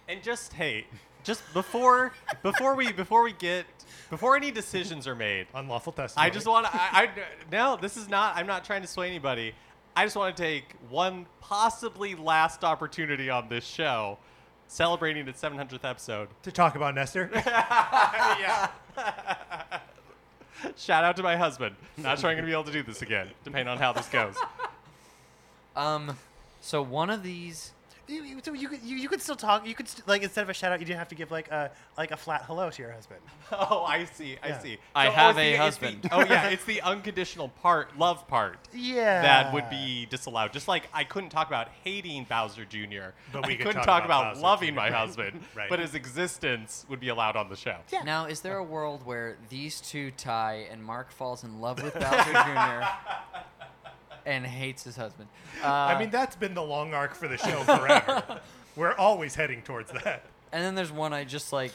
[SPEAKER 2] And just hey, just before before we before we get before any decisions are made,
[SPEAKER 1] Unlawful testimony.
[SPEAKER 2] I just want to. I, I no, this is not. I'm not trying to sway anybody. I just want to take one possibly last opportunity on this show, celebrating its 700th episode.
[SPEAKER 1] to talk about Nestor. <laughs>
[SPEAKER 2] yeah. Shout out to my husband. Not sure I'm gonna be able to do this again, depending on how this goes.
[SPEAKER 3] um, so one of these.
[SPEAKER 4] <laughs> You- you- So you could you, you could still talk. You could st- like instead of a shout out, you didn't have to give like a like a flat hello to your husband.
[SPEAKER 2] <laughs> Oh, I see. I
[SPEAKER 4] Yeah.
[SPEAKER 2] see.
[SPEAKER 5] I
[SPEAKER 2] No, oh,
[SPEAKER 5] have
[SPEAKER 2] it's
[SPEAKER 5] a
[SPEAKER 2] the- it's the-
[SPEAKER 5] husband.
[SPEAKER 2] oh yeah, it's the unconditional part, love part.
[SPEAKER 4] Yeah.
[SPEAKER 2] that would be disallowed. Just like I couldn't talk about hating Bowser Jr.,
[SPEAKER 1] But we
[SPEAKER 2] I
[SPEAKER 1] could
[SPEAKER 2] couldn't
[SPEAKER 1] talk
[SPEAKER 2] talk
[SPEAKER 1] about
[SPEAKER 2] about,
[SPEAKER 1] Bowser
[SPEAKER 2] loving
[SPEAKER 1] Jr.,
[SPEAKER 2] my
[SPEAKER 1] <laughs> right.
[SPEAKER 2] husband,
[SPEAKER 1] Right.
[SPEAKER 2] but his existence would be allowed on the show.
[SPEAKER 4] Yeah.
[SPEAKER 3] Now, is there a world where these two tie and Mark falls in love
[SPEAKER 1] <laughs>
[SPEAKER 3] with Bowser Jr. and hates his husband? Uh,
[SPEAKER 1] I mean, that's been the long arc for the show
[SPEAKER 2] <laughs>
[SPEAKER 1] forever. We're always heading towards that.
[SPEAKER 3] and then there's one I just like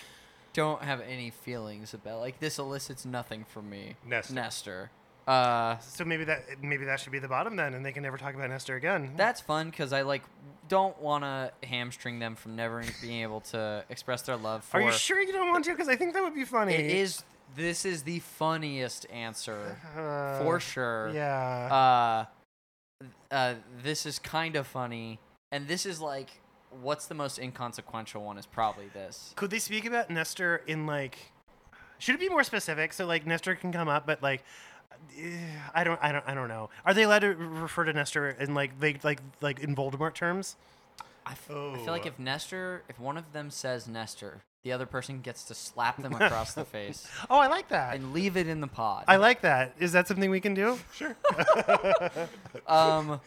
[SPEAKER 3] don't have any feelings about. Like this elicits nothing from me.
[SPEAKER 1] Nestor.
[SPEAKER 3] Nestor. Uh,
[SPEAKER 4] So maybe that maybe that should be the bottom then, and they can never talk about Nestor again.
[SPEAKER 3] that's fun because I like don't want to hamstring them from never being able to express their love for.
[SPEAKER 4] Are you sure you don't want to? Because I think that would be funny.
[SPEAKER 3] It is. This is the funniest answer
[SPEAKER 4] Uh,
[SPEAKER 3] for sure.
[SPEAKER 4] Yeah.
[SPEAKER 3] uh, uh, this is kind of funny, and this is like, what's the most inconsequential one? Is probably this.
[SPEAKER 4] Could they speak about Nestor in like? Should it be more specific? So like Nestor can come up, but like, eh, I don't, I don't, I don't know. Are they allowed to re- refer to Nestor in like vague, like like in Voldemort terms?
[SPEAKER 3] I, f- I feel like
[SPEAKER 1] Oh.
[SPEAKER 3] if Nestor, if one of them says Nestor, the other person gets to slap
[SPEAKER 4] <laughs>
[SPEAKER 3] them across the face
[SPEAKER 4] Oh, I like that.
[SPEAKER 3] and leave it in the pod.
[SPEAKER 4] I like that. Is that something we can do? <laughs>
[SPEAKER 3] um,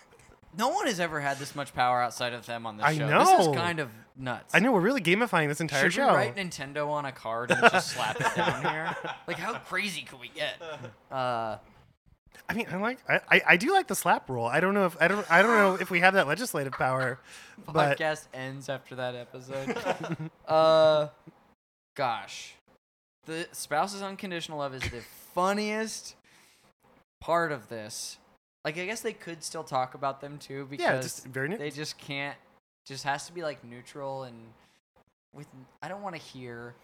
[SPEAKER 3] no one has ever had this much power outside of them on this
[SPEAKER 4] I
[SPEAKER 3] show. This
[SPEAKER 4] know.
[SPEAKER 3] is kind of nuts.
[SPEAKER 4] I know we're really gamifying this entire
[SPEAKER 3] Should
[SPEAKER 4] show.
[SPEAKER 3] we write Nintendo on a card and just slap it down here? Like, how crazy could we get? Uh,
[SPEAKER 4] I mean, I like, I, I, I do like the slap rule. I don't know if I don't, I don't know if we have that legislative power, but
[SPEAKER 3] podcast ends after that episode. uh, gosh, the spouse's unconditional love is the funniest part of this. Like, I guess they could still talk about them too because
[SPEAKER 4] yeah, just very. New-
[SPEAKER 3] they just can't. Just has to be like neutral and with. I don't want to hear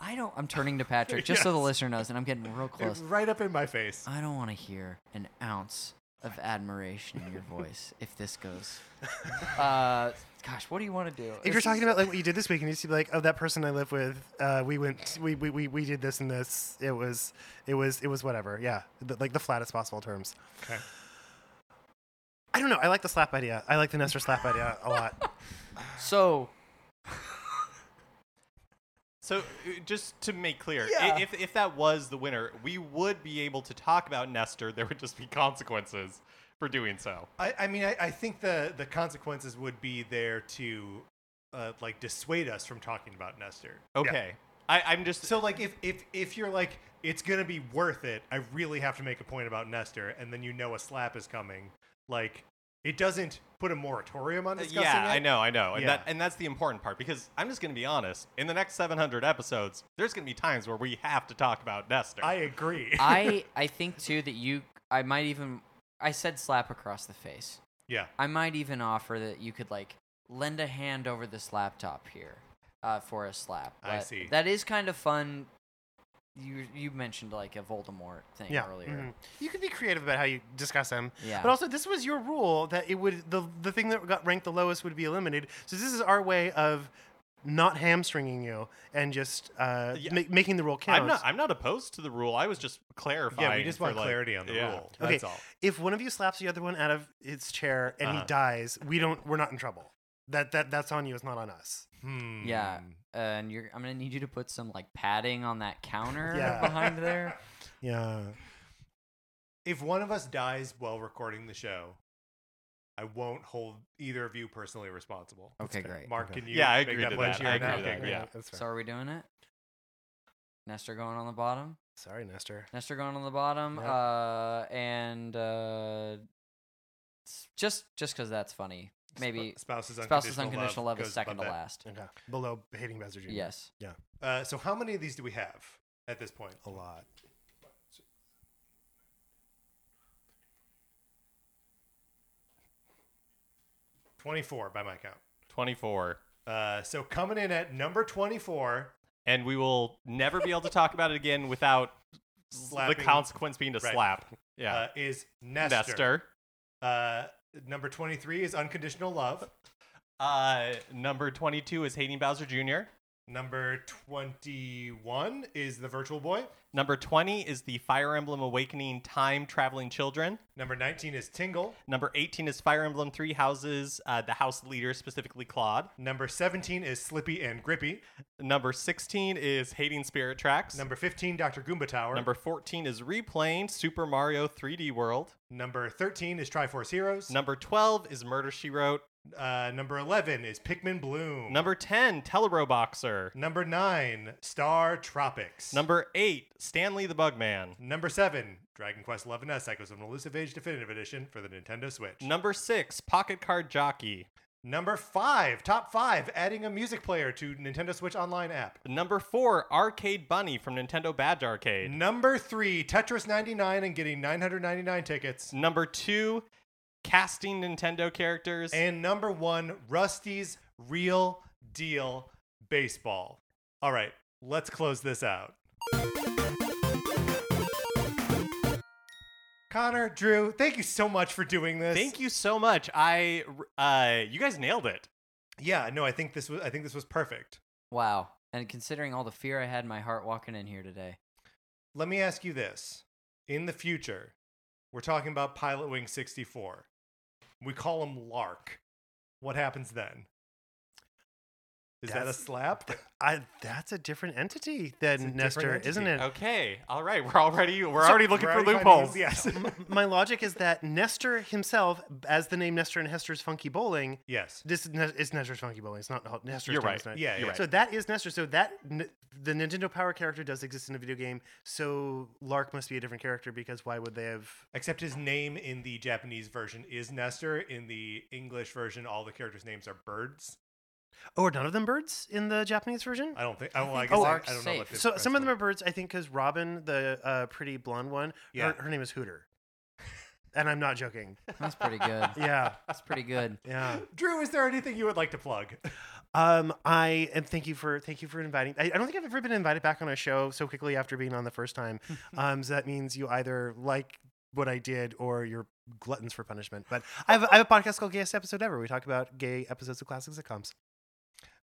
[SPEAKER 3] I don't. I'm turning to Patrick just so the
[SPEAKER 1] Yes.
[SPEAKER 3] listener knows, and I'm getting real close.
[SPEAKER 1] right up in my face.
[SPEAKER 3] I don't want to hear an ounce of admiration
[SPEAKER 4] <laughs>
[SPEAKER 3] in your voice if this goes. Uh, gosh, what do you want to do?
[SPEAKER 4] If you're talking about like what you did this week, and you used to be like, "Oh, that person I live with, uh, we went, we, we, we, we did this and this. It was, it was, it was whatever." Yeah, the, like the flattest possible terms.
[SPEAKER 1] Okay.
[SPEAKER 4] I don't know. I like the slap idea. I like the Nestor slap idea a <laughs> lot.
[SPEAKER 3] so
[SPEAKER 2] So, uh, just to make clear, i-
[SPEAKER 3] Yeah.
[SPEAKER 2] if, if that was the winner, we would be able to talk about Nestor. There would just be consequences for doing so.
[SPEAKER 1] I, I mean, I, I think the, the consequences would be there to uh, like dissuade us from talking about Nestor.
[SPEAKER 2] Okay. I, I'm just.
[SPEAKER 1] So like if, if if you're like it's gonna be worth it, I really have to make a point about Nestor, and then you know a slap is coming. Like it doesn't put a moratorium on discussing
[SPEAKER 2] Uh, yeah,
[SPEAKER 1] it.
[SPEAKER 2] I know, I know, and
[SPEAKER 1] Yeah.
[SPEAKER 2] that and that's the important part because I'm just going to be honest. In the next 700 episodes, there's going to be times where we have to talk about Nestor.
[SPEAKER 1] I
[SPEAKER 2] <laughs>
[SPEAKER 1] agree.
[SPEAKER 3] I I think too that you I might even I said slap across the face.
[SPEAKER 1] yeah.
[SPEAKER 3] I might even offer that you could like lend a hand over this laptop here uh, for a slap.
[SPEAKER 1] I
[SPEAKER 3] But
[SPEAKER 1] see.
[SPEAKER 3] That is kind of fun. You you mentioned like a Voldemort thing
[SPEAKER 4] Yeah,
[SPEAKER 3] earlier.
[SPEAKER 4] mhm. you can be creative about how you discuss them.
[SPEAKER 3] Yeah.
[SPEAKER 4] But also, this was your rule that it would the the thing that got ranked the lowest would be eliminated. So this is our way of not hamstringing you and just uh,
[SPEAKER 2] Yeah.
[SPEAKER 4] ma- making the rule count.
[SPEAKER 2] I'm not. I'm not opposed to the rule. I was just clarifying.
[SPEAKER 1] Yeah, we just
[SPEAKER 2] for,
[SPEAKER 1] want
[SPEAKER 2] like-
[SPEAKER 1] clarity on the
[SPEAKER 2] yeah.
[SPEAKER 1] rule.
[SPEAKER 4] Okay.
[SPEAKER 1] That's all.
[SPEAKER 4] if one of you slaps the other one out of its chair and
[SPEAKER 2] Uh-huh.
[SPEAKER 4] he dies, we don't. We're not in trouble. That that that's on you. It's not on us.
[SPEAKER 1] Hmm.
[SPEAKER 3] Yeah, and you're. I'm gonna need you to put some like padding on that counter
[SPEAKER 4] Yeah.
[SPEAKER 3] behind there.
[SPEAKER 4] Yeah.
[SPEAKER 1] If one of us dies while recording the show, I won't hold either of you personally responsible.
[SPEAKER 3] Okay, great.
[SPEAKER 1] Mark,
[SPEAKER 4] Okay.
[SPEAKER 1] can you?
[SPEAKER 2] Yeah, I
[SPEAKER 1] make
[SPEAKER 2] agree
[SPEAKER 1] that
[SPEAKER 2] to
[SPEAKER 1] pledge
[SPEAKER 2] that.
[SPEAKER 1] here
[SPEAKER 2] I
[SPEAKER 1] now?
[SPEAKER 2] agree to
[SPEAKER 1] Okay,
[SPEAKER 2] that, yeah.
[SPEAKER 1] great.
[SPEAKER 4] That's fair.
[SPEAKER 3] So are we doing it? Nestor going on the bottom.
[SPEAKER 4] Sorry, Nestor.
[SPEAKER 3] Nestor going on the bottom.
[SPEAKER 4] Yep.
[SPEAKER 3] Uh, and uh, s- just just because that's funny. Maybe
[SPEAKER 1] Sp- spouse's
[SPEAKER 3] spouse's
[SPEAKER 1] unconditional,
[SPEAKER 3] unconditional love, is
[SPEAKER 1] goes
[SPEAKER 3] second to
[SPEAKER 1] above that.
[SPEAKER 3] last.
[SPEAKER 4] Okay. Below hating Bowser Jr.
[SPEAKER 3] Yes.
[SPEAKER 1] Uh, so how many of these do we have at this point?
[SPEAKER 4] A lot.
[SPEAKER 1] Twenty-four by my count.
[SPEAKER 2] 24,
[SPEAKER 1] Uh, so coming in at number twenty-four,
[SPEAKER 2] and we will never be able to talk about it again without the
[SPEAKER 1] Slapping.
[SPEAKER 2] consequence being to
[SPEAKER 1] Right.
[SPEAKER 2] slap. Yeah,
[SPEAKER 1] uh, is Nestor.
[SPEAKER 2] Nestor.
[SPEAKER 1] Uh, number twenty-three is unconditional love.
[SPEAKER 2] Uh, number 22 is Hating Bowser Jr.
[SPEAKER 1] Number twenty-one is the Virtual Boy.
[SPEAKER 2] Number 20 is the Fire Emblem Awakening Time Traveling Children.
[SPEAKER 1] Number nineteen is Tingle.
[SPEAKER 2] Number 18 is Fire Emblem Three Houses, uh, the house leader, specifically Claude.
[SPEAKER 1] Number seventeen is Slippy and Grippy.
[SPEAKER 2] Number 16 is Hating Spirit Tracks.
[SPEAKER 1] Number fifteen, Doctor Goomba Tower.
[SPEAKER 2] Number 14 is replaying Super Mario 3D World.
[SPEAKER 1] Number 13 is Triforce Heroes.
[SPEAKER 2] Number 12 is Murder She Wrote.
[SPEAKER 1] uh, number 11 is Pikmin Bloom.
[SPEAKER 2] Number 10, Teleroboxer.
[SPEAKER 1] Number 9, Star Tropics.
[SPEAKER 2] Number 8, Stanley the Bugman.
[SPEAKER 1] number 7, Dragon Quest XI S Echoes of an Elusive Age Definitive Edition for the Nintendo Switch.
[SPEAKER 2] Number 6, Pocket Card Jockey.
[SPEAKER 1] number 5, Top 5, adding a music player to Nintendo Switch Online app.
[SPEAKER 2] Number 4, Arcade Bunny from Nintendo Badge Arcade.
[SPEAKER 1] Number 3, Tetris 99 and getting 999 tickets.
[SPEAKER 2] Number 2, casting Nintendo characters.
[SPEAKER 1] And number 1, Rusty's Real Deal Baseball. All right, let's close this out. Connor, Drew, thank you so much for doing this.
[SPEAKER 2] Thank you so much. I uh you guys nailed it.
[SPEAKER 1] Yeah, no, I think this was I think this was perfect.
[SPEAKER 3] Wow. And considering all the fear I had in my heart walking in here today.
[SPEAKER 1] Let me ask you this. In the future, we're talking about Pilot Wing 64. We call him Lark. What happens then? Is that a
[SPEAKER 4] That's-
[SPEAKER 2] <laughs>
[SPEAKER 1] slap?
[SPEAKER 4] I, that's a different entity than
[SPEAKER 1] different
[SPEAKER 4] Nestor,
[SPEAKER 1] entity.
[SPEAKER 4] isn't it?
[SPEAKER 2] Okay. All right. We're already we're
[SPEAKER 4] So-
[SPEAKER 2] already looking
[SPEAKER 1] We're
[SPEAKER 2] for
[SPEAKER 1] already finding
[SPEAKER 2] loopholes.
[SPEAKER 1] those- Yes. <laughs>
[SPEAKER 4] My logic is that Nestor himself, as the name Nestor and Hester's Funky Bowling,
[SPEAKER 1] yes.
[SPEAKER 4] this is Ne- it's Nestor's Funky Bowling. It's not Nestor's.
[SPEAKER 2] You're
[SPEAKER 4] name,
[SPEAKER 2] right.
[SPEAKER 4] it's not-
[SPEAKER 1] Yeah,
[SPEAKER 2] You're
[SPEAKER 1] yeah.
[SPEAKER 2] right.
[SPEAKER 4] So that is Nestor. So that n- the Nintendo Power character does exist in a video game. So Lark must be a different character because why would they have?
[SPEAKER 1] Except his name in the Japanese version is Nestor. In the English version, all the characters' names are birds.
[SPEAKER 4] Oh, are none of them birds in the Japanese version?
[SPEAKER 1] I don't think. I, well, I
[SPEAKER 3] think
[SPEAKER 1] guess I,
[SPEAKER 3] Lark's
[SPEAKER 1] I don't know. What
[SPEAKER 3] safe.
[SPEAKER 1] this
[SPEAKER 4] So some of them
[SPEAKER 1] festival-
[SPEAKER 4] are birds, I think, because Robin, the uh, pretty blonde one,
[SPEAKER 1] Yeah.
[SPEAKER 4] her, her name is Hooter, and I'm not joking.
[SPEAKER 3] That's pretty good.
[SPEAKER 4] <laughs> Yeah,
[SPEAKER 3] That's pretty good.
[SPEAKER 4] yeah.
[SPEAKER 1] Drew, is there anything you would like to plug?
[SPEAKER 4] Um, I and thank you for thank you for inviting. I, I don't think I've ever been invited back on a show so quickly after being on the first time. um, so that means you either like what I did or you're gluttons for punishment. But I have, I have a podcast called Gayest Episode Ever. We talk about gay episodes of classic sitcoms.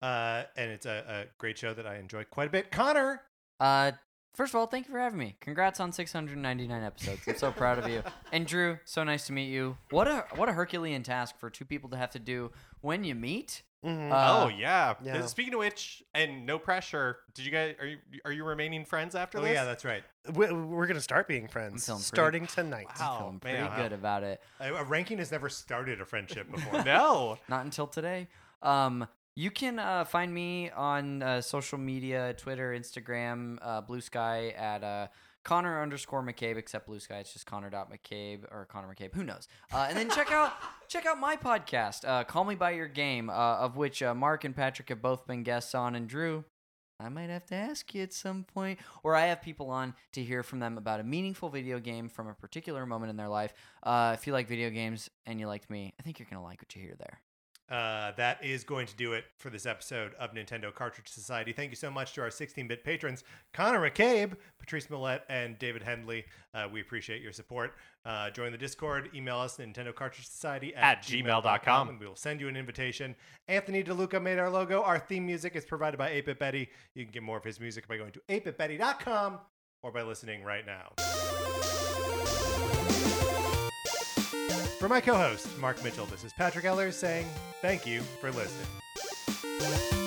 [SPEAKER 1] Uh, and it's a, a great show that I enjoy quite a bit. Connor, Oh,
[SPEAKER 3] Uh, first of all, thank you for having me. Congrats on 699 episodes. I'm so proud of you. And Drew, so nice to meet you. What a what a Herculean task for two people to have to do when you meet.
[SPEAKER 4] Mhm.
[SPEAKER 3] Uh,
[SPEAKER 2] oh yeah.
[SPEAKER 4] yeah.
[SPEAKER 2] Speaking of which, and no pressure. Did you guys are you are you remaining friends after
[SPEAKER 1] oh
[SPEAKER 2] this?
[SPEAKER 1] yeah, that's right.
[SPEAKER 4] we, we're gonna start being friends
[SPEAKER 3] feeling pretty-
[SPEAKER 4] starting tonight.
[SPEAKER 2] Wow.
[SPEAKER 3] I'm feeling pretty
[SPEAKER 2] man.
[SPEAKER 3] good about it.
[SPEAKER 1] A, a ranking has never started a friendship <laughs> before.
[SPEAKER 2] <laughs> no.
[SPEAKER 3] Not until today. Um, you can uh, find me on uh, social media, Twitter, Instagram, uh, Blue Sky at uh, Connor underscore McCabe, except Blue Sky. It's just Connor dot McCabe or Connor McCabe. Who knows? Uh, and then check out <laughs> check out my podcast, uh, Call Me by Your Game, uh, of which uh, Mark and Patrick have both been guests on, and Drew. I might have to ask you at some point, or I have people on to hear from them about a meaningful video game from a particular moment in their life. Uh, if you like video games and you liked me, I think you're gonna like what you hear there.
[SPEAKER 1] Uh, that is going to do it for this episode of Nintendo Cartridge Society. Thank you so much to our 16-bit patrons, Connor McCabe, Patrice Millette, and David Hendley. Uh, we appreciate your support. Uh, join the Discord. Email us, Nintendo Cartridge Society
[SPEAKER 2] At gmail dot com.
[SPEAKER 1] and we will send you an invitation. Anthony DeLuca made our logo. Our theme music is provided by 8-Bit Betty. You can get more of his music by going to 8bitbetty.com or by listening right now. For my co-host, Mark Mitchell, this is Patrick Eller saying thank you for listening.